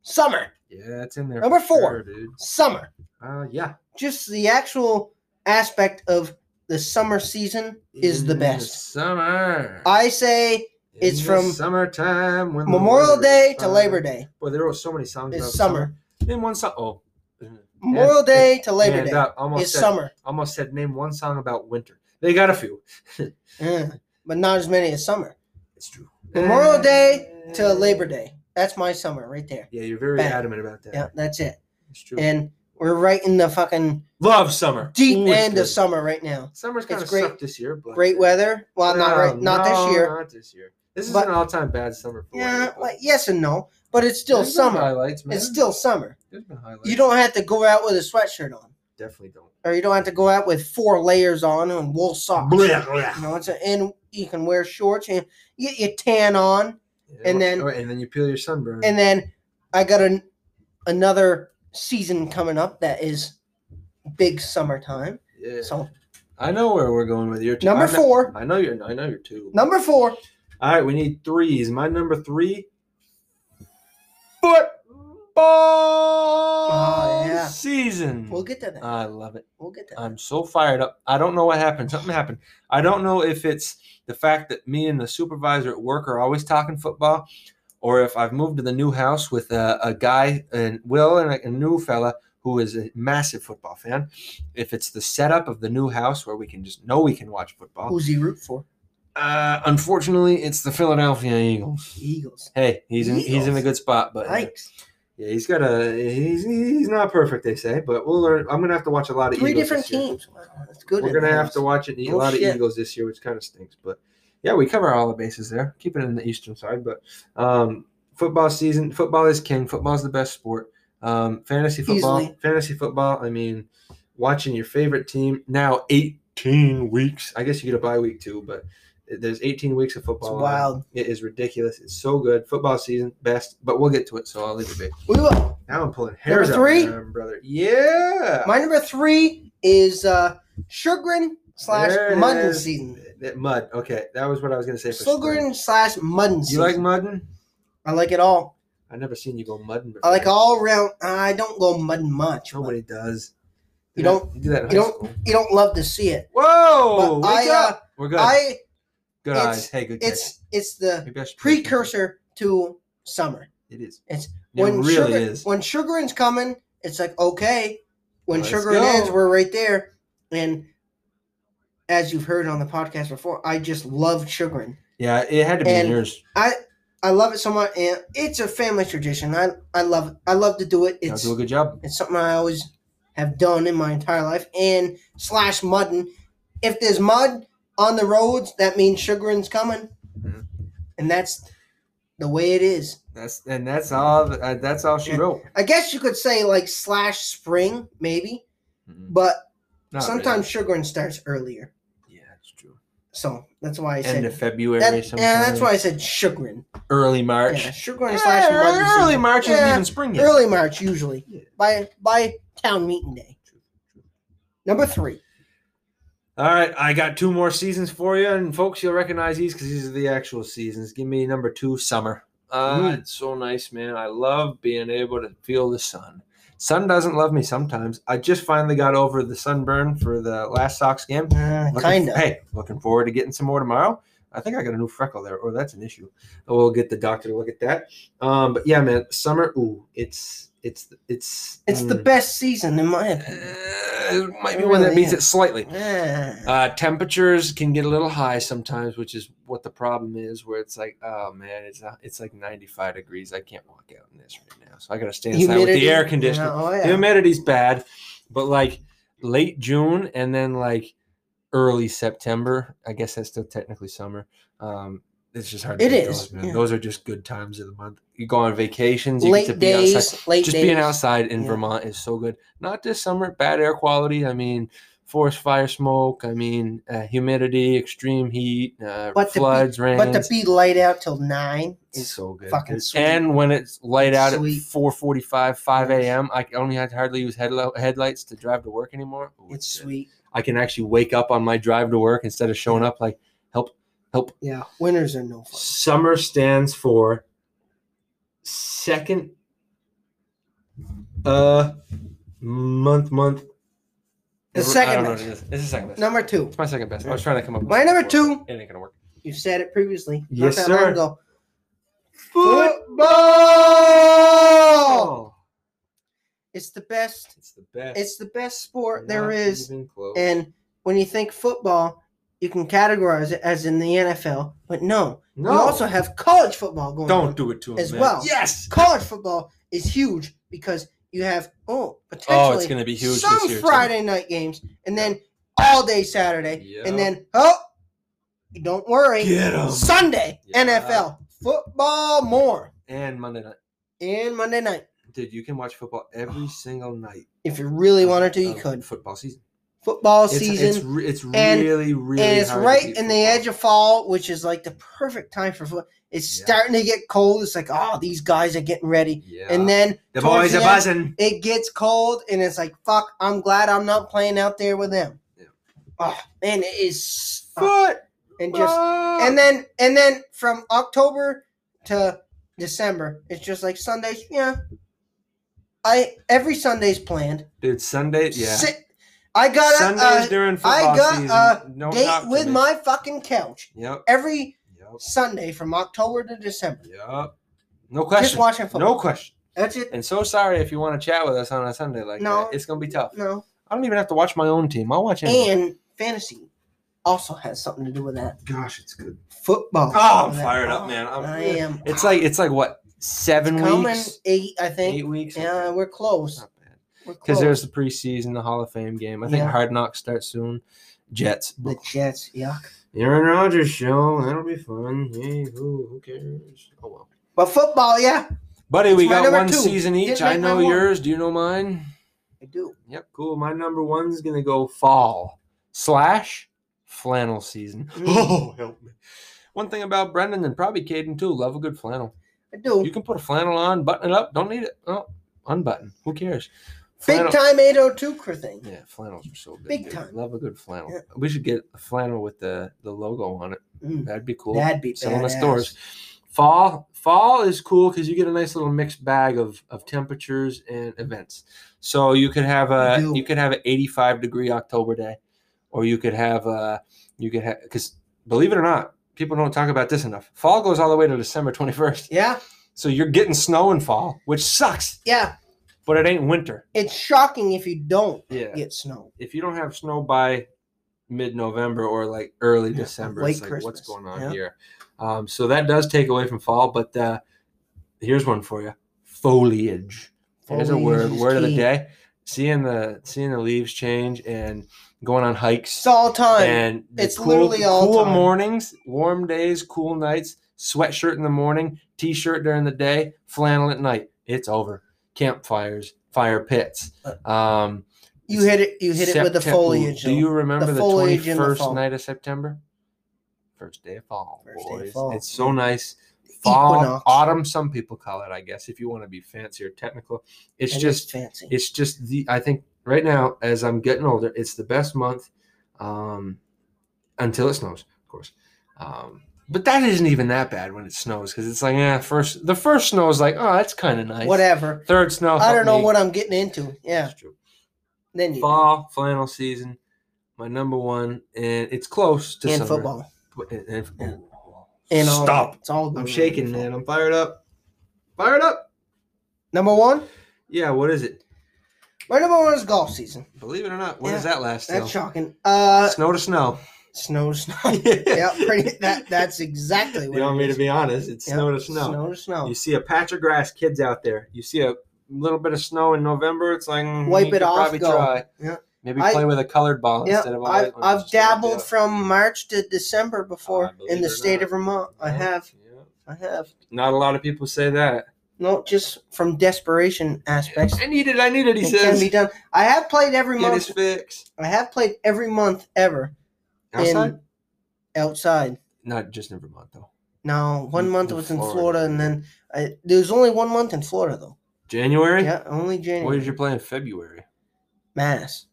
summer yeah, it's in there. Number for four. sure, dude. summer Uh, yeah, just the actual aspect of the summer season is the In best. summer. I say It's the from summertime when the Memorial weather Day is to fine. Labor Day. Boy, there wrote so many songs It's about summer. Name one song. Oh, Mm. Memorial And- Day to Labor and Day that almost is said, summer, Almost said name one song about winter. They got a few. Yeah, but not as many as summer. It's true. Memorial Day to Labor Day. That's my summer right there. Yeah, you're very Bang. adamant about that. Yeah, that's it. it's true. And we're right in the fucking Love summer. deep Ooh, it's end of good. summer right now. Summer's It's kind of great. sucked this year, but Great weather. Well, not No, right, not no, this year. Not this year. This is But- an all-time bad summer. For Yeah, weather, but like yes and no, but it's still there's been summer. Highlights, man. It's still summer. There's been highlights. You don't have to go out with a sweatshirt on. definitely don't. or you don't have to go out with four layers on and wool socks. Blah, blah. You know, it's a, and you can wear shorts and get your tan on. And then- or- Oh, and then you peel your sunburn. And then I got an, another season coming up that is big summertime. yeah. So I know where we're going with your two. number I kn- four, I know you're. I know you're two. number four, All right, we need threes. My number three. Football Oh, yeah. season. we'll get to that. I love it. We'll get to that. I'm so fired up. I don't know what happened. Something happened. I don't know if it's the fact that me and the supervisor at work are always talking football, or if I've moved to the new house with a, a guy and Will and a, a new fella who is a massive football fan, if it's the setup of the new house where we can just know we can watch football, Who's he root for? uh, unfortunately, it's the Philadelphia Eagles. Eagles. Hey, he's in he's in a Eagles. good spot, but uh, Yikes. yeah, he's got a he's he's not perfect, they say, but we'll learn. I'm gonna have to watch a lot of Three Eagles different this year. teams. Wow, that's good. We're gonna have to watch it, a lot of Bullshit. Eagles this year, which kind of stinks. But yeah, we cover all the bases there. Keep it in the eastern side, but um, football season, football is king. Football is the best sport. Um, fantasy football, Easily. fantasy football. I mean, watching your favorite team now eighteen weeks. I guess you get a bye week too, but there's 18 weeks of It's football. wild. It is ridiculous. It's so good. Football season best, but we'll get to it. So I'll leave it be. We will. Now I'm pulling hairs out three? my arm, brother. Yeah. My number three is uh, Sugarin slash There it Mudden is. season. That mud. Okay, that was what I was gonna say. for spring. Sugarin slash Mudden You season. like mudding? I like it all. I never seen you go mudding. Before. I like all round. I don't go mudding much. but Nobody does. You Did don't- I- You do that. In you high don't- School. You don't love to see it. Whoa! But Oh, wake I, uh, up. We're good. I good it's- eyes. Hey, good. catch. it's it's the Maybe I should- precursor to summer. It is. it's- It When really sugar is. when sugaring's coming, it's like okay. When Let's sugaring go. ends, we're right there. And as you've heard on the podcast before, I just love sugaring. yeah, it had to be and- yours. I love it so much, and it's a family tradition. I I love I love to do it. Y'all It's do a good job. It's something I always have done in my entire life. And slash mudding. If there's mud on the roads, that means sugaring's coming. Mhm. And that's the way it is. That's and that's all. th- Uh, that's all she Yeah. wrote. I guess you could say like slash spring, maybe, Mhm. but Not sometimes sugaring starts earlier. really. Yeah, it's true. So that's why I End of said February. that, sometime. yeah, that's why I said sugaring. Early March. Yeah, sugaring slash mudding. Yeah, early season. March isn't Yeah, even spring yet. Early March usually. Yeah. By by town meeting day. Number three. All right, I got two more seasons for you, and folks, you'll recognize these because these are the actual seasons. Give me number two, summer. Uh, It's so nice, man. I love being able to feel the sun. Sun doesn't love me sometimes. I just finally got over the sunburn for the last Sox game. Uh, Looking- kinda. Hey, looking forward to getting some more tomorrow. I think I got a new freckle there, or that's an issue. We'll get the doctor to look at that. Um, but yeah, man, summer. Ooh, it's it's it's It's the mm, best season in my opinion. uh, might be It one that really beats is. it slightly. Ah. Uh, temperatures can get a little high sometimes, which is what the problem is. Where it's like, oh man, it's not, it's like 95 degrees. I can't walk out in this right now, so I got to stay inside with the air conditioner. Oh, yeah. Humidity's bad, but like late June and then like early September. I guess that's still technically summer. Um, it's just hard. To It get is, Those, man. yeah. Those are just good times of the month. You go on vacations. You get to late be outside days, late just days. being outside in Yeah. Vermont is so good. Not this summer, bad air quality. I mean, forest fire smoke. I mean, uh, humidity, extreme heat, uh, But to be- floods, rains. But to be light out till nine it's is so good. fucking And- sweet. And when it's light out Sweet. at 4:45, 5 a.m., I only had to hardly use headlo- headlights to drive to work anymore. Ooh, it's good. sweet. I can actually wake up on my drive to work instead of showing up like help, help. Yeah, winters are no fun. Summer stands for second uh month month. The I don't second know best. what it is. It's the second best. Number two. It's my second best. I was trying to come up. with My something for number it. two. It ain't gonna work. You said it previously. Not Yes, that sir. long ago. Football. It's the best. It's the best. It's the best sport there Not is. even close. And when you think football, you can categorize it as in the NFL, but no, no, you also have college football going. on. don't do it to him as man. well. Yes. college football is huge because you have oh potentially Oh, it's gonna be huge some this year. too. Friday night games and then all day Saturday Yep. and then oh you don't worry Get 'em. Sunday Yeah. NFL football more And Monday night, and Monday night dude, you can watch football every single night. if you really wanted to you of could Football season. football It's- season It's, re- it's and- really, really. and it's hard to right in beat the football. edge of fall which is like the perfect time for football it's Yeah. starting to get cold it's like oh these guys are getting ready Yeah. and then the boys towards the are end- buzzing. it gets cold and it's like fuck i'm glad i'm not playing out there with them Yeah. oh man it is oh, Foot. and just and then and then from october to december it's just like sundays yeah i every sunday's planned dude, Sunday. Yeah. Si- i got Sundays a, during football uh, got season. a no a date knock to with me. my fucking couch Yep. every Yep. sunday from october to december Yep. No Just question. watching football. No question. That's it. And so sorry if you want to chat with us on a Sunday like No. that. It's gonna be tough. No. I don't even have to watch my own team. I'll watch any. And fantasy also has something to do with that. Gosh, it's good. Football. Oh, I'm That- fired up, man. I'm, I am. It's like it's like what seven Coming weeks, eight, I think. eight weeks. Yeah, we're close. Because Because there's the preseason, the Hall of Fame game. I think Yeah. Hard Knocks starts soon. Jets. the Jets. Yuck. Aaron Rodgers show. That'll be fun. Hey, who, who cares? Oh well. But football, yeah, Buddy, we It's my got number one two. season each. Didn't I make my know one. yours. Do you know mine? I do. Yep, cool. My number one's gonna go fall slash flannel season. Mm. Oh, help me. One thing about Brendan and probably Caden too, love a good flannel. I do. You can put a flannel on, button it up, don't need it. Oh, unbutton. Who cares? Big Flannel- time 802 crew thing. Yeah, flannels are so good. Big dude. time. Love a good flannel. Yeah. We should get a flannel with the, the logo on it. Mm. That'd be cool. That'd be Sell in the badass. stores. Fall fall is cool because you get a nice little mixed bag of, of temperatures and events. So you could have a You do. you could have an 85 degree October day, or you could have a you could have because believe it or not, people don't talk about this enough. Fall goes all the way to December 21st, Yeah, so you're getting snow in fall, which sucks, yeah. but it ain't winter. It's shocking if you don't Yeah, get snow. if you don't have snow by mid-November or like early Yeah, December, late it's like what's Christmas, going on yeah. here? Um, so that does take away from fall, but uh, here's one for you: foliage. There's a word. Foliage is Word of the key. day: seeing the seeing the leaves change and going on hikes It's all time. and the It's literally all cool time. mornings, warm days, cool nights, sweatshirt in the morning, t-shirt during the day, flannel at night. It's over. Campfires, fire pits. Uh, Um, you hit it. You hit it with the Septem- foliage. Do you remember the, foliage in the 21st fall. night of September? First day of fall, First day of boys. fall. It's so nice. Fall, equinox. autumn. Some people call it, I guess, if you want to be fancy or technical. It's It is just, fancy. it's just the. I think right now, as I'm getting older, it's the best month, um, until it snows, of course. Um, but that isn't even that bad when it snows because it's like, yeah, first the first snow is like, oh, that's kind of nice. Whatever. Third snow, I don't help know me. what I'm getting into. Yeah. It's true Then you fall flannel season, my number one, and it's close to and summer. football And- and- and- and all, Stop. It's all. I'm good. shaking, man. I'm fired up. Fired up. Number one. Yeah. What is it? My number one is golf season. Believe it or not, when Yeah, does that last? That's till? shocking. Uh, Snow to snow. snow, snow. yeah, pretty. That that's exactly You what. want it me to is. be honest? It's Yep, snow to snow. Snow to snow. You see a patch of grass, kids out there. You see a little bit of snow in November. It's like mm, Wipe you it could off, Probably go. try. Yeah. Maybe I- play with a colored ball Yeah, instead of a I've, white one. I've Just try to do dabbled it. from March to December before Ah, believe in the it or state not. Uh-huh. of Vermont. I Yeah, have, yeah. I have. Not a lot of people say that. No, just from desperation aspects, I need it. I need it. He it can says. be done. I have played every Get his month. fix. I have played every month ever Outside? in outside. Not just in Vermont though. No, one In- month in was in Florida, Florida. and then I, there was only one month in Florida though. January. Yeah, only What January. did you play in February? Mass.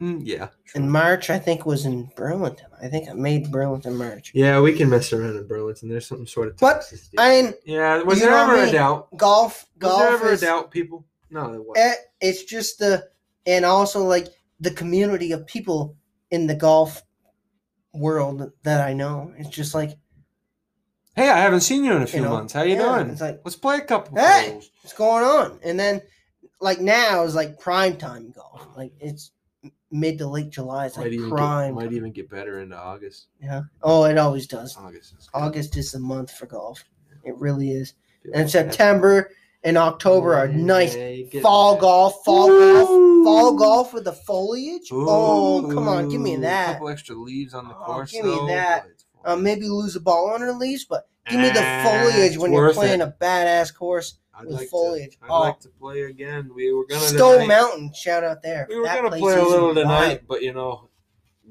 Mm, yeah. In March, I think was in Burlington. I think I made Burlington March. Yeah, we can mess around in Burlington. There's some sort of. But, toxicity. I mean, yeah. Was you there know ever a me, doubt? golf, Was golf there ever is a doubt, people? No, there wasn't. Eh, it's just the and also like the community of people in the golf world that I know. It's just like hey, I haven't seen you in a few know, months. How you yeah, doing? It's like Eh, Let's play a couple. Hey! holes. what's going on? And then like now is like prime time golf. Like it's m- mid to late July. It's Might like even, get, prime. might time. even get better into August. yeah. Oh, it always does. August. Is good. August is the month for golf. It really is. Feels And like September and October are Yeah, nice. yeah, you get Fall that. golf, fall golf, fall golf with the foliage. oh, Ooh, come on, give me A that. couple extra leaves on the Oh, course. give me though, that. but it's Uh, fine. maybe lose a ball on her leaves, but give me the Ah, foliage it's when you're worth playing it. a badass course. I'd with like foliage. To, I'd Oh. like to play again. We were gonna Stone tonight. Mountain, shout out there. We were That gonna place play a is little wild. tonight, but you know,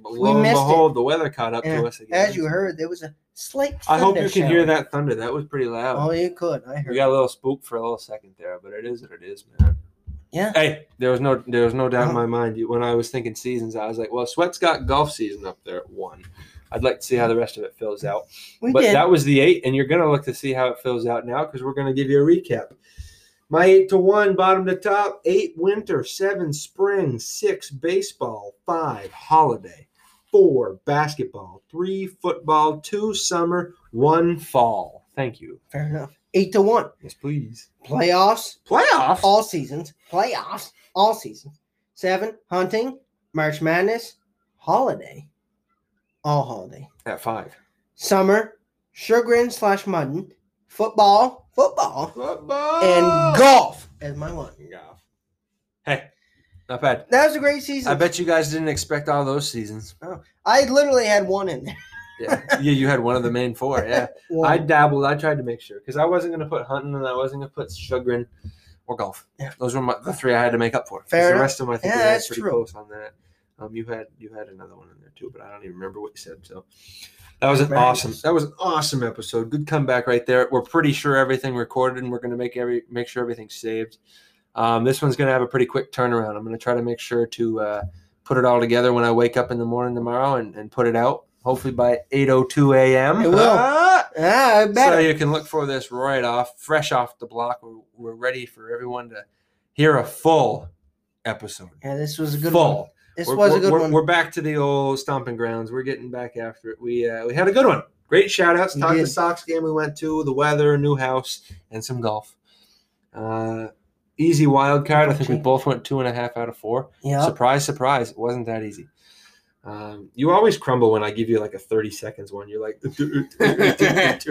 but lo and missed it. behold, the weather caught up Yeah, to us again. As you heard, there was a slight. I hope you thunder can hear shower. that thunder. That was pretty loud. Oh, you could. I We heard. got a little spooked for a little second there, but it is what it is, man. Yeah. Hey, there was no there was no doubt in my Uh-huh. mind You- when I was thinking seasons. I was like, well, Sweat's got golf season up there at one. I'd like to see how the rest of it fills out. We but did. that was the eight, and you're gonna look to see how it fills out now because we're gonna give you a recap. My eight to one, bottom to top, eight winter, seven spring, six baseball, five holiday, four basketball, three football, two summer, one fall. Thank you. Fair enough. Eight to one. Yes, please. Playoffs, Playoffs. all seasons. Playoffs, all seasons. Seven, hunting, March Madness, holiday, all holiday. At five. Summer, sugarin slash mutton, football, football, Football. and golf as my one. golf. Hey, not bad. That was a great season. I I, bet you guys didn't expect all those seasons. Oh, literally had one in there. Yeah, yeah, you had one of the main four. Yeah, One. I dabbled. I tried to make sure because I wasn't going to put hunting and I wasn't going to put sugaring or golf. Yeah. those were my, the three I had to make up for. 'Cause Fair the enough. rest of them I think Yeah, we had that's pretty true. close on that. Um, you had you had another one in there too, but I don't even remember what you said. So that was an Right. awesome that was an awesome episode. Good comeback right there. We're pretty sure everything recorded and we're going to make every make sure everything's saved. Um, this one's going to have a pretty quick turnaround. I'm going to try to make sure to uh, put it all together when I wake up in the morning tomorrow and, and put it out. Hopefully by 8:02 a.m. It will. Ah! Ah, I bet. So it. you can look for this right off, fresh off the block. We're, we're ready for everyone to hear a full episode. yeah, this was a good full. one. This We're- was a we're- good we're, one. We're back to the old stomping grounds. We're getting back after it. We uh, we had a good one. Great shout outs. We Talked the did. Sox game we went to, the weather, new house, and some golf. Uh, easy wild card. I think we both went two and a half out of four. yeah. Surprise, surprise. It wasn't that easy. Um, you always crumble when I give you like a 30 seconds one. You're like, Takes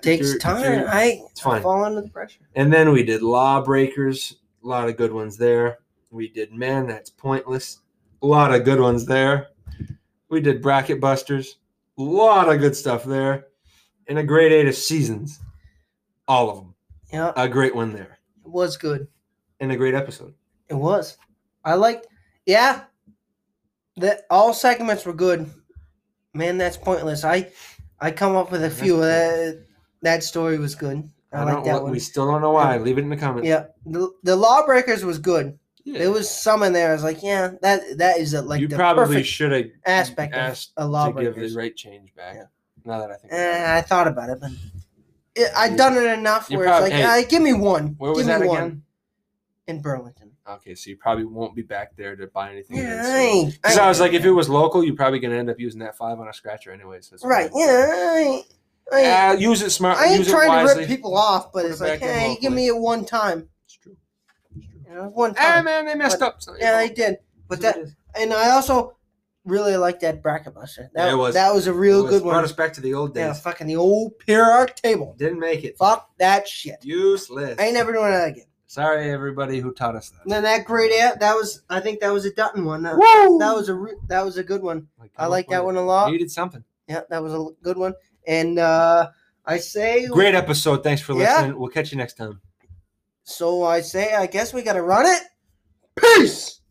takes time. I It's fine. fall under the pressure. And then we did Lawbreakers. A lot of good ones there. We did Man, That's Pointless. A lot of good ones there. We did Bracket Busters. A lot of good stuff there. And a great eight of seasons. All of them. Yeah, A great one there. it was good. And a great episode. It was. I liked. Yeah, that all segments were good. Man, that's pointless. I, I come up with a That's few. Uh, that story was good. I, don't, like that we one. still don't know why. Leave it in the comments. Yeah, the, the lawbreakers was good. Yeah. There was some in there. I was like, yeah, that that is a, like you the probably perfect should have aspect of asked a to give lawbreakers. the rate change back. Yeah. Now that I think, about it. Eh, I thought about it, but it, I'd done it enough You where prob- it's like, hey, uh, give me one. where give was me that again? one in Burlington. Okay, so you probably won't be back there to buy anything. Yeah, I Because ain't- I I ain't was like, doing if it was local, you're probably gonna end up using that five on a scratcher anyways. so it's that. right, fine. yeah, I ain't- I ain't- Uh, use it smart. I ain't use it trying to wisely. rip people off, but Put it's it like, back in hey, give locally. me a one time. It's true. You know, one Ah, time. man, they messed up. so- yeah, I did. But That's that, what it is. and I also really like that bracket buster. That Yeah, it was. that was a It real was- good Brought one. us back to the old days. Yeah, fucking the old periodic table. Didn't make it. Fuck that shit. Useless. I ain't never doing that again. Sorry, everybody who taught us that. And then that great out. That was, I think that was a Dutton one. That, Woo! that was a re- that was a good one. Like, I like that one a lot. Needed something. Yeah, that was a l- good one. And uh, I say Great episode. Thanks for Yeah. listening. We'll catch you next time. So I say, I guess we gotta run it. Peace.